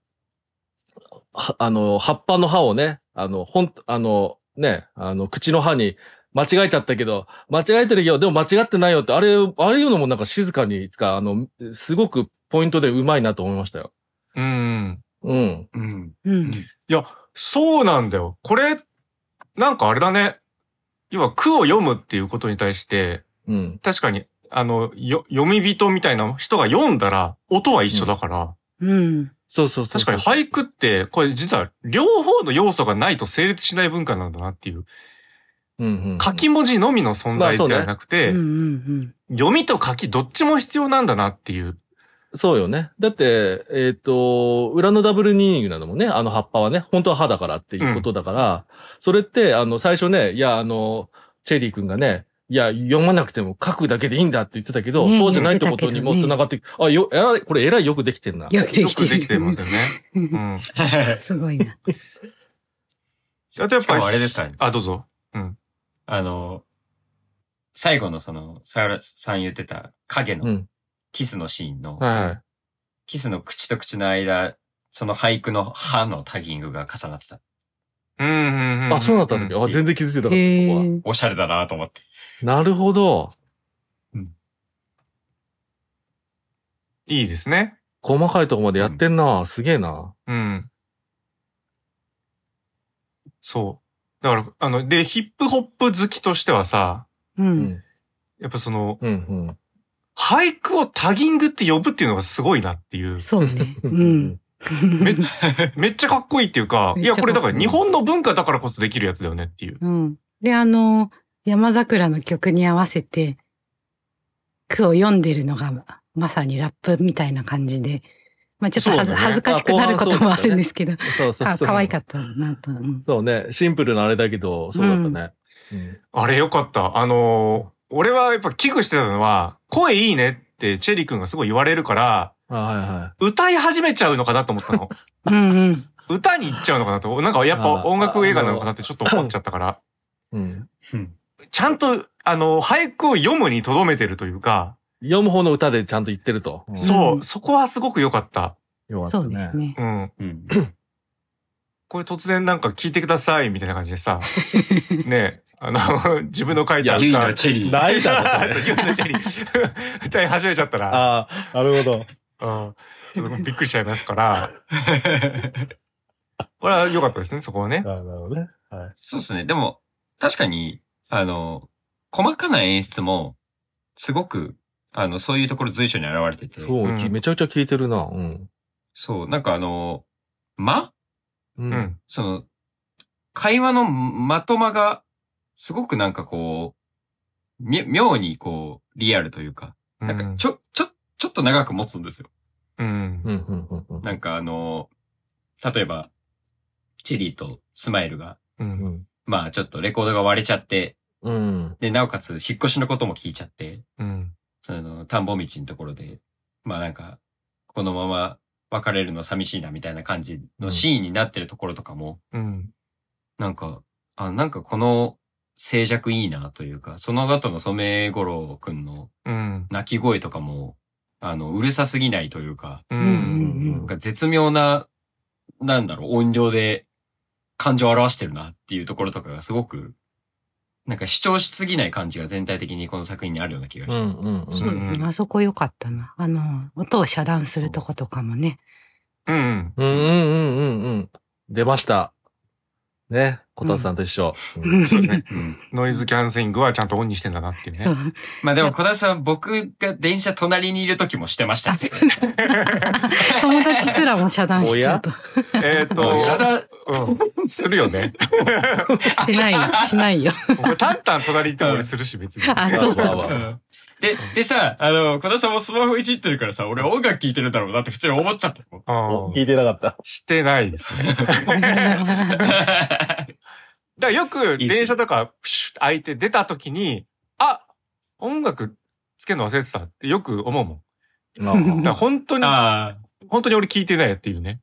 S2: はあの、葉っぱの葉をね、あの、ほん、あの、ね、あの、口の歯に間違えちゃったけど、間違えてるよ、でも間違ってないよって、あれ、あれいうのもなんか静かに、つか、あの、すごくポイントでうまいなと思いましたよ。
S1: うん。
S2: うん。
S3: うん。
S4: うん
S1: いや、そうなんだよ。これ、なんかあれだね。要は、句を読むっていうことに対して、
S2: うん。
S1: 確かに、あの、よ、読み人みたいな人が読んだら、音は一緒だから、
S4: うん
S2: そうそうそう
S1: 確
S2: そ
S1: か
S2: う。
S1: に俳句って、これ実は両方の要素がないと成立しない文化なんだなっていう。
S2: うんうん、
S1: 書き文字のみの存在ではなく
S4: うんう
S1: て、
S4: ん
S1: 読みと書きどっちも必要なんだなっていう。
S2: そうよね。だって、えっ、と、裏のダブルニーニングなのもね、あの葉っぱはね、本当は歯だからっていうことだから、それって、あの、最初ね、いや、あの、チェリー君がね、いや、読まなくても書くだけでいいんだって言ってたけど、
S4: ね
S2: そうじゃないってことにも
S4: 言って
S2: 繋がって、あ、よ、えらいこれえらいよくできてんな。
S4: よく
S1: よくできてます
S4: る。
S1: よね。 うん。
S4: すごいな。
S1: あとやっ
S3: しか
S1: ぱ
S3: もあれ
S1: り、
S3: ですからね。
S1: あ、どうぞ。
S3: あの、最後のその、さよらさん言ってた影
S2: う
S3: の
S2: ん。
S3: キスのシーンの、
S2: はいはい。
S3: キスの口と口の間、その俳句の歯のタギングが重なってた。
S1: うん、うん、うん。
S2: あ、そうだったんだけ
S1: よ。
S2: ど、あ、全然気づいてなかった、
S4: へ
S2: そこは。
S4: ー
S3: おしゃれだなと思って。
S2: なるほど。
S1: いいですね。
S2: 細かいとこまでやってんな。すげえな。
S1: うん。そう。だから、あの、で、ヒップホップ好きとしてはさ、
S4: う。
S2: うんん。
S1: やっぱその、
S2: うん、うん。
S1: 俳句をタギングって呼ぶっていうのがすごいなっていう。
S4: そうね。うん。。
S1: めめっちゃかっこいいっていうか、い
S4: めっちゃ
S1: や、
S4: か
S1: こ
S4: っこい
S1: れ
S4: い
S1: だから日本の文化だからこそできるやつだよねっていう。
S4: うん。で、あの、山桜の曲に合わせて、句を読んでるのが、まさにラップみたいな感じで、まあちょっと恥
S1: そ
S4: ず,、
S1: うだね
S4: 恥ずかしくなることもあるんですけど、
S2: そうそう
S4: か
S2: そう。
S4: 可愛かったなと。うん
S2: そうね。シンプルなあれだけど、そうだったね。うん
S1: あれよかった。あのー俺はやっぱ危惧してたのは、声いいねってチェリー君がすごい言われるから、
S2: あ、はいはい。
S1: 歌い始めちゃうのかなと思ったの。
S4: うんうん。
S1: 歌に行っちゃうのかなと。なんかやっぱ
S2: あー
S1: 音楽映画なのかなってちょっと思っちゃったから。
S2: うん。
S1: ちゃんと、あの、俳句を読むにとどめてるというか、
S2: 読む方の歌でちゃんと言ってると。うん
S1: そうう、そこはすごく良かった。
S2: よかっ
S4: そ
S2: た
S4: うで
S2: ね
S4: す。ね。
S1: うん。
S3: うん。
S1: これ突然なんか聞いてください、みたいな感じでさ、ね、あの、 自分の書いた歌。
S3: ゆいのチェリー。
S2: ないだ ろ、それ。
S1: ユーのチェリ ー、歌い始めちゃったら、
S2: ああ、なるほど。
S1: うん、ちょっとびっくりしちゃいますから、これは良かったですね、そこはね。
S2: なるほどね。はい。
S3: そうですね。でも、確かに、あの、細かな演出も、すごく、あの、そういうところ随所に現れてて。
S2: そう、
S1: うん
S2: めちゃくちゃ聞いてるな。うん。
S3: そう、なんかあの、間
S2: う。
S1: うんん。
S3: その、会話のまとまが、すごくなんかこう、み妙にこう、リアルというか、なんかちょ、ちょ、ちょっと長く持つんですよ。
S1: うん。
S2: うん、うん、うんうん。
S3: なんかあの、例えば、チェリーとスマイルが、
S1: う。
S2: うんん。
S3: まあちょっとレコードが割れちゃって、
S2: うん。
S3: で、なおかつ引っ越しのことも聞いちゃって、
S1: うん。
S3: その、田んぼ道のところで、まあなんか、このまま別れるの寂しいなみたいな感じのシーンになってるところとかも、
S1: うん。
S3: なんか、あ、なんかこの静寂いいなというか、その後の染五郎くんの
S1: うん。
S3: 泣き声とかも、あの、うるさすぎないというか、
S1: う。
S4: うん
S2: うんん
S3: なんか絶妙な、なんだろう、音量で感情を表してるなっていうところとかがすごく、なんか主張しすぎない感じが全体的にこの作品にあるような気がし
S2: う
S3: て。
S2: ん、うん、う
S4: そうです
S2: ん。
S4: ねあそこ良かったな。あの、音を遮断するとことかもね。
S1: うん。
S2: うん、うん、うん、うんうん。出ました。ね。こたつさんと一緒。うん
S1: そうですね。
S3: うん
S1: ノイズキャンセリングはちゃんとオンにしてんだなっていう
S4: そ
S1: ね。
S4: う。
S3: まあでも小田さん、僕が電車隣にいる時もしてましたって。
S4: 友達すらも遮断してると。
S1: えっと、
S3: 小田、
S1: うん。するよね。
S4: しないよ、しないよ。
S1: これタンタン隣行っても俺するし、別に。
S4: あそう
S2: わわわ
S3: うんで、でさ、あの、小田さんもスマホいじってるからさ、俺音楽聴いてるんだろうなって普通に思っちゃったもん
S1: うん
S2: 聞いてなかった。
S1: してないですね。だからよく
S3: いいっすね
S1: 電車とか、プシュッ開いて出た時に、あ音楽つけるの忘れてたってよく思うもん。だから本当に、
S3: ああ。
S1: 本当に俺聞いてないっていう ね。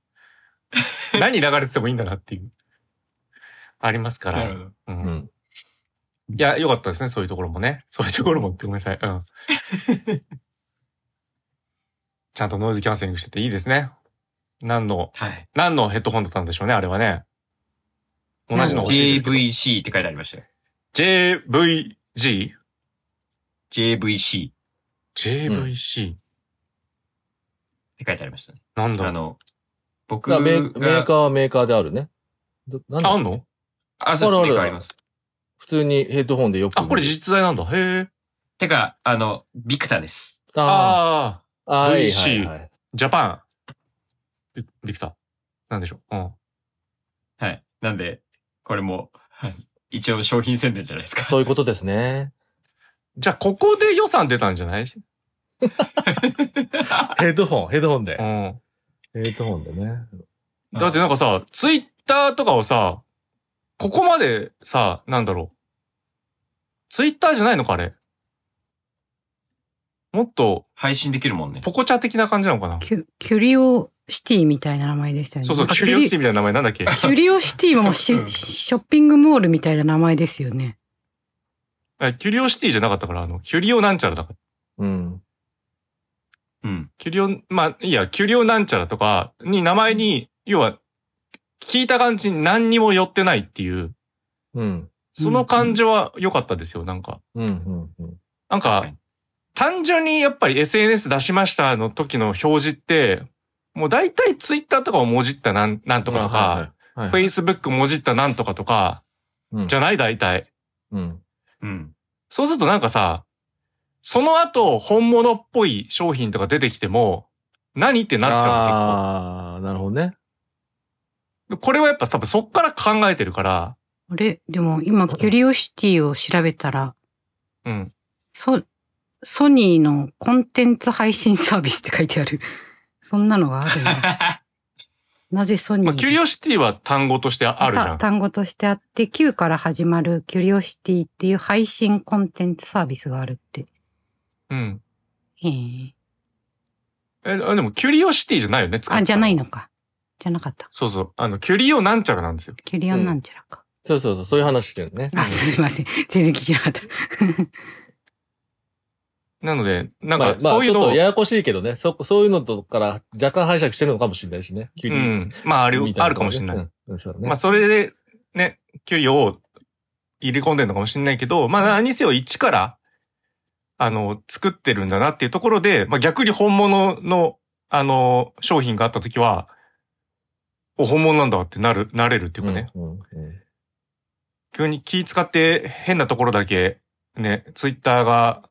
S1: 何流れててもいいんだなっていう。ありますから。
S3: なるほど
S1: うん
S2: うん。
S1: いや、よかったですね、そういうところもね。そういうところもってごめんなさい。 うん。ちゃんとノイズキャンセリングしてていいですね。何の、
S3: はい。
S1: 何のヘッドホンだったんでしょうね、あれはね。同じの欲しいですけど。
S3: JVC って書いてありましたよ。
S1: JVG?
S3: JVC っ
S1: JVC、
S3: て書いてありましたね。
S1: なんだろ
S3: あ
S1: う
S3: の、僕
S2: さ
S3: が、
S2: あメーメーカーはメーカーであるね。どなんだ
S1: あ、あんの
S3: あ、そうそう、
S2: あるある
S3: メーカーあります。
S2: 普通にヘッドホンでよく見る。
S1: あ、これ実在なんだ。へえ。
S3: てか、あの、ビクタです。
S2: あ
S1: ああ
S2: あ、はいは
S1: VC
S2: いはい。
S1: ー、ジャパン。ビビクター。なんでしょう。うん。
S3: はい。なんで、これも、 一応商品宣伝じゃないですか。
S2: そういうことですね。
S1: じゃあ、ここで予算出たんじゃない
S2: ヘッドホン、ヘッドホンで
S1: う。ん。
S2: ヘッドホンでね。
S1: だってなんかさ、ツイッターとかをさ、ここまでさ、なんだろう。ツイッターじゃないのか、あれ。もっと、
S3: 配信できるもんね。
S1: ポコチャ的な感じなのかな。
S4: キュキュリオシティみたいな名前でしたよね。
S1: そうそう、
S4: なんか
S1: キュリオシティみたいな名前なんだっけ
S4: キュリオシティはもうし
S3: うん
S4: ショッピングモールみたいな名前ですよね。
S1: あキュリオシティじゃなかったから、あの、キュリオなんちゃらだから。
S2: うん。
S3: うん。
S1: キュリオ、まあ、いいや、キュリオなんちゃらとかに名前に、要は、聞いた感じに何にも寄ってないっていう、
S2: うん。
S1: その感じは良かったですよ、なんか。
S2: うん。うん。うん。
S1: なん
S3: 確
S1: か
S3: か、に。
S1: 単純にやっぱり SNS 出しましたの時の表示って、もう大体ツイッターとかをもじったなん、なんとかとか、
S2: あ、はいはい。はい
S1: Facebook もじったなんとかとか、
S2: うん
S1: じゃない大体。
S2: うん。
S3: うん。
S1: そうするとなんかさ、その後本物っぽい商品とか出てきても、何ってなっちゃうの
S2: ああ、なるほどね。
S1: 結構。これはやっぱ多分そっから考えてるから、
S4: あれでも今、キュリオシティを調べたら、
S1: うん。
S4: ソ、ソニーのコンテンツ配信サービスって書いてある。 そんなのがあるんだ。 なぜソニー
S1: まあ、キュリオシティは単語としてあるじゃ
S4: た
S1: ん。
S4: 単語としてあって、Q から始まるキュリオシティっていう配信コンテンツサービスがあるって。
S1: うん。
S4: へえ。
S1: え、でもキュリオシティじゃないよね、使った
S4: あ、じゃない
S1: の。
S4: のか。じゃなかった。
S1: そうそう。あの、キュリオなんちゃらなんですよ。
S4: キュリオンなんちゃらか。
S2: そうそうそう、そういう話してるね。
S4: あ、すいません。全然聞けなかった。
S1: なので、なん
S2: まあ
S1: か、
S2: まあ
S1: そういう
S2: ち
S1: の
S2: ょっ
S1: を
S2: とややこしいけどね。そ、そういうのとから若干拝借してるのかもしれないしね。急
S1: う
S2: に。
S1: ん。まあ、あ
S2: あ
S1: る、あるかもしれない。。
S2: うん、そうだね。
S1: まあ、それで、ね、給料を入れ込んでるのかもしれないけど、まあ、何せよ一から、あの、作ってるんだなっていうところで、まあ、逆に本物の、あの、商品があったときは、お、本物なんだってなる、なれるっていうかね。
S2: うん。うんうん
S1: 急に気使って変なところだけ、ね、ツイッターが、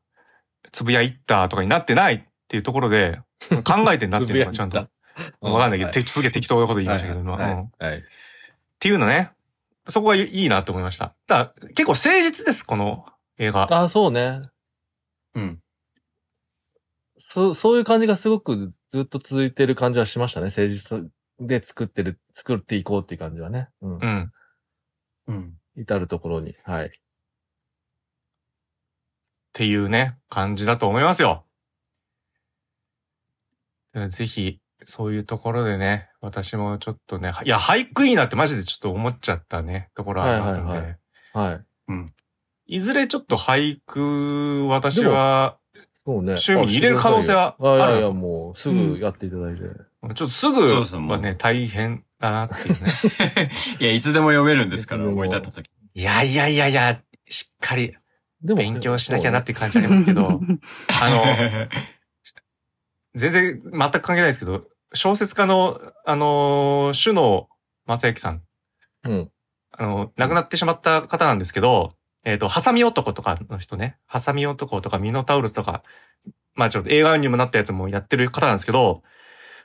S1: つぶやいたとかになってないっていうところで、考えてなってるのがちゃん と。わかんないけど、てすげえ適当なこと言いましたけど、今。
S2: は
S1: うん
S2: いはいはい。はい
S1: っていうのね。そこがいいなと思いました。だから結構誠実です、この映画。
S2: あ、そうね。
S3: うん。
S2: そそういう感じがすごくずっと続いてる感じはしましたね。誠実で作ってる、作っていこうっていう感じはね。うん
S1: う。ん。
S3: うん。
S2: 至るところに。はい。
S1: っていうね、感じだと思いますよ。うんぜひ、そういうところでね、私もちょっとね、いや、俳句いいなってマジでちょっと思っちゃったね、ところありますので。
S2: はいいはいはい。
S1: ずれちょっと俳句、私は、
S2: そうね。
S1: 趣味入れる可能性は
S2: あいや
S1: あ
S2: いやい
S1: る
S2: や、もうすぐやっていただいて。
S1: ちょっとす
S3: そうです
S1: ぐ、
S3: ね
S1: まあね、大変だなって いうね。
S3: いや、いつでも読めるんですから、
S2: いつでも
S3: 思い立った時。
S1: いやいやいやいや、しっかり
S2: でも
S1: 勉強しなきゃなって感じありますけ ど、あ の、全然、全く関係ないですけど、小説家の、あのー、首野正幸さん、
S2: うん。
S1: あの、亡くなってしまった方なんですけど、えっ、と、ハサミ男とかの人ね、ハサミ男とかミノタウルスとか、まあちょっと映画にもなったやつもやってる方なんですけど、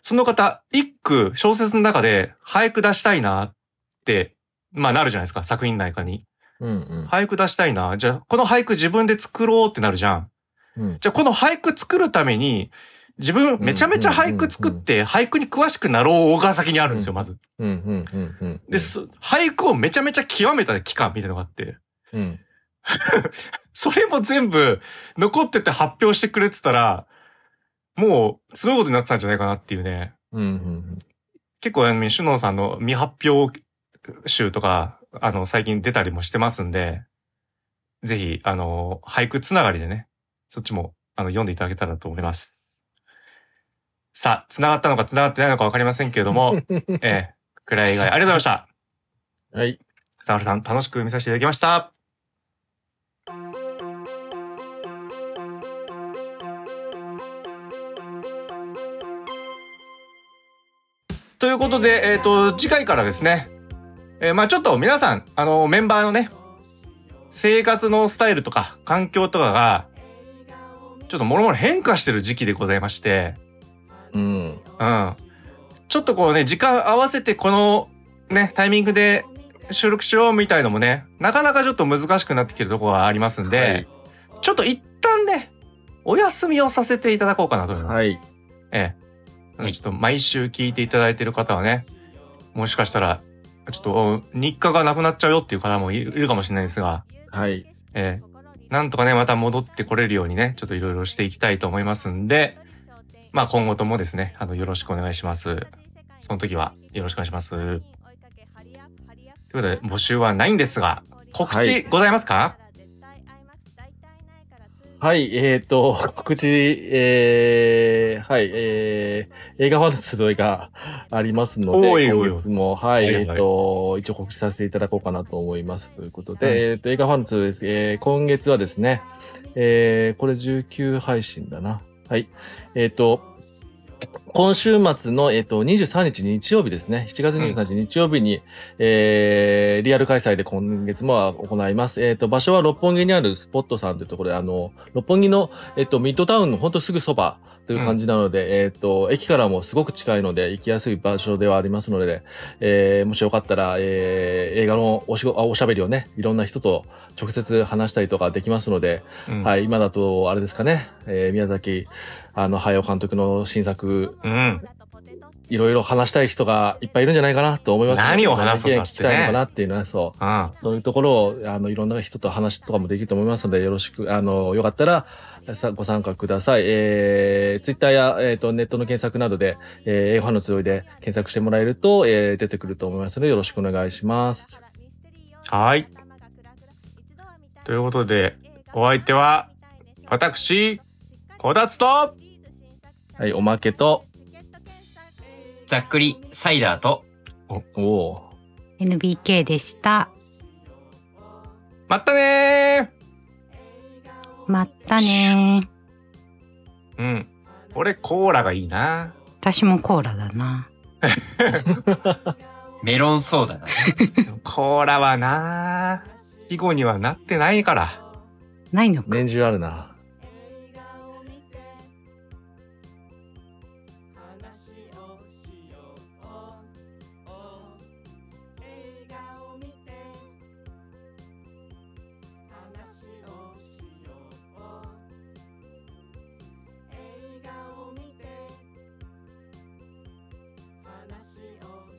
S1: その方、一句小説の中で俳句出したいなって、まあなるじゃないですか、作品内かに。
S2: うんうん。
S1: 俳句出したいな。じゃあ、この俳句自分で作ろうってなるじゃん。
S2: うん。
S1: じゃあこの俳句作るために、自分めちゃめちゃ俳句作って、俳句に詳しくなろうが先にあるんですよ、
S2: うん
S1: まず。
S2: うんうんうんうん。
S1: で、そ俳句をめちゃめちゃ極めた期間みたいなのがあって、
S2: うん。
S1: それも全部残ってて発表してくれてたら、もうすごいことになってたんじゃないかなっていうね。
S2: うんうん
S1: 結構、あの、シュノンさんの未発表集とか、あの、最近出たりもしてますんで、ぜひ、あの、俳句つながりでね、そっちも、あの、読んでいただけたらと思います。さあ、つながったのかつながってないのかわかりませんけれど も、ええ、くらい以外、ありがとうございました。
S2: うん。はい。
S1: サワルさん、楽しく見させていただきました。ということで、えっ、と、次回からですね、えーまあちょっと皆さん、あの、メンバーのね、生活のスタイルとか、環境とかが、ちょっともろもろ変化してる時期でございまして、
S2: うん。
S1: うん。ちょっとこうね、時間合わせてこのね、タイミングで収録しようみたいのもね、なかなかちょっと難しくなってきてるところがありますんで、
S2: はい
S1: ちょっと一旦ね、お休みをさせていただこうかなと思います。
S2: はい。
S1: ええ。
S3: はい
S1: ちょっと毎週聞いていただいてる方はね、もしかしたら、ちょっとお日課がなくなっちゃうよっていう方もいるかもしれないですが、
S2: はい。
S1: ええ。なんとかね、また戻ってこれるようにね、ちょっといろいろしていきたいと思いますんで、まあ今後ともですね、あの、よろしくお願いします。その時はよろしくお願いします。ということで、募集はないんですが、告
S2: はい
S1: 知ございますか、
S2: はい、えっ、と、告知、えー、はい、えー、映画ファンの集いがありますので、
S1: おいおい
S2: 今月も、はい、
S1: はいはい
S2: えっ、と、一応告知させていただこうかなと思います。ということで、
S1: はい
S2: えっ、と、映画ファンの集いです。えー、今月はですね、えー、これ19配信だな。はい、えっ、と、今週末の、えっ、と、23日日曜日ですね。7月23日日曜日に、えーリアル開催で今月も行います。えっ、と、場所は六本木にあるスポットさんというところで、あの、六本木の、えっ、と、ミッドタウンのほんとすぐそばという感じなので、えっ、と、駅からもすごく近いので、行きやすい場所ではありますので、えーもしよかったら、えー映画のおしごあおしゃべりをね、いろんな人と直接話したりとかできますので、
S1: うん
S2: はい、今だと、あれですかね、えー宮崎、あの、駿監督の新作、
S1: うん。
S2: いろいろ話したい人がいっぱいいるんじゃないかなと思いますね。
S1: 何を話すの
S2: 意
S1: か
S2: 見
S1: っ
S2: 聞
S1: てね
S2: きたいのかなっていうのは、そう。
S1: うん。
S2: そういうところを、あの、いろんな人と話とかもできると思いますので、よろしく、あの、よかったら、さご参加ください。えー、ツイッターや、えっ、と、ネットの検索などで、えー、映画の集いで検索してもらえると、えー、出てくると思いますので、よろしくお願いします。
S1: はい。ということで、お相手は、私、こたつと、
S2: はい、おまけと、
S3: ざっくり、サイダーと、
S2: おお
S4: NBK でした。
S1: まったね
S4: まったねー。
S1: ーうん。俺、コーラがいいな。
S4: 私もコーラだな。
S3: メロンソーダな。
S1: コーラはな、季語にはなってないから。
S4: ないのか。
S2: 年中あるな。
S6: 「話をしよう」